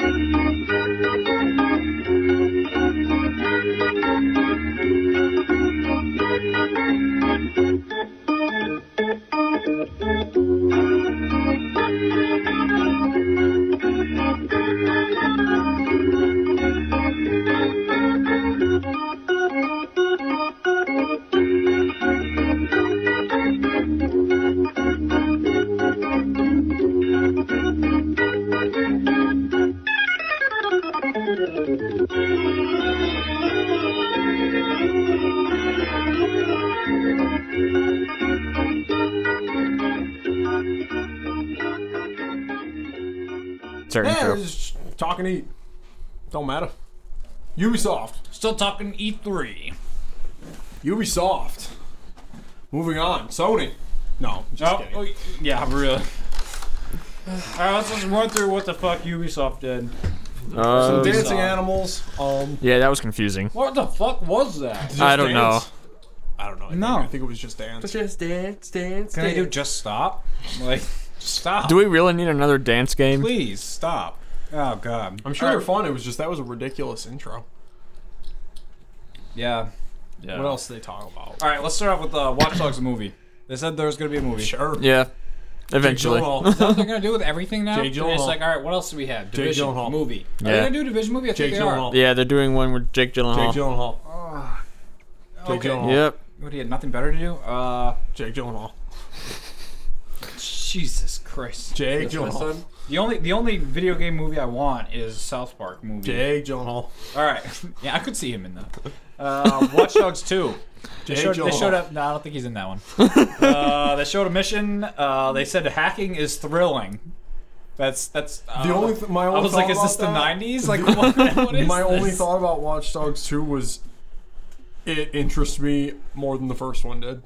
Speaker 5: Thank
Speaker 3: certain
Speaker 1: Yeah,
Speaker 3: true.
Speaker 1: just talk and eat. Don't matter. Ubisoft.
Speaker 2: Still talking E E3.
Speaker 1: Ubisoft. Moving on. Sony. No, I'm just
Speaker 5: Oh,
Speaker 1: kidding.
Speaker 5: oh, yeah, really. All right, let's just run through what the fuck Ubisoft did.
Speaker 1: Some
Speaker 3: Uh,
Speaker 1: dancing
Speaker 5: Ubisoft.
Speaker 1: animals. Um,
Speaker 3: yeah, that was confusing.
Speaker 5: What the fuck was that?
Speaker 1: just
Speaker 3: I don't
Speaker 1: dance. I don't know. I think-
Speaker 2: No.
Speaker 1: I think it was just dance.
Speaker 4: Just dance, dance,
Speaker 2: Can I
Speaker 4: dance.
Speaker 2: do just stop? Like, stop.
Speaker 3: Do we really need another dance game?
Speaker 2: Please stop. Oh god.
Speaker 1: I'm sure they're fun. It was just that was a ridiculous intro.
Speaker 2: Yeah.
Speaker 1: What else did they talk about?
Speaker 2: All right, let's start off with uh, Watch Dogs movie. They said there was gonna be a movie.
Speaker 1: Sure.
Speaker 3: Yeah, eventually.
Speaker 1: Gyllenhaal.
Speaker 2: Is that what they're gonna do with everything now?
Speaker 1: Jake
Speaker 2: They're just
Speaker 1: Gyllenhaal.
Speaker 2: like, all right, what else do we have? Division
Speaker 1: Gyllenhaal.
Speaker 2: movie. Are they
Speaker 3: Yeah.
Speaker 2: gonna do division movie? I think
Speaker 1: Jake
Speaker 2: they are.
Speaker 1: Gyllenhaal.
Speaker 3: Yeah, they're doing one with Jake Gyllenhaal.
Speaker 1: Jake Gyllenhaal. Jake
Speaker 2: Okay.
Speaker 1: Gyllenhaal.
Speaker 3: Yep.
Speaker 2: What do you have? Nothing better to do? Uh,
Speaker 1: Jake Gyllenhaal.
Speaker 2: Jesus Christ.
Speaker 1: Jake
Speaker 4: That's my
Speaker 1: Gyllenhaal.
Speaker 4: son.
Speaker 2: The only the only video game movie I want is South Park movie.
Speaker 1: Jake Gyllenhaal.
Speaker 2: All right. Yeah, I could see him in that. Uh, Watch Dogs Two. They
Speaker 1: Jake
Speaker 2: showed, they
Speaker 1: Gyllenhaal.
Speaker 2: showed up. No, I don't think he's in that one. uh, they showed a mission. Uh, they said hacking is thrilling. That's that's uh,
Speaker 1: The only th- my only
Speaker 2: I was like,
Speaker 1: thought
Speaker 2: is this the
Speaker 1: about that-
Speaker 2: '90s? Like, what, what is
Speaker 1: My only
Speaker 2: this?
Speaker 1: thought about Watch Dogs 2 was it interests me more than the first one did.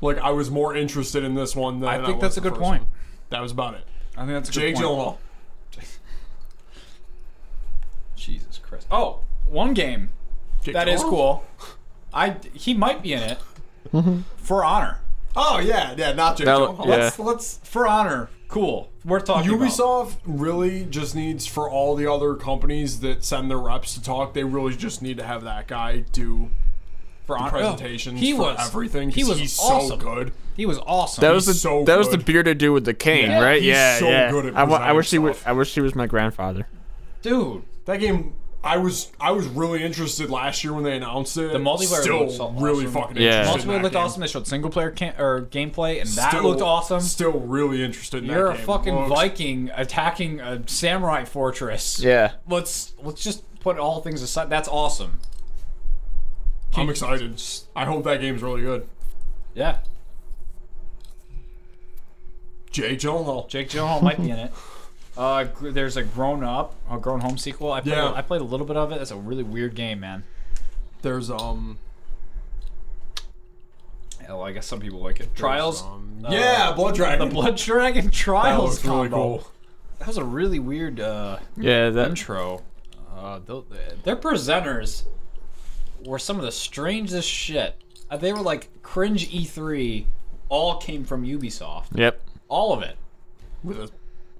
Speaker 1: Like I was more interested in this one than
Speaker 2: I think
Speaker 1: was
Speaker 2: that's
Speaker 1: the
Speaker 2: a good
Speaker 1: first
Speaker 2: point.
Speaker 1: one. That was about it.
Speaker 2: I think that's a
Speaker 1: Jake
Speaker 2: good point.
Speaker 1: Gyllenhaal.
Speaker 2: Jesus Christ. Oh, one game
Speaker 1: Jake
Speaker 2: that is
Speaker 1: Gyllenhaal?
Speaker 2: cool. I he might be in it. For Honor.
Speaker 1: Oh yeah, yeah, not Jake
Speaker 3: That-
Speaker 1: Gyllenhaal.
Speaker 3: yeah.
Speaker 1: Let's, let's
Speaker 2: For Honor. Cool. Worth talking about.
Speaker 1: Ubisoft really just needs for all the other companies that send their reps to talk. They really just need to have that guy do
Speaker 2: For Honor. Oh,
Speaker 1: presentations
Speaker 2: he
Speaker 1: for
Speaker 2: was
Speaker 1: everything. 'cause
Speaker 2: He was
Speaker 1: he's so
Speaker 2: awesome.
Speaker 1: good.
Speaker 2: He was awesome.
Speaker 3: That was the
Speaker 1: He's so
Speaker 3: that was the
Speaker 1: good.
Speaker 3: bearded dude with the cane,
Speaker 2: Yeah,
Speaker 3: right?
Speaker 1: he's
Speaker 3: yeah,
Speaker 1: so
Speaker 3: yeah.
Speaker 1: good at
Speaker 3: I, wa- I
Speaker 1: presenting
Speaker 3: wish he was.
Speaker 1: stuff.
Speaker 3: I wish he was my grandfather.
Speaker 2: dude.
Speaker 1: That game, I was I was really interested last year when they announced it. The
Speaker 2: multiplayer
Speaker 1: still
Speaker 2: looked so
Speaker 1: really
Speaker 2: awesome.
Speaker 1: fucking
Speaker 3: Yeah.
Speaker 1: interested. in
Speaker 2: Multiplayer
Speaker 1: that
Speaker 2: looked
Speaker 1: game.
Speaker 2: awesome. They showed single player can- or gameplay, and that
Speaker 1: Still-
Speaker 2: looked awesome.
Speaker 1: Still really interested in
Speaker 2: You're
Speaker 1: that
Speaker 2: a
Speaker 1: game.
Speaker 2: fucking
Speaker 1: Looks-
Speaker 2: Viking attacking a samurai fortress.
Speaker 3: Yeah.
Speaker 2: Let's let's just put all things aside. That's awesome.
Speaker 1: I'm excited. I hope that game's really good.
Speaker 2: Yeah.
Speaker 1: Jake Gyllenhaal.
Speaker 2: Jake Gyllenhaal might be in it. Uh, gr- there's a grown up, a grown home sequel. I played,
Speaker 1: Yeah.
Speaker 2: I played a little bit of it. That's a really weird game, man.
Speaker 1: There's um.
Speaker 2: Hell, I guess some people like it. Trials,
Speaker 1: um, yeah, Blood Dragon.
Speaker 2: the Blood Dragon
Speaker 1: that
Speaker 2: Trials
Speaker 1: looks really
Speaker 2: combo.
Speaker 1: cool.
Speaker 2: That was a really weird uh,
Speaker 3: Yeah. That.
Speaker 2: intro. Uh, tho- their presenters were some of the strangest shit. Uh, They were like cringe E3. All came from Ubisoft.
Speaker 3: Yep.
Speaker 2: All of it.
Speaker 1: With a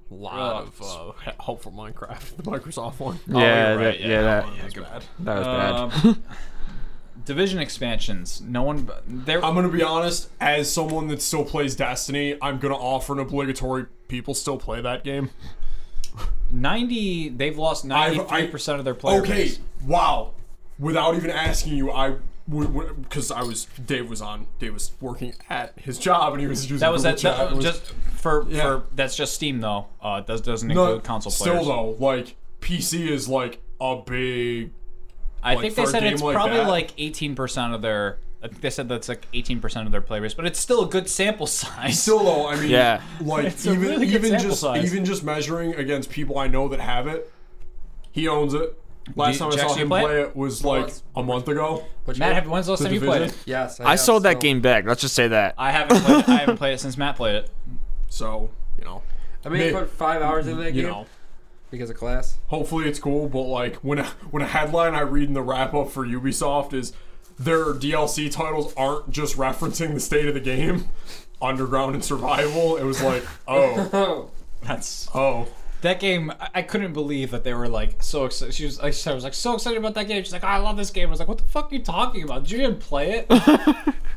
Speaker 1: lot of uh, helpful Minecraft, the Microsoft one.
Speaker 3: Yeah.
Speaker 2: Oh, you're
Speaker 3: that,
Speaker 2: right,
Speaker 3: yeah.
Speaker 2: yeah,
Speaker 3: That.
Speaker 1: That was bad.
Speaker 3: That was bad.
Speaker 2: Um, division expansions. No one. They're,
Speaker 1: I'm gonna be honest. As someone that still plays Destiny, I'm gonna offer an obligatory. People still play that game.
Speaker 2: 90 they've lost 93% of their player
Speaker 1: okay
Speaker 2: base.
Speaker 1: wow without even asking you i because i was dave was on dave was working at his job and he was using
Speaker 2: that was
Speaker 1: Google
Speaker 2: that,
Speaker 1: Chat.
Speaker 2: that
Speaker 1: It was-
Speaker 2: just for
Speaker 1: Yeah.
Speaker 2: for that's just steam though uh that doesn't
Speaker 1: no,
Speaker 2: include console
Speaker 1: still
Speaker 2: players
Speaker 1: though like pc is like a big
Speaker 2: i
Speaker 1: like,
Speaker 2: think they
Speaker 1: for a
Speaker 2: said
Speaker 1: game
Speaker 2: it's
Speaker 1: like
Speaker 2: probably
Speaker 1: that-
Speaker 2: like 18% of their i think they said that's like 18% of their player base but it's still a good sample size
Speaker 1: still though i mean
Speaker 3: Yeah.
Speaker 1: like
Speaker 2: It's a
Speaker 1: even
Speaker 2: really good
Speaker 1: even
Speaker 2: sample
Speaker 1: just
Speaker 2: size.
Speaker 1: even just measuring against people i know that have it he owns it last
Speaker 2: you-
Speaker 1: time
Speaker 2: did you
Speaker 1: i saw
Speaker 2: actually
Speaker 1: him
Speaker 2: play
Speaker 1: play,
Speaker 2: it?
Speaker 1: it was like
Speaker 4: it's-
Speaker 1: a month ago
Speaker 4: What's
Speaker 2: matt
Speaker 4: your-
Speaker 2: have when's the last
Speaker 1: The
Speaker 2: time you played it
Speaker 1: Division?
Speaker 4: Yes,
Speaker 3: I
Speaker 4: have
Speaker 3: sold that
Speaker 4: still.
Speaker 3: game back. Let's just say that.
Speaker 2: i haven't played it. i haven't played it since matt played it
Speaker 1: so you know
Speaker 4: I mean, I put five hours into that
Speaker 1: you
Speaker 4: game
Speaker 1: know
Speaker 4: because of class.
Speaker 1: hopefully it's cool, but like when when a headline I read in the wrap up for Ubisoft is their DLC titles aren't just referencing the state of the game, Underground and Survival. It was like, oh,
Speaker 4: Oh,
Speaker 2: that's
Speaker 1: oh,
Speaker 2: that game I, I couldn't believe that they were like so excited she was I said- I was like so excited about that game she's like i love this game i was like what the fuck are you talking about did you even play it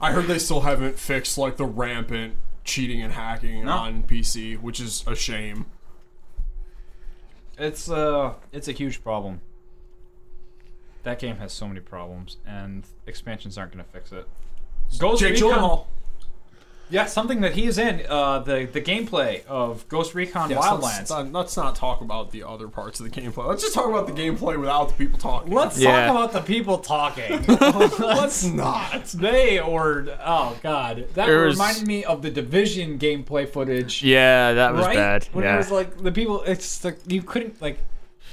Speaker 1: I heard they still haven't fixed like the rampant cheating and hacking on PC, which is a shame.
Speaker 2: It's uh it's a huge problem. That game has so many problems and expansions aren't gonna fix it. Ghost
Speaker 1: Jake
Speaker 2: Recon
Speaker 1: Gyllenhaal.
Speaker 2: Yeah, something that he is in uh, the the gameplay of Ghost Recon
Speaker 1: Yes,
Speaker 2: Wildlands.
Speaker 1: let's, not, let's not talk about the other parts of the gameplay. Let's just talk about the gameplay without the people talking.
Speaker 2: Let's
Speaker 3: Yeah.
Speaker 2: talk about the people talking.
Speaker 1: Let's not.
Speaker 2: they or oh god, that
Speaker 3: There was-
Speaker 2: reminded me of the Division gameplay footage.
Speaker 3: Yeah, that was
Speaker 2: right?
Speaker 3: bad.
Speaker 2: When
Speaker 3: yeah.
Speaker 2: it was like the people, it's like you couldn't like.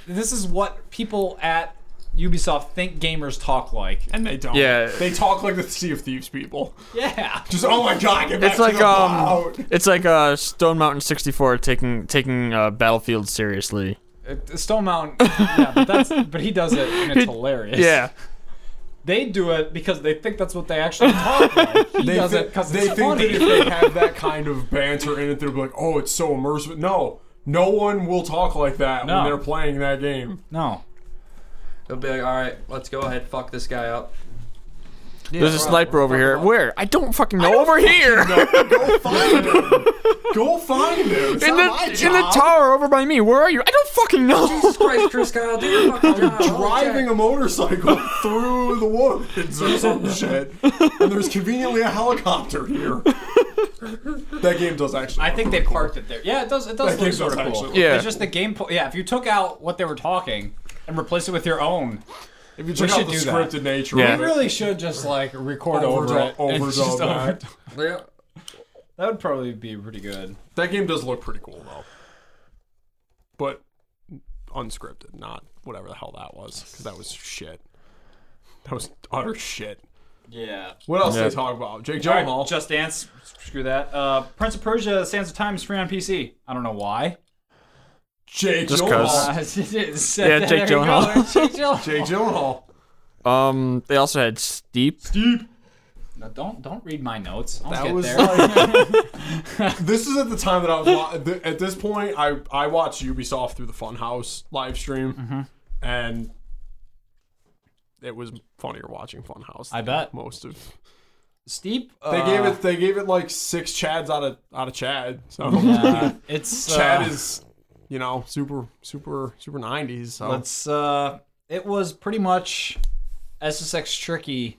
Speaker 2: This is what people at Ubisoft think gamers talk like.
Speaker 1: And they don't.
Speaker 3: Yeah.
Speaker 1: They talk like the Sea of Thieves people.
Speaker 2: Yeah.
Speaker 1: Just oh my god, get back
Speaker 3: it's
Speaker 1: to
Speaker 3: like
Speaker 1: the
Speaker 3: um,
Speaker 1: cloud.
Speaker 3: it's like uh, Stone Mountain sixty four taking taking uh, Battlefield seriously.
Speaker 2: Uh, Stone Mountain, yeah, but that's but he does it and it's hilarious.
Speaker 3: Yeah,
Speaker 2: they do it because they think that's what they actually talk like. He
Speaker 1: They
Speaker 2: does
Speaker 1: thi-
Speaker 2: it because
Speaker 1: they
Speaker 2: it's
Speaker 1: think
Speaker 2: funny.
Speaker 1: that if they have that kind of banter in it, they'll be like, oh, it's so immersive. No, no one will talk like that
Speaker 2: No.
Speaker 1: when they're playing that game.
Speaker 2: no,
Speaker 4: They'll be like, all right, let's go ahead, fuck this guy up.
Speaker 3: there's a
Speaker 4: right,
Speaker 3: sniper
Speaker 4: we're
Speaker 3: over here.
Speaker 4: fucking up.
Speaker 3: Where? I don't fucking know. over here.
Speaker 1: Go find him. Go find him. It's
Speaker 3: In
Speaker 1: not my
Speaker 3: the in the
Speaker 1: job.
Speaker 3: tower over by me. Where are you? I don't fucking know.
Speaker 4: Jesus Christ, Chris Kyle, do your fucking job. Holy shit.
Speaker 1: driving a motorcycle through the woods or some shit, and there's conveniently a helicopter here. That game does actually.
Speaker 2: I think they parked it there. Yeah, it does. It does
Speaker 1: That game
Speaker 2: look sort
Speaker 1: does
Speaker 2: of cool.
Speaker 1: actually
Speaker 3: look
Speaker 2: it's
Speaker 3: cool.
Speaker 2: just the gameplay. Yeah, if you took out what they were talking and replaced it with your own,
Speaker 1: If you check out
Speaker 2: should
Speaker 1: the
Speaker 2: do that.
Speaker 1: scripted nature,
Speaker 3: Yeah.
Speaker 1: of
Speaker 2: we
Speaker 1: it,
Speaker 2: really should just like record over
Speaker 1: Overdo-
Speaker 2: it. and
Speaker 1: overdub
Speaker 2: just
Speaker 1: that.
Speaker 2: overdo-
Speaker 4: Yeah.
Speaker 2: that would probably be pretty good.
Speaker 1: that game does look pretty cool though. But unscripted, not whatever the hell that was, because that was shit. That was utter shit.
Speaker 2: Yeah.
Speaker 1: What else
Speaker 3: Yeah.
Speaker 1: did they talk about? Jake
Speaker 2: All right,
Speaker 1: Gyllenhaal.
Speaker 2: Just Dance. Screw that. Uh, Prince of Persia: Sands of Time is free on PC. I don't know why.
Speaker 1: Jake
Speaker 3: Just 'cause.
Speaker 1: Gyllenhaal.
Speaker 2: Uh,
Speaker 3: Yeah,
Speaker 2: yeah,
Speaker 3: Jake Gyllenhaal.
Speaker 2: Jake Gyllenhaal.
Speaker 1: Jake Gyllenhaal.
Speaker 3: um, they also had Steep.
Speaker 2: No, don't don't read my notes. I'll
Speaker 1: That
Speaker 2: get
Speaker 1: was
Speaker 2: there.
Speaker 1: like this is at the time that I was wa- th- at this point I I watched Ubisoft through the Funhouse live stream
Speaker 2: Mm-hmm.
Speaker 1: and it was funnier watching Funhouse.
Speaker 2: I
Speaker 1: than
Speaker 2: bet.
Speaker 1: most of
Speaker 2: Steep. Uh,
Speaker 1: they gave it they gave it like six Chads out of out of Chad. So
Speaker 2: Uh, it's uh,
Speaker 1: Chad is you know super super super nineties. So
Speaker 2: Let's. Uh, it was pretty much SSX tricky,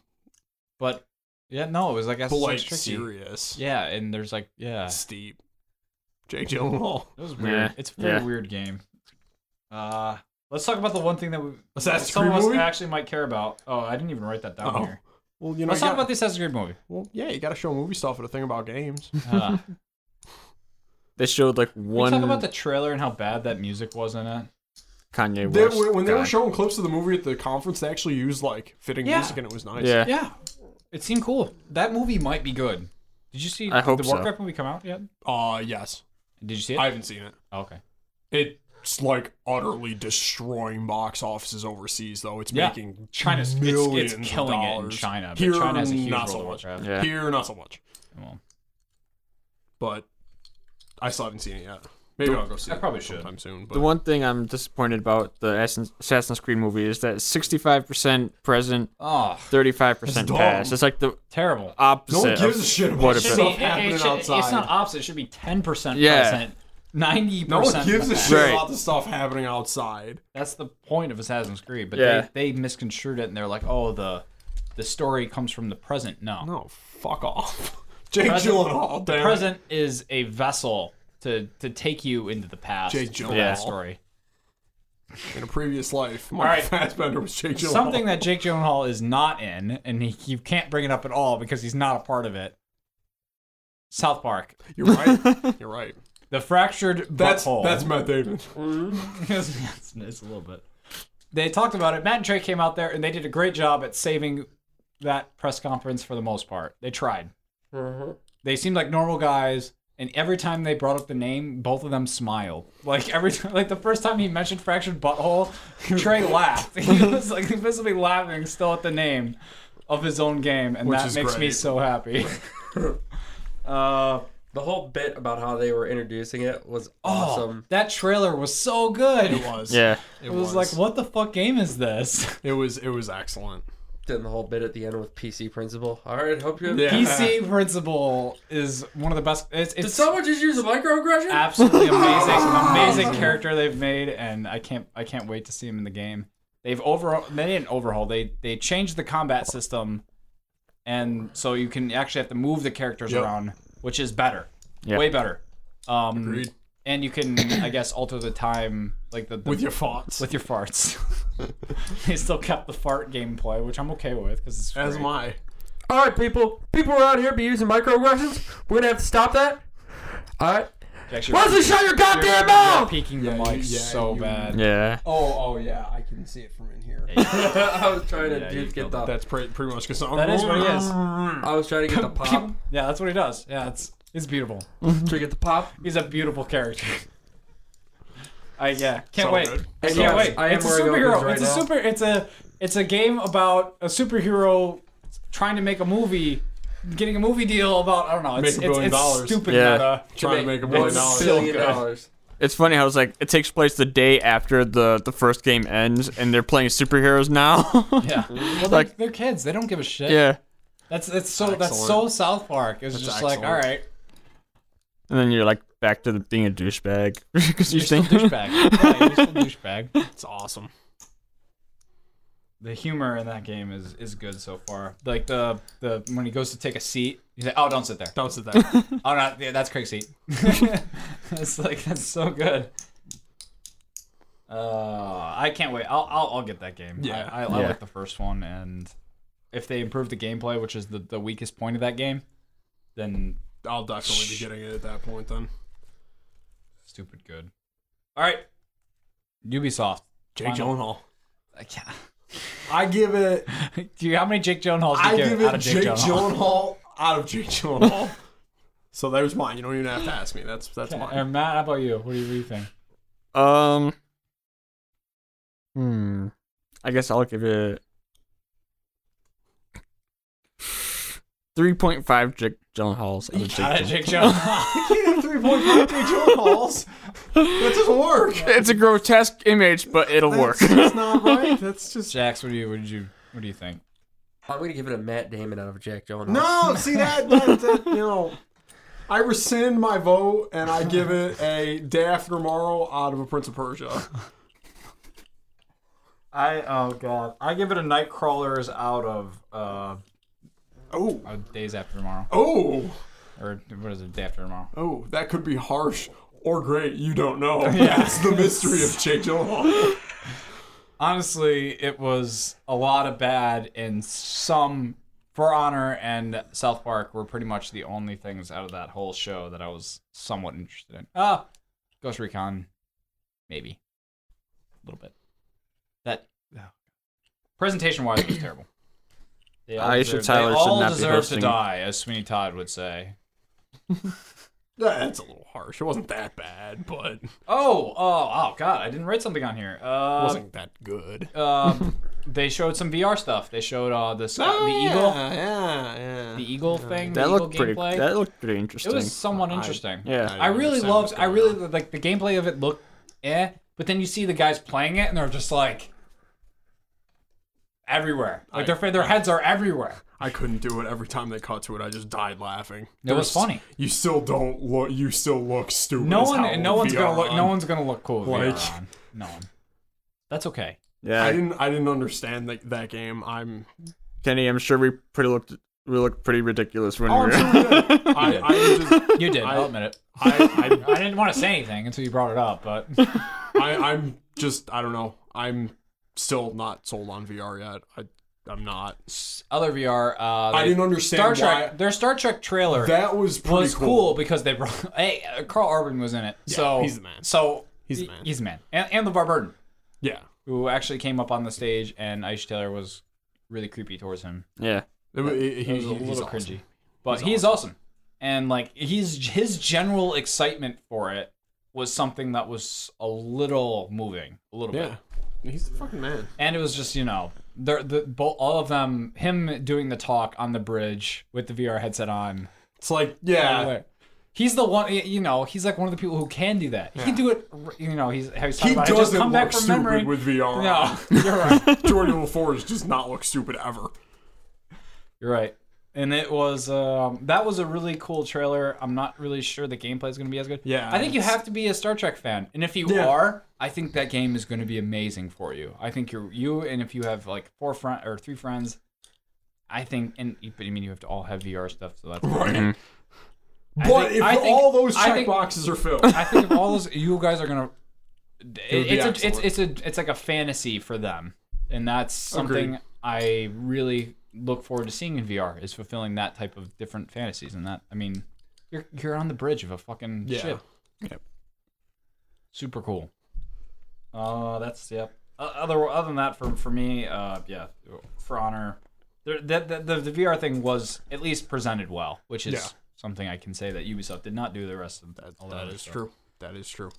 Speaker 2: but yeah, no, it was like SSX
Speaker 1: but like
Speaker 2: tricky.
Speaker 1: serious,
Speaker 2: Yeah, and there's like yeah,
Speaker 1: steep. Jake Gyllenhaal,
Speaker 2: it was weird.
Speaker 3: Yeah,
Speaker 2: It's a very
Speaker 3: yeah.
Speaker 2: weird game. Uh, let's talk about the one thing that we
Speaker 1: Assassin's
Speaker 2: some of
Speaker 1: Creed
Speaker 2: us
Speaker 1: movie?
Speaker 2: actually might care about. Oh, I didn't even write that down
Speaker 1: Oh.
Speaker 2: here.
Speaker 1: Well, you know,
Speaker 2: Let's
Speaker 1: you
Speaker 2: talk
Speaker 1: gotta-
Speaker 2: about the Assassin's Creed movie.
Speaker 1: well, yeah, you got to show movie stuff at a thing about games.
Speaker 2: Uh,
Speaker 3: They showed like
Speaker 2: can we
Speaker 3: one
Speaker 2: talk about the trailer and how bad that music was in it.
Speaker 3: Kanye West.
Speaker 1: They, when when they
Speaker 3: guy.
Speaker 1: were showing clips of the movie at the conference, they actually used like fitting
Speaker 2: Yeah.
Speaker 1: music, and it was nice.
Speaker 3: yeah.
Speaker 2: Yeah, it seemed cool. That movie might be good. Did you see
Speaker 3: I hope
Speaker 2: the
Speaker 3: so.
Speaker 2: Warcraft movie come out yet?
Speaker 1: Uh yes,
Speaker 2: Did you see it?
Speaker 1: I haven't seen it.
Speaker 2: Oh, okay.
Speaker 1: It's like utterly destroying box offices overseas, though. It's
Speaker 2: Yeah.
Speaker 1: making
Speaker 2: China's it's,
Speaker 1: millions
Speaker 2: it's killing
Speaker 1: of
Speaker 2: it in
Speaker 1: dollars.
Speaker 2: China. But
Speaker 1: Here,
Speaker 2: China has a huge
Speaker 1: not
Speaker 2: World
Speaker 1: so
Speaker 2: of
Speaker 1: much.
Speaker 2: Warcraft.
Speaker 3: Yeah.
Speaker 1: Here, not so much.
Speaker 2: Well,
Speaker 1: But I still haven't seen it yet. Maybe I'll go see
Speaker 2: I
Speaker 1: it
Speaker 2: probably should.
Speaker 1: sometime soon. But
Speaker 3: The one thing I'm disappointed about the Assassin- Assassin's Creed movie is that 65% present,
Speaker 2: Oh,
Speaker 3: 35%
Speaker 1: It's
Speaker 3: past.
Speaker 1: dumb.
Speaker 3: It's like the
Speaker 2: terrible.
Speaker 1: no
Speaker 3: opposite.
Speaker 1: one gives
Speaker 3: of
Speaker 1: a shit about
Speaker 3: what if
Speaker 2: Should
Speaker 3: it-
Speaker 2: be,
Speaker 1: stuff
Speaker 2: it-
Speaker 1: happening
Speaker 2: it should- it's
Speaker 1: outside.
Speaker 2: not opposite. It should be 10%
Speaker 3: Yeah.
Speaker 2: present, 90%.
Speaker 1: no one gives a
Speaker 2: present.
Speaker 1: shit
Speaker 3: Right.
Speaker 1: about the stuff happening outside.
Speaker 2: That's the point of Assassin's Creed. But
Speaker 3: Yeah.
Speaker 2: they, they misconstrued it and they're like, oh, the the story comes from the present. No.
Speaker 1: No, fuck off. Jake
Speaker 2: Present-
Speaker 1: Gyllenhaal,
Speaker 2: The
Speaker 1: damn it.
Speaker 2: present is a vessel to, to take you into the past.
Speaker 1: Jake
Speaker 2: for
Speaker 1: Gyllenhaal.
Speaker 2: that story.
Speaker 1: in a previous life. Mark
Speaker 2: right.
Speaker 1: Fassbender was Jake Gyllenhaal.
Speaker 2: Something that Jake Gyllenhaal is not in, and he, you can't bring it up at all because he's not a part of it. South Park,
Speaker 1: You're right. You're right.
Speaker 2: the fractured
Speaker 1: That's
Speaker 2: butthole.
Speaker 1: that's Matt Damon.
Speaker 2: it's, it's- it's a little bit. They talked about it. Matt and Trey came out there, and they did a great job at saving that press conference for the most part. They tried.
Speaker 1: Mm-hmm.
Speaker 2: They seemed like normal guys, and every time they brought up the name, both of them smiled. Like every time, like the first time he mentioned fractured butthole, Trey laughed. He was like visibly laughing still at the name of his own game, and
Speaker 1: Which
Speaker 2: that
Speaker 1: is
Speaker 2: makes me
Speaker 1: great.
Speaker 2: so happy. uh,
Speaker 4: The whole bit about how they were introducing it was
Speaker 2: awesome.
Speaker 4: awesome.
Speaker 2: That trailer was so good.
Speaker 1: It was.
Speaker 3: Yeah.
Speaker 1: It,
Speaker 2: It was, like, what the fuck game is this?
Speaker 1: It was. It was excellent.
Speaker 4: Then the whole bit at the end with PC Principal. All right, hope you.
Speaker 1: Yeah.
Speaker 2: PC E Principal is one of the best. It's,
Speaker 4: Did
Speaker 2: it's
Speaker 4: someone just use a microaggression?
Speaker 2: absolutely amazing, amazing character they've made, and I can't, I can't wait to see him in the game. They've over, they didn't overhaul. They they changed the combat system, and so you can actually have to move the characters
Speaker 1: Yep.
Speaker 2: around which is better,
Speaker 3: Yeah.
Speaker 2: way better. Um,
Speaker 1: Agreed.
Speaker 2: And you can, I guess, alter the time like the, the
Speaker 1: With your farts.
Speaker 2: with your farts. they still kept the fart gameplay, which I'm okay with because it's
Speaker 1: As
Speaker 2: great.
Speaker 1: am I.
Speaker 4: All right, Ah. people. People around here be using microaggressions. We're gonna have to stop that. All right.
Speaker 2: Actually,
Speaker 4: Leslie, shut your
Speaker 2: you're-
Speaker 4: goddamn
Speaker 2: you're
Speaker 4: mouth!
Speaker 2: Peeking
Speaker 1: Yeah,
Speaker 2: the
Speaker 1: you-
Speaker 2: mic
Speaker 1: yeah,
Speaker 2: so
Speaker 1: you-
Speaker 2: bad.
Speaker 3: Yeah.
Speaker 1: Oh, oh yeah, I can see it from in here.
Speaker 4: I was trying to
Speaker 2: Yeah,
Speaker 4: do-
Speaker 2: you
Speaker 4: get
Speaker 2: killed
Speaker 4: the.
Speaker 1: That's pretty pretty much because
Speaker 2: That is what he is.
Speaker 4: Ah. I was trying to get the pop.
Speaker 2: Yeah, that's what he does. Yeah, it's it's beautiful.
Speaker 4: trying to get the pop.
Speaker 2: He's a beautiful character. I yeah, can't
Speaker 1: all
Speaker 2: wait.
Speaker 1: good.
Speaker 2: I
Speaker 4: It's
Speaker 2: can't
Speaker 4: all
Speaker 2: wait.
Speaker 4: good. I am
Speaker 2: it's a
Speaker 4: wearing Oakleys
Speaker 2: superhero.
Speaker 4: right
Speaker 2: it's a
Speaker 4: now.
Speaker 2: super. It's a it's a game about a superhero trying to make a movie, getting a movie deal about I don't know. It's,
Speaker 1: Make a
Speaker 2: it's-
Speaker 1: billion
Speaker 2: it's
Speaker 1: dollars.
Speaker 2: Stupid uh,
Speaker 3: Yeah.
Speaker 2: meta.
Speaker 1: Trying to make a
Speaker 4: one
Speaker 1: billion dollars.
Speaker 4: billion
Speaker 2: So good.
Speaker 4: dollars.
Speaker 3: It's funny how it's like it takes place the day after the the first game ends, and they're playing superheroes now.
Speaker 2: Yeah. Well,
Speaker 3: Like-
Speaker 2: they're, they're kids. They don't give a shit.
Speaker 3: yeah.
Speaker 2: That's that's so that's so
Speaker 1: Excellent.
Speaker 2: South Park. It was just like, all
Speaker 1: excellent.
Speaker 2: right,
Speaker 3: And then you're like back to the, being a douchebag because you
Speaker 2: you're still
Speaker 3: think.
Speaker 2: douchebag. Yeah, you're still douchebag.
Speaker 1: It's awesome.
Speaker 2: The humor in that game is is good so far. Like the the when he goes to take a seat, he's like, oh, don't sit there.
Speaker 1: Don't sit there.
Speaker 2: Oh, no, yeah, that's Craig's seat. it's like that's so good. Uh, I can't wait. I'll I'll, I'll get that game.
Speaker 1: Yeah.
Speaker 2: I, I, I
Speaker 3: Yeah.
Speaker 2: like the first one, and if they improve the gameplay, which is the, the weakest point of that game, then
Speaker 1: I'll definitely be getting it at that point then.
Speaker 2: stupid good. All right, Ubisoft.
Speaker 1: Jake
Speaker 2: Final.
Speaker 1: Gyllenhaal.
Speaker 2: I can't.
Speaker 1: I give it.
Speaker 2: Do you, how many Jake Gyllenhaals do
Speaker 1: I
Speaker 2: you
Speaker 1: give it
Speaker 2: out of
Speaker 1: Jake
Speaker 2: Jake, Gyllenhaal?
Speaker 1: Gyllenhaal out of Jake Gyllenhaal. So there's mine. You don't even have to ask me. That's that's mine.
Speaker 2: And Matt, how about you? What do you, what do you think?
Speaker 3: Um. Hmm. I guess I'll give it three point five Jake Gyllenhaals. out of Jake
Speaker 2: Out of
Speaker 3: Gyllenhaal.
Speaker 2: Jake Gyllenhaal.
Speaker 1: Three point five Jake Gyllenhaals. That doesn't work.
Speaker 3: It's a grotesque image, but it'll work.
Speaker 1: That's just not right. That's just
Speaker 2: Jax, what do you what did you what do you think?
Speaker 4: I'm gonna give it a Matt Damon out of Jack Gyllenhaal.
Speaker 1: no. See that, that, that you know. I rescind my vote and I give it a day after tomorrow out of a Prince of Persia.
Speaker 2: I oh god, I give it a Nightcrawlers out of uh
Speaker 1: Oh,
Speaker 2: days after tomorrow
Speaker 1: oh,
Speaker 2: or what is it day after tomorrow?
Speaker 1: oh! That could be harsh or great. You don't know. Yeah, it's the mystery of Jake Gyllenhaal.
Speaker 2: Honestly, it was a lot of bad and some. For Honor and South Park were pretty much the only things out of that whole show that I was somewhat interested in. Ah, Ghost Recon, maybe a little bit. That presentation wise was terrible. They all
Speaker 3: Aisha
Speaker 2: deserve,
Speaker 3: Tyler
Speaker 2: they
Speaker 3: should
Speaker 2: all
Speaker 3: not be
Speaker 2: deserve to
Speaker 3: hosting.
Speaker 2: die, as Sweeney Todd would say.
Speaker 1: That's a little harsh. It wasn't that bad, but it
Speaker 2: Oh, oh, oh, God! I didn't write something on here. Uh,
Speaker 1: wasn't that good.
Speaker 2: um, they showed some VR stuff. They showed uh, the sky,
Speaker 1: Oh,
Speaker 2: the eagle,
Speaker 1: yeah, yeah.
Speaker 2: the eagle thing.
Speaker 3: that
Speaker 2: the
Speaker 3: looked
Speaker 2: eagle
Speaker 3: pretty.
Speaker 2: gameplay.
Speaker 3: That looked pretty
Speaker 2: it
Speaker 3: interesting.
Speaker 2: was somewhat interesting.
Speaker 3: yeah.
Speaker 2: I really
Speaker 1: understand
Speaker 2: loved.
Speaker 1: what's
Speaker 2: I
Speaker 1: going
Speaker 2: really like the gameplay of it. Looked eh, but then you see the guys playing it, and they're just like everywhere. Like their fa- their heads are everywhere.
Speaker 1: I couldn't do it. Every time they cut to it, I just died laughing.
Speaker 2: It was funny.
Speaker 1: You still don't look. You still look stupid.
Speaker 2: No
Speaker 1: as
Speaker 2: one,
Speaker 1: hell
Speaker 2: and no one's
Speaker 1: with
Speaker 2: gonna
Speaker 1: VR
Speaker 2: look.
Speaker 1: on.
Speaker 2: No one's gonna look cool. With
Speaker 1: Like-
Speaker 2: VR on. No one. That's
Speaker 1: I
Speaker 2: okay.
Speaker 3: Yeah,
Speaker 1: didn't. I didn't understand that that game. I'm.
Speaker 3: Kenny, I'm sure we pretty looked we looked pretty ridiculous when
Speaker 1: Oh,
Speaker 3: we
Speaker 1: I'm
Speaker 3: were.
Speaker 1: sure we did. I, I, just,
Speaker 2: You did. I'll
Speaker 1: I-
Speaker 2: admit it.
Speaker 1: I,
Speaker 2: I didn't want to say anything until you brought it up, but
Speaker 1: I, I, I'm just. I don't know. I'm still not sold on VR yet. I, I'm not.
Speaker 2: other VR. Uh,
Speaker 1: I
Speaker 2: they-
Speaker 1: didn't understand
Speaker 2: Star
Speaker 1: why-
Speaker 2: Trek. Their Star Trek trailer
Speaker 1: That was pretty
Speaker 2: was cool. because they brought. Hey, uh, Carl Urban was in it. so
Speaker 1: he's the man.
Speaker 2: So
Speaker 1: He's the
Speaker 2: he-
Speaker 1: man.
Speaker 2: He's the man. And, and LeVar Burton,
Speaker 1: Yeah,
Speaker 2: who actually came up on the stage, and Aisha Taylor was really creepy towards him.
Speaker 3: yeah,
Speaker 1: it, wa- it-
Speaker 2: He
Speaker 1: he-
Speaker 2: was a
Speaker 1: he's
Speaker 2: little
Speaker 1: awesome.
Speaker 2: cringy, but he's awesome. And like he's his general excitement for it was something that was a little moving, a little bit.
Speaker 1: Yeah, he's the fucking man.
Speaker 2: And it was just, you know, they're, the bo- all of them, him doing the talk on the bridge with the VR headset on.
Speaker 1: It's like yeah.
Speaker 2: He's the one, y- you know, he's like one of the people who can do that. He can do it, r- you know, he's, how he's
Speaker 1: He
Speaker 2: talking about it, just
Speaker 1: doesn't
Speaker 2: come
Speaker 1: look
Speaker 2: back from
Speaker 1: stupid
Speaker 2: memory.
Speaker 1: with VR.
Speaker 2: no, you're right.
Speaker 1: Jordan LaForge does not look stupid ever.
Speaker 2: You're right. And it was, um, that was a really cool trailer. I'm not really sure the gameplay is going to be as good.
Speaker 1: Yeah,
Speaker 2: I think you
Speaker 1: it's-
Speaker 2: have to be a Star Trek fan. And if you
Speaker 1: Yeah.
Speaker 2: are, I think that game is going to be amazing for you. I think you're, you, and if you have like four friend or three
Speaker 1: Mm-hmm.
Speaker 2: friends, I think, and but I mean, you have to all have VR stuff, so that's
Speaker 1: Right.
Speaker 2: I
Speaker 1: But
Speaker 2: think-
Speaker 1: if
Speaker 2: I think-
Speaker 1: all those
Speaker 2: I
Speaker 1: check
Speaker 2: think-
Speaker 1: boxes are filled,
Speaker 2: I think of all those, you guys are gonna.
Speaker 1: would be
Speaker 2: It, it's, a, it's
Speaker 1: excellent.
Speaker 2: it's a it's like a fantasy for them, and that's something
Speaker 1: Agreed.
Speaker 2: I really look forward to seeing in VR is fulfilling that type of different fantasies. And that I mean, you're you're on the bridge of a fucking
Speaker 1: Yeah.
Speaker 2: ship.
Speaker 1: Yep.
Speaker 2: Super cool. Uh, that's yep. O- Other other than that, for for me, uh, yeah, for honor, there, the, the the the VR thing was at least presented well, which is
Speaker 1: Yeah.
Speaker 2: something I can say that Ubisoft did not do the rest of that. All
Speaker 1: that
Speaker 2: other
Speaker 1: is
Speaker 2: stuff.
Speaker 1: true. That is true.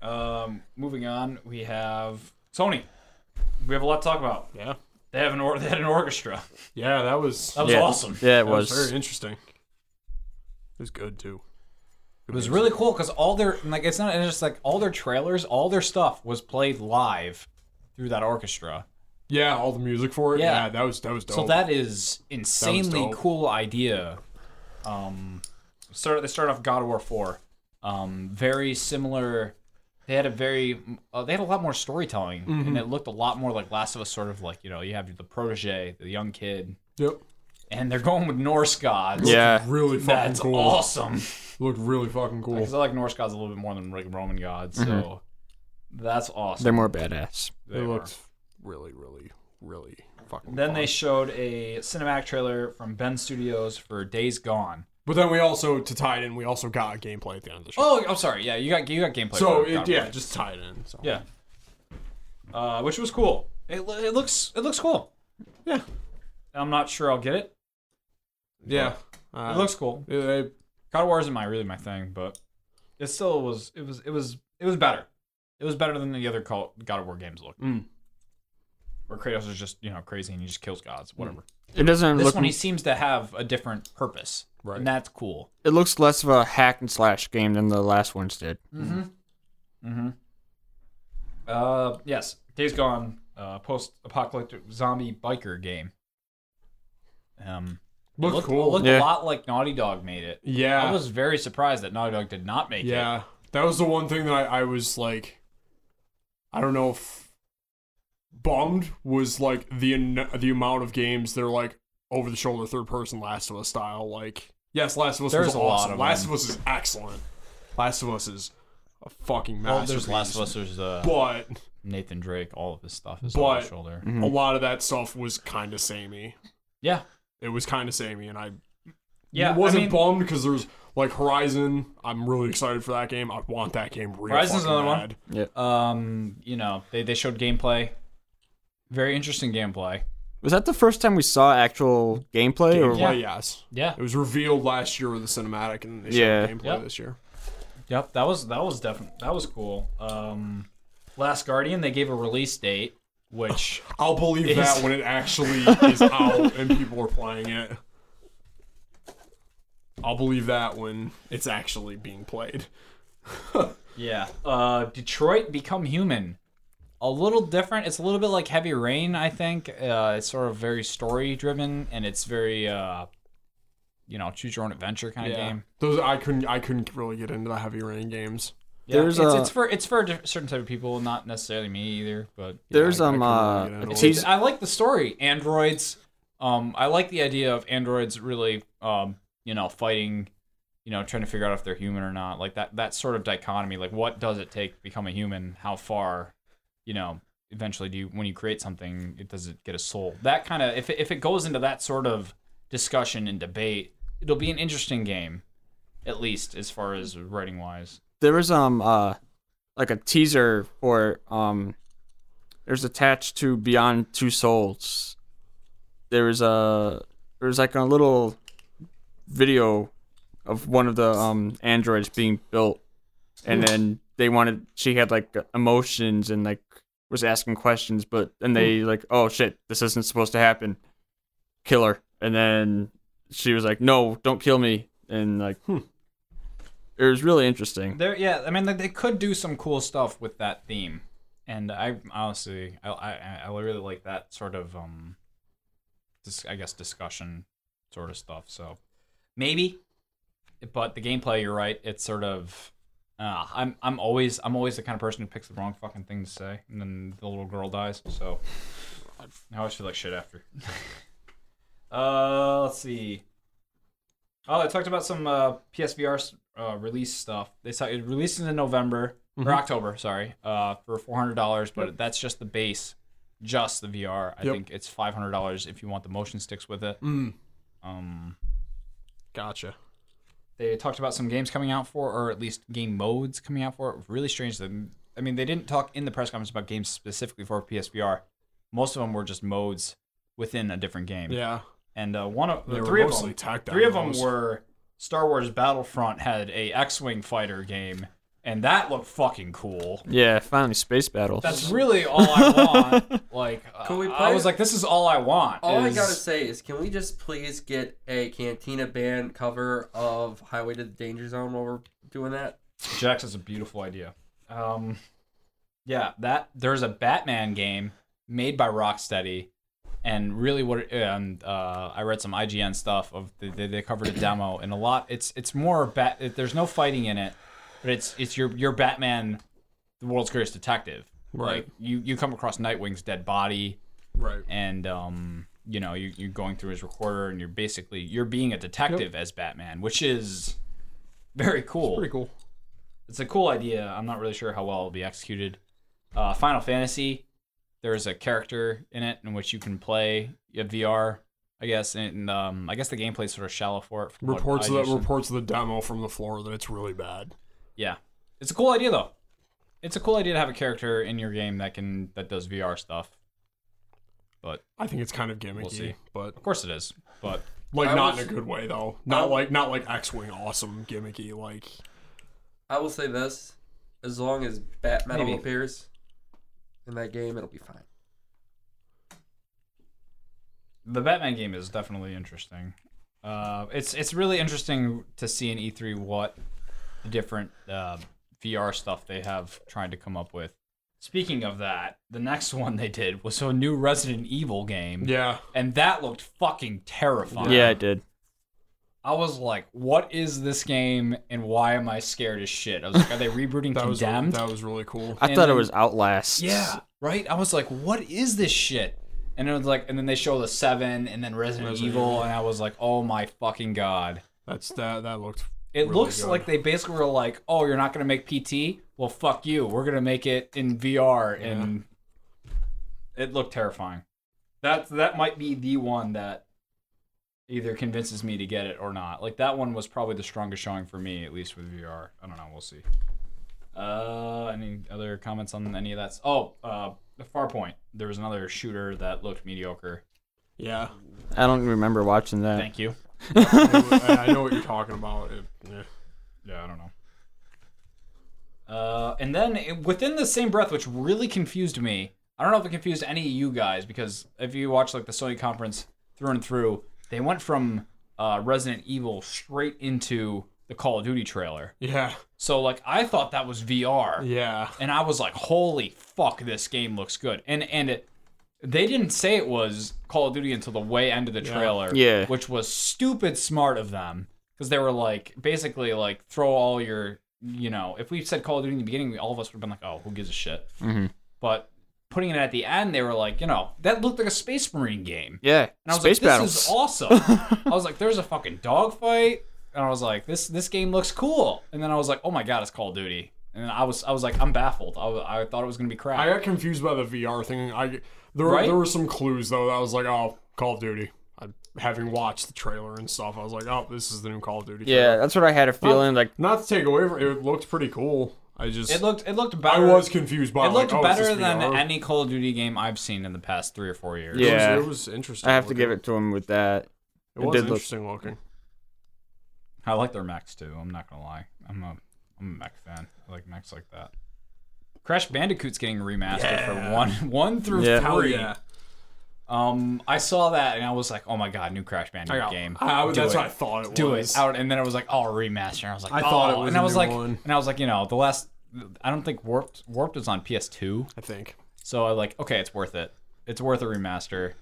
Speaker 2: Um, moving on, we have Sony. We have a lot to talk about.
Speaker 1: Yeah.
Speaker 2: They have an or- they had an orchestra.
Speaker 1: Yeah, that was
Speaker 2: That was
Speaker 3: yeah.
Speaker 2: awesome.
Speaker 3: Yeah, it
Speaker 1: that
Speaker 3: was.
Speaker 1: was, very interesting. It was good too.
Speaker 2: It was really cool because all their like it's not it's just like all their trailers, all their stuff was played live through that orchestra.
Speaker 1: Yeah, all the music for it.
Speaker 2: Yeah.
Speaker 1: Yeah, that was that was dope.
Speaker 2: So that is insanely
Speaker 1: dope.
Speaker 2: cool idea. Um, start they start off God of War four. Um, very similar. They had a very uh, they had a lot more storytelling, and it looked a lot more like Last of Us, sort of like you know you have the protege, the young kid,
Speaker 1: yep.
Speaker 2: and they're going with Norse gods.
Speaker 3: Yeah.
Speaker 1: Really fucking
Speaker 2: That's
Speaker 1: cool.
Speaker 2: awesome.
Speaker 1: Looked really fucking cool.
Speaker 2: Because I like Norse gods a little bit more than like Roman gods, so that's awesome.
Speaker 3: They're more badass.
Speaker 2: They
Speaker 1: It
Speaker 2: were.
Speaker 1: looked really, really, really fucking.
Speaker 2: Then
Speaker 1: fun.
Speaker 2: they showed a cinematic trailer from Ben Studios for Days Gone.
Speaker 1: But then we also to tie it in, we also got gameplay at the end of the show.
Speaker 2: Oh, I'm sorry. Yeah, you got you got gameplay.
Speaker 1: so
Speaker 2: for God
Speaker 1: it,
Speaker 2: of
Speaker 1: yeah,
Speaker 2: War.
Speaker 1: just tie it in. So.
Speaker 2: yeah, uh, which was cool. It, lo- it looks it looks cool.
Speaker 1: Yeah.
Speaker 2: I'm not sure I'll get it.
Speaker 1: Yeah. Uh,
Speaker 2: It looks cool.
Speaker 1: it- it-
Speaker 2: God of War isn't my really my thing, but it still was. It was it was it was better. It was better than the other Call, God of War games looked.
Speaker 1: mm.
Speaker 2: Where Kratos is just you know crazy and he just kills gods,
Speaker 1: Mm.
Speaker 2: whatever.
Speaker 3: It doesn't
Speaker 2: This
Speaker 3: look.
Speaker 2: one he seems to have a different purpose,
Speaker 1: Right.
Speaker 2: and that's cool.
Speaker 3: It looks less of a hack and slash game than the last ones did.
Speaker 2: Mm-hmm. Mm-hmm. Uh, yes. Days Gone, uh, post-apocalyptic zombie biker game. Um, it
Speaker 1: Looked cool.
Speaker 2: Looked
Speaker 3: Yeah.
Speaker 2: a lot like Naughty Dog made it.
Speaker 1: yeah.
Speaker 2: I was very surprised that Naughty Dog did not make it.
Speaker 1: Yeah, that was the one thing that I, I was like, I don't know if bummed was like the an- the amount of games they're like over the shoulder third person Last of Us style. Like, yes, Last of Us
Speaker 2: There's
Speaker 1: was
Speaker 2: a lot
Speaker 1: awesome.
Speaker 2: of
Speaker 1: Last
Speaker 2: them.
Speaker 1: of Us is excellent. Last of Us is a fucking
Speaker 2: Well,
Speaker 1: masterpiece.
Speaker 2: there's Last of Us. There's uh,
Speaker 1: but
Speaker 2: Nathan Drake. All of his stuff is on
Speaker 1: But-
Speaker 2: his shoulder.
Speaker 3: Mm-hmm.
Speaker 1: a lot of that stuff was kind of samey.
Speaker 2: Yeah.
Speaker 1: It was kind of samey, and I
Speaker 2: Yeah. I
Speaker 1: wasn't
Speaker 2: mean,
Speaker 1: bummed because there's like Horizon. I'm really excited for that game. I want that game. Real
Speaker 2: Horizon's
Speaker 1: fucking
Speaker 2: another one.
Speaker 1: bad.
Speaker 2: um, you know, they they showed gameplay. Very interesting gameplay.
Speaker 3: Was that the first time we saw actual gameplay? Or
Speaker 1: Gameplay,
Speaker 2: Yeah.
Speaker 1: yes.
Speaker 2: Yeah.
Speaker 1: It was revealed last year with the cinematic, and then they showed
Speaker 3: Yeah.
Speaker 1: the gameplay
Speaker 2: Yep.
Speaker 1: this year.
Speaker 2: Yep, that was that was definitely that was cool. Um, Last Guardian, they gave a release date, which
Speaker 1: I'll believe
Speaker 2: Is-
Speaker 1: that when it actually is out and people are playing it. I'll believe that when it's actually being played.
Speaker 2: yeah, uh, Detroit Become Human, a little different. It's a little bit like Heavy Rain, I think. Uh, it's sort of very story driven, and it's very uh, you know choose your own adventure kind of game.
Speaker 1: Those I couldn't I couldn't really get into the heavy rain games.
Speaker 2: Yeah,
Speaker 3: There's
Speaker 2: it's,
Speaker 3: a-
Speaker 2: it's for it's for a diff- certain type of people, not necessarily me either. But
Speaker 3: There's
Speaker 1: I- I
Speaker 3: um
Speaker 1: couldn't
Speaker 3: uh,
Speaker 1: really get into
Speaker 3: a
Speaker 1: it.
Speaker 3: teas-
Speaker 2: I like the story. Androids. Um, I like the idea of androids really, um, you know, fighting, you know, trying to figure out if they're human or not. Like that that sort of dichotomy. Like, what does it take to become a human? How far, you know, eventually do you when you create something, it does it get a soul? That kind of if it, if it goes into that sort of discussion and debate, it'll be an interesting game, at least as far as writing wise.
Speaker 3: there was um uh like a teaser for um there's attached to Beyond Two Souls. There was a there was like a little video of one of the um androids being built, and then they wanted she had like emotions and like was asking questions, but and they like oh shit this isn't supposed to happen, kill her, and then she was like no don't kill me and like it was really interesting.
Speaker 2: There, yeah, I mean, they, they could do some cool stuff with that theme, and I honestly, I, I, I really like that sort of, um, dis- I guess, discussion sort of stuff. So maybe, but the gameplay, you're right, it's sort of. Uh, I'm I'm always I'm always the kind of person who picks the wrong fucking thing to say, and then the little girl dies. So I always feel like shit after. uh, let's see. Oh, they talked about some uh, PSVR s- uh, release stuff. They saw it releases in November
Speaker 1: Mm-hmm.
Speaker 2: or October, sorry, uh, for four hundred dollars. But that's just the base, just the VR. I
Speaker 1: Yep.
Speaker 2: think it's five hundred dollars if you want the motion sticks with it. Um,
Speaker 1: Gotcha.
Speaker 2: they talked about some games coming out for, or at least game modes coming out for. it. Really strange. That I mean, they didn't talk in the press conference about games specifically for PSVR. Most of them were just modes within a different game.
Speaker 1: Yeah.
Speaker 2: And uh, one of
Speaker 1: They
Speaker 2: the
Speaker 1: were
Speaker 2: three of
Speaker 1: mostly
Speaker 2: them,
Speaker 1: tech
Speaker 2: three of them
Speaker 1: demos.
Speaker 2: were Star Wars Battlefront had a X-wing fighter game, and that looked fucking cool.
Speaker 3: Yeah, finally space battles.
Speaker 2: That's really all I want. Like, uh,
Speaker 4: Can we
Speaker 2: I
Speaker 4: play
Speaker 2: was
Speaker 4: it?
Speaker 2: like, this is all I want.
Speaker 4: All I
Speaker 2: is-
Speaker 4: gotta say is, can we just please get a Cantina band cover of Highway to the Danger Zone while we're doing that?
Speaker 2: Jax has a beautiful idea. Um, yeah, that there's a Batman game made by Rocksteady, and really what it- and uh, I read some IGN stuff of the, they, they covered a demo and a lot. It's it's more bat. it- There's no fighting in it, but it's it's your your Batman, the world's greatest detective.
Speaker 1: Right.
Speaker 2: Like you you come across Nightwing's dead body,
Speaker 1: Right.
Speaker 2: and um you know you, you're going through his recorder, and you're basically you're being a detective as Batman, which is very cool
Speaker 1: Pretty cool.
Speaker 2: it's a cool idea. I'm not really sure how well it'll be executed. Uh, Final Fantasy, there's a character in it in which you can play a VR, I guess, and um, I guess the gameplay's sort of shallow for it. from what
Speaker 1: Reports
Speaker 2: I
Speaker 1: of the
Speaker 2: understand.
Speaker 1: reports of the demo from the floor that it's really bad.
Speaker 2: yeah, it's a cool idea though. It's a cool idea to have a character in your game that can that does VR stuff. But
Speaker 1: I think it's kind of gimmicky,
Speaker 2: see.
Speaker 1: but
Speaker 2: of course it is. But
Speaker 1: like
Speaker 4: I
Speaker 1: not
Speaker 4: was-
Speaker 1: in a good way though. Not like not like X-wing awesome gimmicky. Like
Speaker 4: I will say this: as long as Bat Metal
Speaker 2: Maybe.
Speaker 4: appears in that game, it'll be fine.
Speaker 2: the Batman game is definitely interesting. Uh, it's it's really interesting to see in E3 what the different uh, VR stuff they have tried to come up with. Speaking of that, the next one they did was a new Resident Evil game,
Speaker 1: yeah,
Speaker 2: and that looked fucking terrifying.
Speaker 3: yeah, I did.
Speaker 2: I was like, "What is this game, and why am I scared as shit?" I was like, "Are they rebooting
Speaker 1: that was
Speaker 2: Condemned?"
Speaker 1: that was really cool.
Speaker 3: I
Speaker 2: And
Speaker 3: thought it
Speaker 2: then-
Speaker 3: was Outlast.
Speaker 2: Yeah, right. I was like, "What is this shit?" And it was like, and then they show the seven, and then Resident,
Speaker 1: Resident
Speaker 2: Evil,
Speaker 1: Evil.
Speaker 2: and I was like, "Oh my fucking god!"
Speaker 1: That's that that looked.
Speaker 2: It
Speaker 1: really
Speaker 2: looks
Speaker 1: good.
Speaker 2: like they basically were like, "Oh, you're not gonna make PT? Well, fuck you. We're gonna make it in VR." And it looked terrifying. That that might be the one that either convinces me to get it or not. Like that one was probably the strongest showing for me, at least with VR. I don't know. We'll see. Uh, any other comments on any of that? Oh, uh, the Farpoint. There was another shooter that looked mediocre.
Speaker 1: yeah.
Speaker 3: I don't remember watching that.
Speaker 2: Thank you.
Speaker 1: I I know what you're talking about. It, yeah.
Speaker 2: Yeah, I don't know. Uh, and then it- within the same breath, which really confused me, I don't know if it confused any of you guys because if you watch like the Sony conference through and through, they went from uh, Resident Evil straight into the Call of Duty trailer.
Speaker 1: yeah,
Speaker 2: So like I thought that was VR,
Speaker 1: yeah,
Speaker 2: and I was like, holy fuck, this game looks good. And and it, they didn't say it was Call of Duty until the way end of the trailer,
Speaker 3: Yeah.
Speaker 2: which was stupid smart of them because they were like basically like throw all your you know if we said Call of Duty in the beginning, we- all of us would have been like, oh, who gives a shit. But putting it at the end, they were like, you know, that looked like a Space Marine game.
Speaker 3: Yeah,
Speaker 2: And I was
Speaker 3: space
Speaker 2: like,
Speaker 3: battles.
Speaker 2: this is awesome. I was like, there's a fucking dogfight. And I was like, this this game looks cool. And then I was like, oh my god, it's Call of Duty. And then I was I was like, I'm baffled. I, wa- I thought it was gonna be crap.
Speaker 1: I got confused by the VR thing. I there were
Speaker 2: Right?
Speaker 1: there were some clues though. That I was like, oh, Call of Duty. I, having watched the trailer and stuff, I was like, oh, this is the new Call of Duty.
Speaker 3: yeah,
Speaker 1: trailer.
Speaker 3: that's what I had a feeling like.
Speaker 1: Not to take away from it, looked pretty cool. I just
Speaker 2: it looked it looked
Speaker 1: I
Speaker 2: better.
Speaker 1: was confused by
Speaker 2: It looked
Speaker 1: like, oh, is this
Speaker 2: better than
Speaker 1: VR?
Speaker 2: any Call of Duty game I've seen in the past three or four years.
Speaker 1: It was-
Speaker 3: Yeah.
Speaker 1: it was interesting.
Speaker 3: I have to give it to him with that.
Speaker 1: It,
Speaker 3: it
Speaker 1: was
Speaker 3: did look-
Speaker 1: interesting looking.
Speaker 2: I like their mechs too. I'm not gonna lie. I'm a I'm a mech fan. I like mechs like that. Crash Bandicoot's getting remastered for one one through
Speaker 3: Yeah.
Speaker 1: Hell
Speaker 2: three.
Speaker 1: Oh, yeah!
Speaker 2: Um, I saw that and I was like, oh my god, new Crash Bandicoot
Speaker 1: I got,
Speaker 2: game.
Speaker 1: I, I,
Speaker 2: Do
Speaker 1: that's
Speaker 2: it.
Speaker 1: what I thought it
Speaker 2: do
Speaker 1: was.
Speaker 2: it out, and then it was like, oh, remaster. And I was like,
Speaker 1: I
Speaker 2: oh.
Speaker 1: thought it was
Speaker 2: and
Speaker 1: a
Speaker 2: I was
Speaker 1: new
Speaker 2: like,
Speaker 1: one.
Speaker 2: and I was like, you know, the last, I don't think Warped Warped was on PS2,
Speaker 1: I think.
Speaker 2: so I like, okay, it's worth it. It's worth a remaster.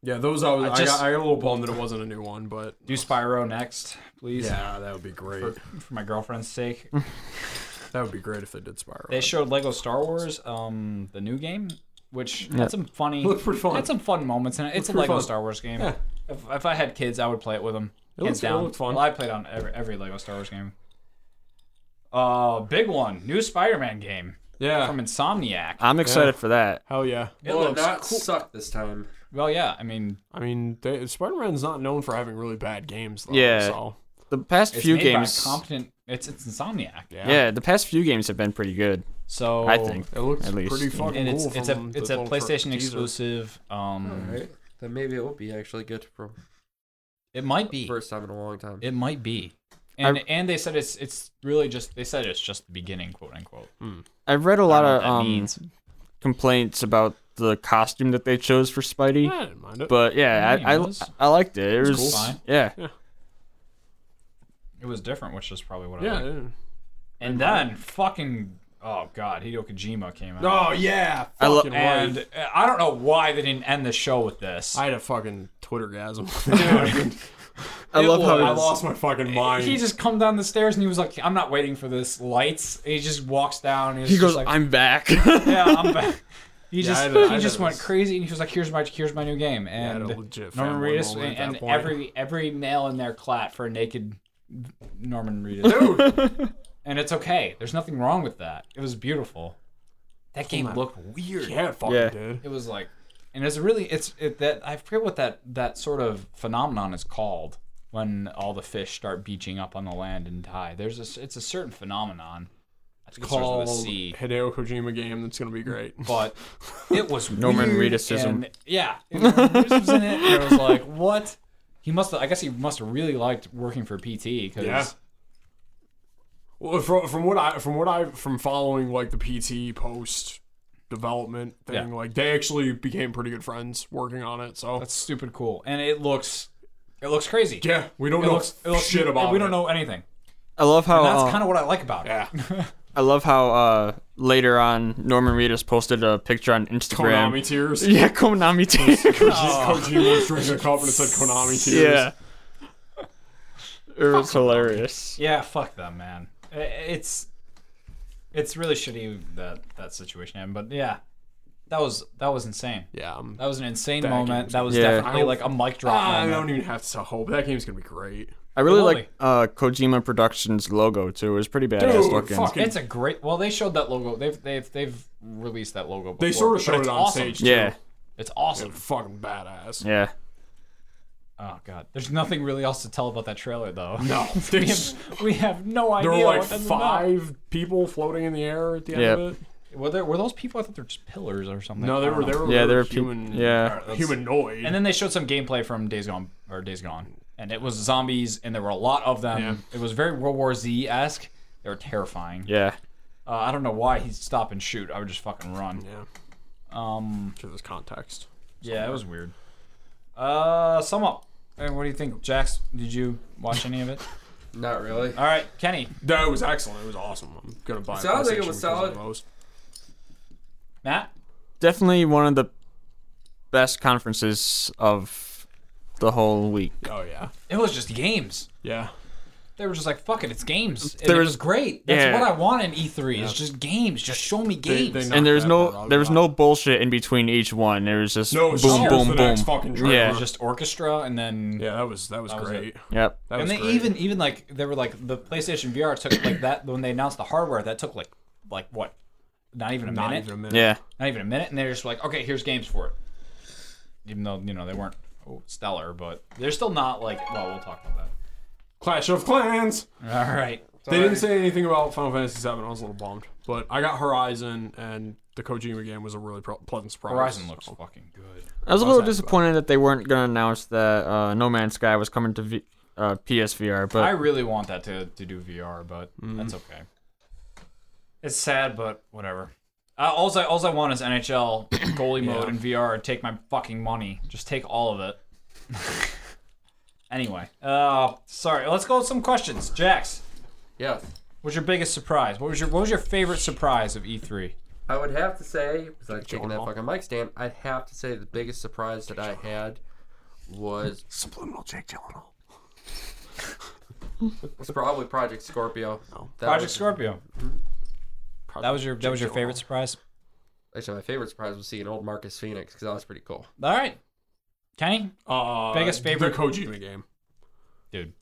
Speaker 1: Yeah, those I was. I,
Speaker 2: just-
Speaker 1: got, I got a little bummed that it wasn't a new one, but
Speaker 2: Do Spyro next, please,
Speaker 1: yeah, that would be great.
Speaker 2: for, for my girlfriend's sake.
Speaker 1: That would be great if they did Spyro.
Speaker 2: They showed Lego Star Wars, um, the new game, which had some funny,
Speaker 1: Looked pretty fun.
Speaker 2: had some fun moments in it. It's a
Speaker 1: pretty
Speaker 2: Lego
Speaker 1: fun.
Speaker 2: Star Wars game.
Speaker 1: Yeah.
Speaker 2: If, if I had kids, I would play it with them.
Speaker 1: It looks,
Speaker 2: hands
Speaker 1: it
Speaker 2: down.
Speaker 1: looked fun.
Speaker 2: Well, I played on every, every Lego Star Wars game. Uh, big one, new Spider-Man game
Speaker 1: yeah.
Speaker 2: from Insomniac.
Speaker 3: I'm excited for that.
Speaker 1: Hell yeah.
Speaker 2: It
Speaker 4: well, it
Speaker 2: looks
Speaker 4: not
Speaker 2: cool.
Speaker 4: suck this time.
Speaker 2: Well, yeah, I mean,
Speaker 1: I mean, they, Spider-Man's not known for having really bad games. Though,
Speaker 3: Yeah.
Speaker 1: So
Speaker 3: The past
Speaker 2: it's
Speaker 3: few
Speaker 2: made
Speaker 3: games,
Speaker 2: by a competent. It's it's Insomniac.
Speaker 1: yeah.
Speaker 3: yeah. the past few games have been pretty good.
Speaker 2: So
Speaker 3: I think.
Speaker 1: It looks
Speaker 3: At least.
Speaker 1: pretty fucking
Speaker 2: and it's
Speaker 1: cool.
Speaker 2: it's a
Speaker 1: from the
Speaker 2: it's a
Speaker 1: little
Speaker 2: PlayStation
Speaker 1: teaser.
Speaker 2: exclusive. Um,
Speaker 4: Alright. Then maybe it will be actually good for
Speaker 2: it might be.
Speaker 4: first time in a long time.
Speaker 2: It might be. And and they said it's it's really just they said it's just the beginning, quote unquote.
Speaker 3: I've read a
Speaker 2: I
Speaker 3: lot
Speaker 2: don't know
Speaker 3: of
Speaker 2: what that
Speaker 3: um,
Speaker 2: means.
Speaker 3: complaints about the costume that they chose for Spidey.
Speaker 1: I didn't mind it.
Speaker 3: But yeah,
Speaker 2: Yeah,
Speaker 3: I,
Speaker 2: it
Speaker 3: I,
Speaker 2: was-
Speaker 3: I liked it. It was,
Speaker 2: cool. Fine.
Speaker 3: yeah.
Speaker 2: It was different, which is probably what I
Speaker 1: yeah.
Speaker 2: liked.
Speaker 1: yeah.
Speaker 2: And then fucking oh god, Hideo Kojima came out.
Speaker 1: Oh yeah.
Speaker 3: I lo-
Speaker 1: Fucking right.
Speaker 2: and uh, I don't know why they didn't end the show with this.
Speaker 1: I had a fucking Twitter gasm.
Speaker 3: I
Speaker 2: It
Speaker 3: love how
Speaker 2: was-
Speaker 1: I
Speaker 3: it's-
Speaker 1: lost my fucking mind.
Speaker 2: he just come down the stairs and he was like, "I'm not waiting for this lights." And he just walks down. And he's
Speaker 3: he
Speaker 2: just
Speaker 3: goes,
Speaker 2: like,
Speaker 3: "I'm back."
Speaker 2: "Yeah, I'm back." He just
Speaker 1: I had a- I
Speaker 2: he
Speaker 1: had
Speaker 2: just
Speaker 1: a-
Speaker 2: went crazy and he was like, "Here's my here's my new game."
Speaker 1: I had
Speaker 2: And
Speaker 1: a legit
Speaker 2: Norman
Speaker 1: fanboy
Speaker 2: Reedus
Speaker 1: moment at
Speaker 2: and,
Speaker 1: that point.
Speaker 2: every every male in their clat for a naked Norman Reedus.
Speaker 1: Dude,
Speaker 2: and it's okay. There's nothing wrong with that. It was beautiful. That game looked weird.
Speaker 1: yeah, it fucking
Speaker 3: Yeah.
Speaker 1: did.
Speaker 2: It was like, and it's really it's it that I forget what that that sort of phenomenon is called when all the fish start beaching up on the land and die. There's a s- it's a certain phenomenon. I think it starts
Speaker 1: Called
Speaker 2: with a C,
Speaker 1: Hideo Kojima game that's gonna be great.
Speaker 2: but it was
Speaker 3: Norman
Speaker 2: weird
Speaker 3: Reedusism.
Speaker 2: and- Yeah, and Norman Reedus was in it. And it was like what. He must. I guess he must have really liked working for PT because
Speaker 1: Yeah. Well, from, from what I from what I from following like the PT post development thing,
Speaker 2: Yeah.
Speaker 1: like they actually became pretty good friends working on it. So
Speaker 2: that's stupid cool, and it looks, it looks crazy.
Speaker 1: yeah, we don't
Speaker 2: it
Speaker 1: know
Speaker 2: looks, it looks
Speaker 1: shit about.
Speaker 2: We don't
Speaker 1: it.
Speaker 2: know anything.
Speaker 3: I love how
Speaker 2: That's
Speaker 3: uh,
Speaker 2: kind of what I like about it.
Speaker 1: Yeah,
Speaker 3: I love how uh, later on Norman Reedus posted a picture on Instagram.
Speaker 1: Konami tears. Uh,
Speaker 3: Yeah, Konami tears.
Speaker 1: Kojima was drinking a cup and it said Konami tears.
Speaker 3: yeah, it was hilarious.
Speaker 2: Yeah, fuck them, man. I- It's it's really shitty that that situation happened, but yeah, that was that was insane.
Speaker 1: yeah. um, I'm-
Speaker 2: That was an insane
Speaker 1: That
Speaker 2: moment.
Speaker 1: game's-
Speaker 2: That was
Speaker 3: Yeah.
Speaker 2: definitely
Speaker 1: I-
Speaker 2: like a mic drop.
Speaker 1: Ah, I
Speaker 2: moment.
Speaker 1: don't even have to hope that game's gonna be great.
Speaker 3: I really
Speaker 2: Totally.
Speaker 3: like uh, Kojima Productions logo too. It was pretty badass
Speaker 1: Dude,
Speaker 3: looking.
Speaker 1: fucking.
Speaker 2: It's a great. Well, they showed that logo. They've they've they've released that logo. Before,
Speaker 1: they sort
Speaker 2: but
Speaker 1: of showed
Speaker 2: it's
Speaker 1: it on
Speaker 2: awesome.
Speaker 1: stage.
Speaker 3: yeah,
Speaker 1: too.
Speaker 2: It's awesome.
Speaker 1: It's fucking badass.
Speaker 3: yeah.
Speaker 2: Oh god, there's nothing really else to tell about that trailer though.
Speaker 1: No,
Speaker 2: we, have, we have no idea.
Speaker 1: there were like
Speaker 2: what that's about.
Speaker 1: five people floating in the air at the end
Speaker 3: Yep.
Speaker 1: of it.
Speaker 2: Were there were those people? I thought they're just pillars or something.
Speaker 1: No, they
Speaker 2: I don't
Speaker 1: were they
Speaker 2: know.
Speaker 1: were
Speaker 3: Yeah,
Speaker 1: they
Speaker 3: there
Speaker 1: were
Speaker 3: were peop-
Speaker 1: human
Speaker 3: yeah.
Speaker 1: uh, humanoid.
Speaker 2: And then they showed some gameplay from Days Gone or Days Gone, and it was zombies, and there were a lot of them.
Speaker 1: Yeah.
Speaker 2: It was very World War Z esque. They were terrifying.
Speaker 3: Yeah,
Speaker 2: Uh, I don't know why he'd stop and shoot. I would just fucking run.
Speaker 1: yeah,
Speaker 2: Um,
Speaker 1: to this context.
Speaker 2: yeah, it was weird. Uh, sum up. Hey, what do you think, Jax? Did you watch any of it?
Speaker 4: Not really.
Speaker 2: All right, Kenny,
Speaker 1: No, it was excellent. It was awesome. I'm gonna buy. a
Speaker 4: Sounds like it
Speaker 1: PlayStation
Speaker 4: was
Speaker 1: because of
Speaker 4: solid.
Speaker 1: those.
Speaker 2: Matt.
Speaker 3: definitely one of the best conferences of the whole week.
Speaker 1: Oh yeah,
Speaker 2: It was just games.
Speaker 1: yeah.
Speaker 2: They were just like, "Fuck it, it's games." And
Speaker 3: There
Speaker 2: it
Speaker 3: was-
Speaker 2: was great. That's
Speaker 3: yeah.
Speaker 2: what I want in E3. It's just games. Just show me
Speaker 1: They-
Speaker 2: games.
Speaker 1: they knocked
Speaker 3: And there was
Speaker 1: that part out
Speaker 3: no
Speaker 1: of
Speaker 3: there was
Speaker 1: that.
Speaker 3: no bullshit in between each one. There was just
Speaker 1: No, it
Speaker 3: boom,
Speaker 1: was just here's
Speaker 3: boom,
Speaker 1: the
Speaker 3: boom.
Speaker 1: next fucking trailer.
Speaker 2: It
Speaker 3: Yeah,
Speaker 2: was just orchestra, and then
Speaker 1: yeah. That was that was
Speaker 2: That was
Speaker 1: great.
Speaker 3: yep.
Speaker 1: That was
Speaker 2: and they
Speaker 1: great.
Speaker 2: even even like they were like the PlayStation VR took like that when they announced the hardware that took like like what not even a
Speaker 1: not
Speaker 2: minute
Speaker 1: even a minute.
Speaker 3: Yeah,
Speaker 2: not even a minute and they're just like okay here's games for it even though you know they weren't oh, stellar but they're still not like well we'll talk about
Speaker 1: Clash of Clans.
Speaker 2: that all right
Speaker 1: They didn't say anything about Final Fantasy VII. I was a little bummed, but I got Horizon, and the Kojima game was a really pro- pleasant surprise.
Speaker 2: Horizon looks fucking good
Speaker 3: I was a little
Speaker 2: that about?
Speaker 3: disappointed that they weren't gonna announce that uh, No Man's Sky was coming to v- uh, PSVR, but
Speaker 2: I really want that to to do VR but that's okay it's sad but whatever. Uh, all I all I want is NHL goalie mode and VR. Take my fucking money. Just take all of it. anyway, uh, sorry. Let's go with some questions. Jax,
Speaker 4: Yes.
Speaker 2: what's your biggest surprise? What was your what was your favorite surprise of E E3?
Speaker 4: I would have to say, besides taking that
Speaker 1: Hall.
Speaker 4: fucking mic stand, I'd have to say the biggest surprise that I had was
Speaker 1: Subliminal Jake Gyllenhaal.
Speaker 4: was probably Project Scorpio. That
Speaker 2: Project
Speaker 4: was-
Speaker 2: Scorpio. That was your that was your favorite surprise.
Speaker 4: Actually, my favorite surprise was seeing old Marcus Phoenix because that was pretty cool.
Speaker 2: All right, Kenny.
Speaker 1: Uh,
Speaker 2: Biggest favorite-
Speaker 1: the Kojima game.
Speaker 2: dude.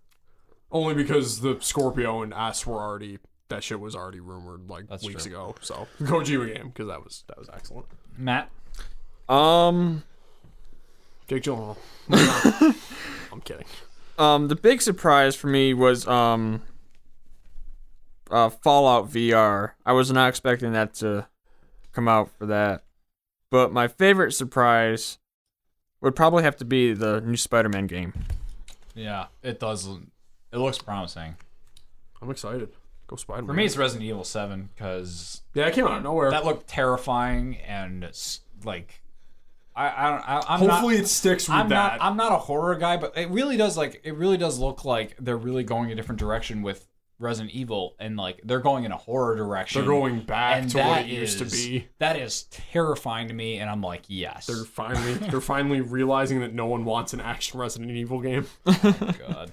Speaker 1: Only because the Scorpio and us were already that shit was already rumored like
Speaker 2: That's
Speaker 1: weeks
Speaker 2: true.
Speaker 1: ago. So Kojima game because that was that was excellent.
Speaker 2: Matt,
Speaker 3: Um,
Speaker 1: Jake Gyllenhaal. I'm kidding.
Speaker 3: um, the big surprise for me was um, uh, Fallout VR. I was not expecting that to come out for that, but my favorite surprise would probably have to be the new Spider-Man game.
Speaker 2: yeah, it does. It looks promising.
Speaker 1: I'm excited. Go Spider Man.
Speaker 2: For me, it's Resident Evil Seven because
Speaker 1: yeah, it came out of nowhere.
Speaker 2: that looked terrifying and s- like I I don't I, I'm not-
Speaker 1: Hopefully, it sticks with
Speaker 2: I'm
Speaker 1: that.
Speaker 2: not I'm not a horror guy, but it really does like it really does look like they're really going a different direction with Resident Evil and like they're going in a horror direction.
Speaker 1: They're going back
Speaker 2: and
Speaker 1: to what
Speaker 2: that
Speaker 1: it used to
Speaker 2: is-
Speaker 1: be.
Speaker 2: That is terrifying to me, and I'm like, yes.
Speaker 1: They're finally they're finally realizing that no one wants an action Resident Evil game
Speaker 2: God.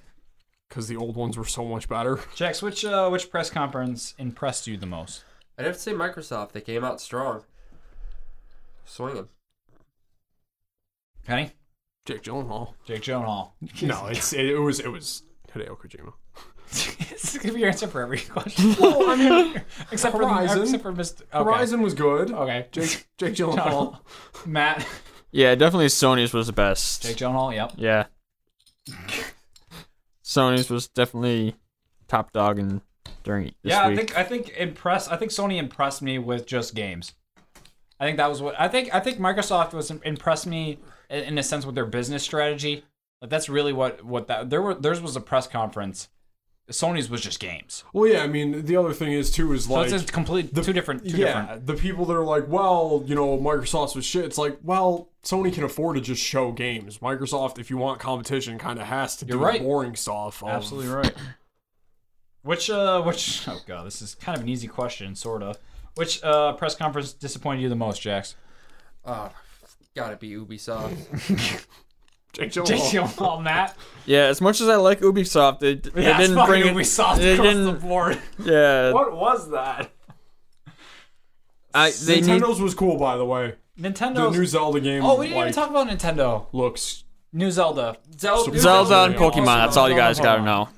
Speaker 1: because the old ones were so much better.
Speaker 2: Jax, which uh, which press conference impressed you the most?
Speaker 4: I'd have to say Microsoft. They came out strong, swinging.
Speaker 2: Kenny,
Speaker 1: Jake Gyllenhaal.
Speaker 2: Jake Gyllenhaal.
Speaker 1: No, it's it, it was it was Hideo Kojima.
Speaker 2: this is gonna be your answer for every question. well, I mean, except for
Speaker 1: Horizon.
Speaker 2: the, except for Mr. Okay.
Speaker 1: Horizon was good.
Speaker 2: Okay.
Speaker 1: Jake Jake Gyllenhaal.
Speaker 2: Matt.
Speaker 3: Yeah, definitely Sony's was the best.
Speaker 2: Jake Gyllenhaal. Yep.
Speaker 3: Yeah. Sony's was definitely top dog and during this
Speaker 2: yeah, I
Speaker 3: week.
Speaker 2: think I think impress. I think Sony impressed me with just games. I think that was what I think. I think Microsoft was impressed me in, in a sense with their business strategy. Like that's really what what that there were theirs was a press conference. Sony's was just games.
Speaker 1: Well, yeah, I mean the other thing is too is
Speaker 2: So
Speaker 1: like
Speaker 2: it's a complete two different two
Speaker 1: yeah,
Speaker 2: different.
Speaker 1: the people that are like, well, you know, Microsoft's was shit. It's like, well, Sony can afford to just show games. Microsoft, if you want competition, kind of has to
Speaker 2: You're
Speaker 1: do
Speaker 2: right.
Speaker 1: the boring stuff. um, of-
Speaker 2: Absolutely right. Which uh which oh god, this is kind of an easy question, sorta. Which uh press conference disappointed you the most, Jax?
Speaker 4: Oh, gotta be Ubisoft.
Speaker 1: Jake Gyllenhaal.
Speaker 2: Jake Gyllenhaal, Matt.
Speaker 3: yeah, as much as I like Ubisoft, they, they
Speaker 2: Yeah, it's
Speaker 3: didn't bring
Speaker 2: fucking
Speaker 3: it.
Speaker 2: Ubisoft
Speaker 3: they
Speaker 2: across the
Speaker 3: didn't-
Speaker 2: board.
Speaker 3: Yeah,
Speaker 2: What was that?
Speaker 3: I, they need.
Speaker 1: Nintendo's was cool, by the way. The
Speaker 2: Nintendo.
Speaker 1: new Zelda game.
Speaker 2: oh, we didn't
Speaker 1: like,
Speaker 2: even talk about Nintendo.
Speaker 1: Looks
Speaker 2: New Zelda.
Speaker 4: Zelda,
Speaker 1: Zelda
Speaker 3: Zelda and
Speaker 1: Zelda
Speaker 3: Pokemon. That's all you guys gotta know.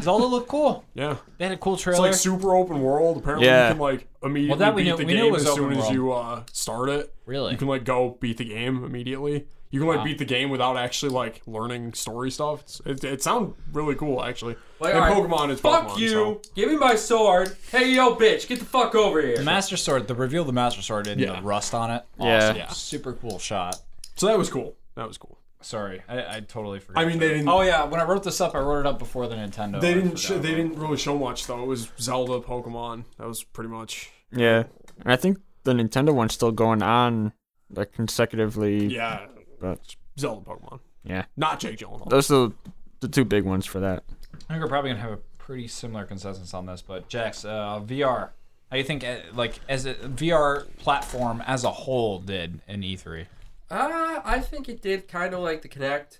Speaker 2: Zelda looked cool.
Speaker 1: yeah,
Speaker 2: They had a cool
Speaker 1: it's
Speaker 2: trailer.
Speaker 1: like super open world. Apparently,
Speaker 3: Yeah.
Speaker 1: you can like immediately
Speaker 2: that we
Speaker 1: beat
Speaker 2: knew-
Speaker 1: the
Speaker 2: we knew it
Speaker 1: game
Speaker 2: was
Speaker 1: as soon
Speaker 2: open
Speaker 1: as
Speaker 2: world.
Speaker 1: you uh, start it.
Speaker 2: Really?
Speaker 1: you can like go beat the game immediately. You can like beat the game without actually like learning story stuff. It's, it it sounds really cool actually.
Speaker 4: Like,
Speaker 1: and
Speaker 4: all right,
Speaker 1: Pokemon is
Speaker 4: Fuck
Speaker 1: Pokemon,
Speaker 4: you!
Speaker 1: so-
Speaker 4: Give me my sword. Hey, yo, bitch, get the fuck over here.
Speaker 2: the Master Sword. The reveal of the Master Sword and
Speaker 1: Yeah. Oh,
Speaker 2: the rust on it.
Speaker 3: Yeah.
Speaker 2: Awesome. Super cool shot.
Speaker 1: So that was cool. That was cool.
Speaker 2: Sorry, I, I totally forgot.
Speaker 1: I mean, they didn't.
Speaker 2: oh yeah, when I wrote this up, I wrote it up before the Nintendo.
Speaker 1: They
Speaker 2: I
Speaker 1: didn't.
Speaker 2: forgot
Speaker 1: Sh- they
Speaker 2: about it.
Speaker 1: didn't really show much though. It was Zelda, Pokemon. That was pretty much.
Speaker 3: Yeah, and I think the Nintendo one's still going on like consecutively.
Speaker 1: Yeah,
Speaker 3: But
Speaker 1: Zelda, Pokemon.
Speaker 3: yeah,
Speaker 1: Not Jake Gyllenhaal.
Speaker 3: those are the two big ones for that.
Speaker 2: I think we're probably gonna have a pretty similar consensus on this, but Jax, uh, VR. How do you think, uh, like, as a VR platform as a whole did in E E3?
Speaker 4: Uh, I think it did kind of like the Kinect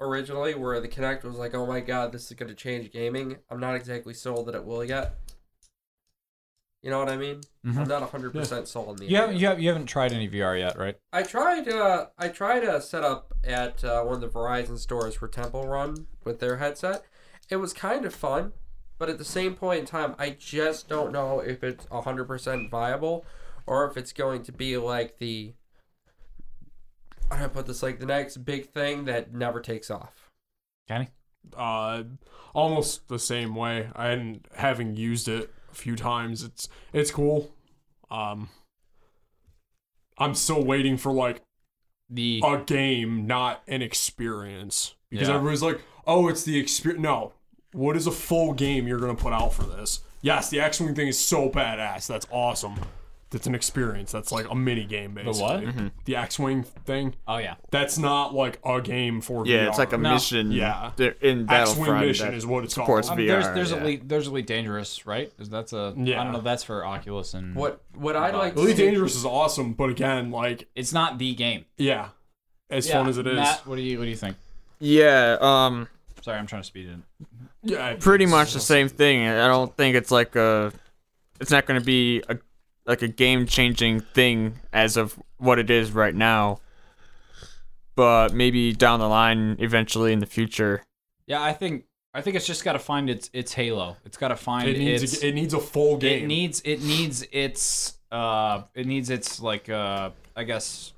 Speaker 4: originally, where the Kinect was like, oh my god, this is going to change gaming. I'm not exactly sold that it will yet. You know what I mean? I'm not 100% sold on the
Speaker 2: You
Speaker 4: idea.
Speaker 2: haven't, you, have, you haven't tried any VR yet, right?
Speaker 4: I tried. Uh, I tried a setup at uh, one of the Verizon stores for Temple Run with their headset. It was kind of fun, but at the same point in time, I just don't know if it's hundred percent viable, or if it's going to be like the. How do I put this? Like the next big thing that never takes off.
Speaker 2: Kenny?
Speaker 1: uh, almost the same way. I hadn't having used it a few times. It's it's cool. Um, I'm still waiting for like
Speaker 2: The
Speaker 1: a game, not an experience, because
Speaker 2: Yeah.
Speaker 1: everybody's like, oh, it's the experience. No, what is a full game you're gonna put out for this? Yes, the X Wing thing is so badass. That's awesome. That's an experience. That's like a mini game basically.
Speaker 2: what? Mm-hmm.
Speaker 1: The X Wing thing.
Speaker 2: oh yeah,
Speaker 1: That's not like a game for VR.
Speaker 2: No.
Speaker 3: mission.
Speaker 1: Yeah.
Speaker 3: they're in
Speaker 1: X-wing mission is what it's called.
Speaker 3: supports
Speaker 2: Um,
Speaker 3: VR,
Speaker 2: there's there's
Speaker 3: yeah.
Speaker 2: elite there's elite dangerous right? Is that's a I
Speaker 1: Yeah.
Speaker 2: don't know that's for Oculus and
Speaker 4: What What I'd like. to
Speaker 1: Elite
Speaker 4: see-
Speaker 1: Dangerous is awesome, but again, like,
Speaker 2: It's not the game.
Speaker 1: yeah, as fun as it is,
Speaker 2: Matt, what do you what do you think?
Speaker 3: Yeah, um,
Speaker 2: Sorry, I'm trying to speed it. in.
Speaker 1: yeah, it-
Speaker 3: pretty
Speaker 1: it's-
Speaker 3: much the same thing. I don't think it's like a, it's not going to be a like a game changing thing as of what it is right now. But maybe down the line, eventually in the future,
Speaker 2: Yeah, I think I think it's just got to find its its halo. It's got to find
Speaker 1: It needs
Speaker 2: its
Speaker 1: a, it needs a full game.
Speaker 2: it needs it needs its uh it needs its like uh I guess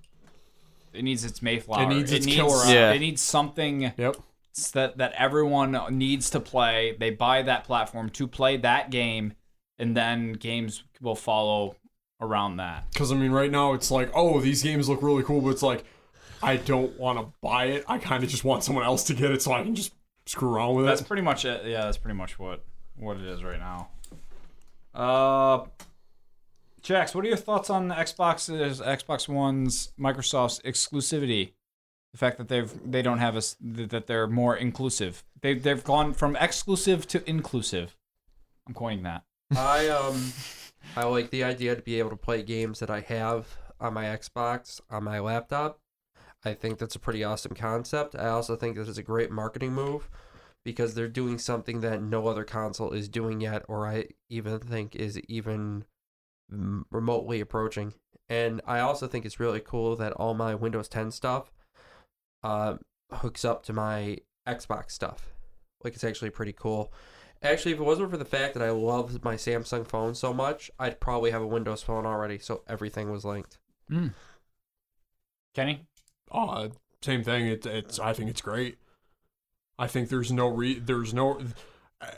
Speaker 2: it needs its Mayflower.
Speaker 1: It needs its killer app.
Speaker 3: Yeah.
Speaker 2: It needs something
Speaker 1: yep.
Speaker 2: that that everyone needs to play. They buy that platform to play that game, and then games will follow around that.
Speaker 1: Because I mean, right now it's like, oh, these games look really cool, but it's like, I don't want to buy it. I kind of just want someone else to get it so I can just screw around with
Speaker 2: That's
Speaker 1: it.
Speaker 2: pretty much it. Yeah, that's pretty much what what it is right now. Uh, Jax, what are your thoughts on the Xbox's Xbox One's Microsoft's exclusivity? The fact that they've they don't have us that they're more inclusive. They they've gone from exclusive to inclusive. I'm coining that.
Speaker 4: I um I like the idea to be able to play games that I have on my Xbox, on my laptop. I think that's a pretty awesome concept. I also think this is a great marketing move because they're doing something that no other console is doing yet or I even think is even mm, remotely approaching. And I also think it's really cool that all my Windows 10 stuff uh, hooks up to my Xbox stuff. Like it's actually pretty cool. Actually, if it wasn't for the fact that I love my Samsung phone so much, I'd probably have a Windows phone already. So everything was linked.
Speaker 2: Kenny,
Speaker 1: Uh, same thing. It, it's I think it's great. I think there's no re there's no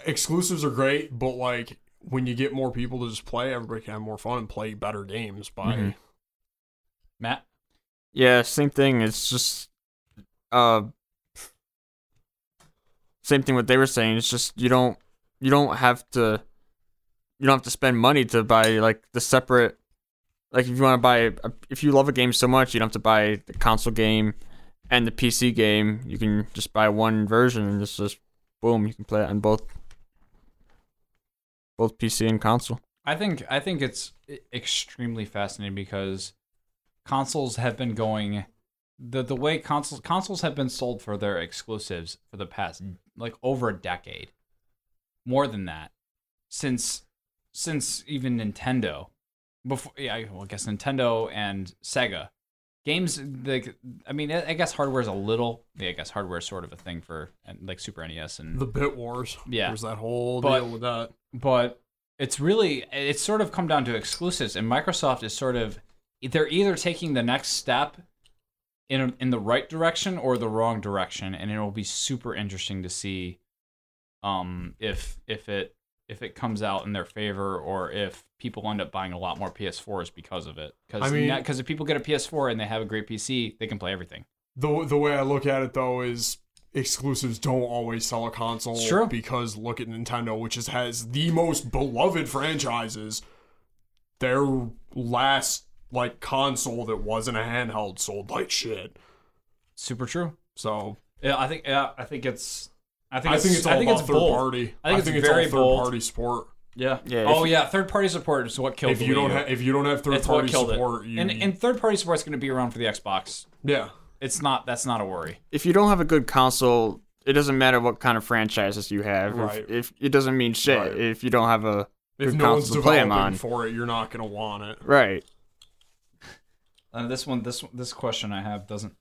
Speaker 1: exclusives are great, but like when you get more people to just play, everybody can have more fun and play better games by
Speaker 3: Mhm.
Speaker 2: Mm-hmm. Matt,
Speaker 3: Yeah, same thing. It's just uh same thing what they were saying. It's just you don't you don't have to you don't have to spend money to buy like the separate like if you want to buy a, if you love a game so much, you don't have to buy the console game and the PC game. You can just buy one version and it's just boom, you can play it on both both PC and console.
Speaker 2: I think I think it's e- extremely fascinating because consoles have been going the the way consoles consoles have been sold for their exclusives for the past like over a decade, more than that, since since even Nintendo, before yeah, I- well, I guess Nintendo and Sega, games like I mean I I guess hardware is a little yeah, I guess hardware is sort of a thing for and, like Super NES and
Speaker 1: the Bit Wars.
Speaker 2: Yeah.
Speaker 1: there's that whole
Speaker 2: But-
Speaker 1: deal with that.
Speaker 2: but it's really it's sort of come down to exclusives and microsoft is sort of they're either taking the next step in in the right direction or the wrong direction and it'll be super interesting to see um if if it if it comes out in their favor or if people end up buying a lot more ps4s because of it because
Speaker 1: I mean-
Speaker 2: if people get a ps4 and they have a great pc they can play everything
Speaker 1: the the way I look at it though is exclusives don't always sell a console
Speaker 2: It's true.
Speaker 1: because look at Nintendo which is, has the most beloved franchises their last like console that wasn't a handheld sold like shit
Speaker 2: super true
Speaker 1: so
Speaker 2: yeah i think yeah i think it's i think
Speaker 1: I
Speaker 2: it's,
Speaker 1: think it's all
Speaker 2: I think
Speaker 1: about
Speaker 2: it's
Speaker 1: third
Speaker 2: bold.
Speaker 1: party
Speaker 2: I think it's very
Speaker 1: all third
Speaker 2: bold.
Speaker 1: party support
Speaker 2: Yeah.
Speaker 3: Yeah,
Speaker 2: Oh
Speaker 3: if-
Speaker 2: yeah, third party support is what killed.
Speaker 1: if
Speaker 2: the
Speaker 1: you
Speaker 2: Wii
Speaker 1: don't
Speaker 2: U.
Speaker 1: ha- if you don't have third
Speaker 2: it's
Speaker 1: party
Speaker 2: what killed
Speaker 1: support
Speaker 2: it.
Speaker 1: you
Speaker 2: And and third party support's going to be around for the Xbox.
Speaker 1: yeah
Speaker 2: It's not. That's not a worry.
Speaker 3: if you don't have a good console, it doesn't matter what kind of franchises you have. If-
Speaker 1: Right.
Speaker 3: If, it doesn't mean shit
Speaker 1: Right.
Speaker 3: if you don't have a
Speaker 1: if
Speaker 3: good
Speaker 1: no one's
Speaker 3: console to play them
Speaker 1: developing
Speaker 3: on.
Speaker 1: for it you're not going to want it
Speaker 3: Right.
Speaker 2: Uh, this one, this this question I have doesn't.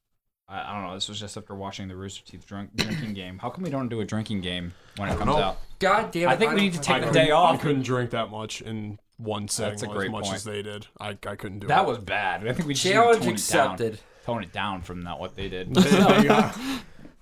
Speaker 2: I, I don't know. This was just after watching the Rooster Teeth drunk, drinking game. How come we don't do a drinking game when it comes
Speaker 1: know.
Speaker 2: out?
Speaker 4: God damn it!
Speaker 2: I think we
Speaker 4: don't
Speaker 2: need to
Speaker 4: play
Speaker 2: take
Speaker 1: I
Speaker 2: the
Speaker 4: games.
Speaker 2: day
Speaker 1: couldn't- I
Speaker 2: off.
Speaker 1: couldn't drink that much in one setting
Speaker 2: That's a
Speaker 1: as
Speaker 2: great
Speaker 1: much
Speaker 2: point.
Speaker 1: as they did I, I couldn't do
Speaker 2: That
Speaker 1: it
Speaker 2: was bad. I think we just need to
Speaker 4: Challenge
Speaker 2: tone It
Speaker 4: accepted.
Speaker 2: down, tone it down from that what they did.
Speaker 1: They got-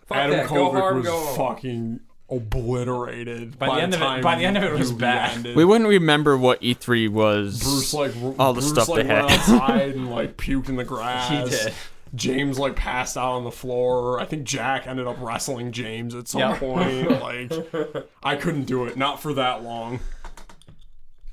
Speaker 4: Fuck
Speaker 1: Adam
Speaker 4: that. Go
Speaker 1: Kovac
Speaker 4: hard,
Speaker 1: was
Speaker 4: go home.
Speaker 1: fucking obliterated
Speaker 2: By the end of it-
Speaker 1: time
Speaker 2: by the end of it, it was
Speaker 1: you
Speaker 2: bad.
Speaker 1: ended.
Speaker 3: We wouldn't remember what E3 was.
Speaker 1: Bruce like r-
Speaker 3: all the
Speaker 1: Bruce,
Speaker 3: stuff
Speaker 1: like,
Speaker 3: they
Speaker 1: went
Speaker 3: had.
Speaker 1: outside and like puked in the grass.
Speaker 2: He did.
Speaker 1: James like passed out on the floor. I think Jack ended up wrestling James at some
Speaker 2: Yep.
Speaker 1: point. Like I couldn't do it, not for that long.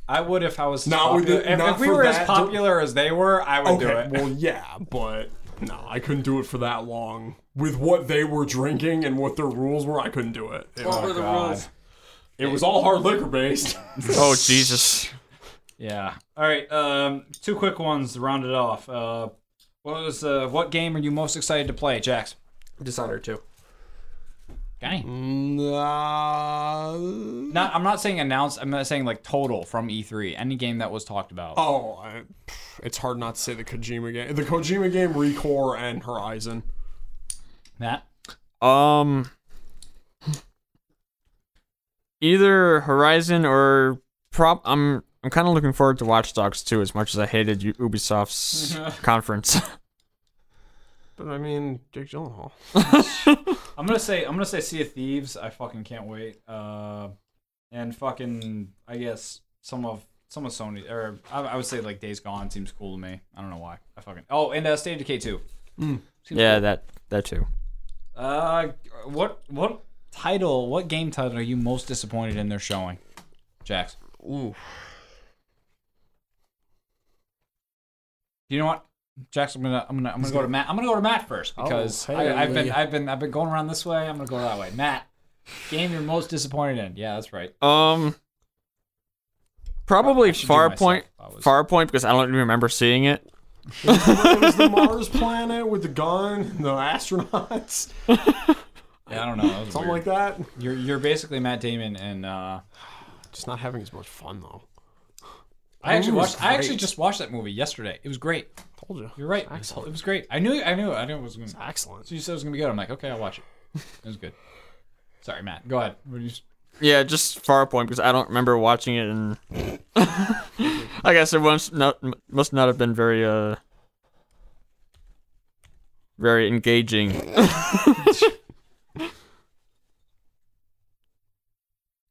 Speaker 2: I would if I was
Speaker 1: Not with
Speaker 2: popular.
Speaker 1: the-
Speaker 2: if,
Speaker 1: not
Speaker 2: if we
Speaker 1: for
Speaker 2: were as
Speaker 1: that-
Speaker 2: popular as they were, I would do
Speaker 1: Okay,
Speaker 2: it.
Speaker 1: well yeah, but no, I couldn't do it for that long. With what they were drinking and what their rules were, I couldn't do it. It,
Speaker 4: What were the
Speaker 2: Oh, God.
Speaker 4: rules?
Speaker 1: it was all hard liquor based.
Speaker 3: oh Jesus.
Speaker 2: Yeah. All right. Um, two quick ones to round it off. Uh, what was uh, what game are you most excited to play, Jax?
Speaker 4: Dishonored two.
Speaker 2: Dang.
Speaker 1: Nah.
Speaker 2: Not. I'm not saying announced. I'm not saying like total from E3. Any game that was talked about.
Speaker 1: Oh, I, pff, it's hard not to say the Kojima game, the Kojima game, Recore, and Horizon.
Speaker 2: Matt.
Speaker 3: Um. either Horizon or prop. I'm I'm kind of looking forward to Watch Dogs 2 as much as I hated U- Ubisoft's conference.
Speaker 1: But I mean, Jake Gyllenhaal.
Speaker 2: I'm gonna say I'm gonna say Sea of Thieves. I fucking can't wait. Uh, and fucking I guess some of some of Sony or I, I would say like Days Gone seems cool to me. I don't know why. I fucking oh and uh, State of Decay two.
Speaker 3: yeah, that that too.
Speaker 2: Uh, what what title? What game title are you most disappointed in they're showing? Jax.
Speaker 1: Ooh.
Speaker 2: You know what? Jax, I'm gonna I'm gonna I'm gonna go to Matt. I'm gonna go to Matt first because
Speaker 1: Oh, hey.
Speaker 2: I, I've been I've been I've been going around this way. I'm gonna go that way. Matt, game you're most disappointed in? Yeah, that's right.
Speaker 3: Um, probably
Speaker 2: I should do myself
Speaker 3: Farpoint.
Speaker 2: if I was-
Speaker 3: Farpoint because I don't even remember seeing it.
Speaker 1: it was the Mars planet with the gun, and the astronauts,
Speaker 2: Yeah, I don't know. That was
Speaker 1: something
Speaker 2: weird.
Speaker 1: like that.
Speaker 2: You're you're basically Matt Damon and uh,
Speaker 1: Just not having as much fun though.
Speaker 2: I actually
Speaker 1: Ooh,
Speaker 2: watched. I actually
Speaker 1: great.
Speaker 2: just watched that movie yesterday. It was great.
Speaker 1: Told you.
Speaker 2: You're right. It was,
Speaker 1: Excellent.
Speaker 2: it was great. I knew. I knew. I knew it was gonna.
Speaker 1: Excellent.
Speaker 2: So you said it was gonna be good. I'm like, okay, I'll watch it. It was good. Sorry, Matt. Go ahead. What do you-
Speaker 3: Yeah, just Farpoint because I don't remember watching it, and I guess it must not must not have been very uh very engaging.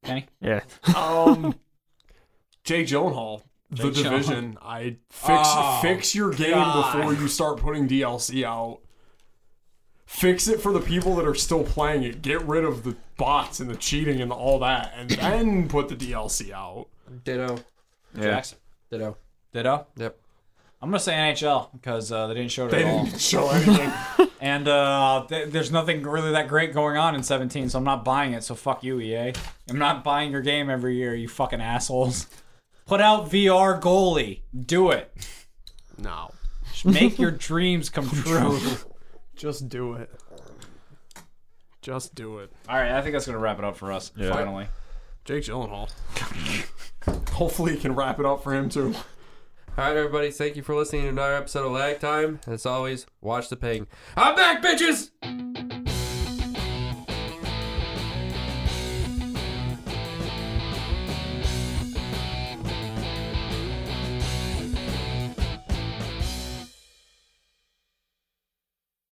Speaker 2: Kenny?
Speaker 3: Yeah,
Speaker 1: Um, Jake Gyllenhaal, The
Speaker 2: Jake
Speaker 1: Division. I fix
Speaker 2: Oh,
Speaker 1: fix your game
Speaker 2: God.
Speaker 1: before you start putting DLC out. Fix it for the people that are still playing it. Get rid of the bots and the cheating and all that, and then put the DLC out.
Speaker 4: Ditto.
Speaker 2: Jax?
Speaker 4: Ditto.
Speaker 2: Ditto?
Speaker 4: Yep.
Speaker 2: I'm gonna say NHL because uh, they didn't show it
Speaker 1: They
Speaker 2: at all,
Speaker 1: didn't show anything.
Speaker 2: and uh, th- there's nothing really that great going on in 17, so I'm not buying it. So fuck you, EA. I'm not buying your game every year, you fucking assholes. Put out VR goalie. Do it.
Speaker 1: no,
Speaker 2: Just Make your dreams come true.
Speaker 1: just do it. Just do it.
Speaker 2: All right, I think that's gonna wrap it up for us. Finally.
Speaker 1: Jake Gyllenhaal. Hopefully, he can wrap it up for him too.
Speaker 4: All right, everybody. Thank you for listening to another episode of Lag Time. As always, watch the ping. I'm back, bitches.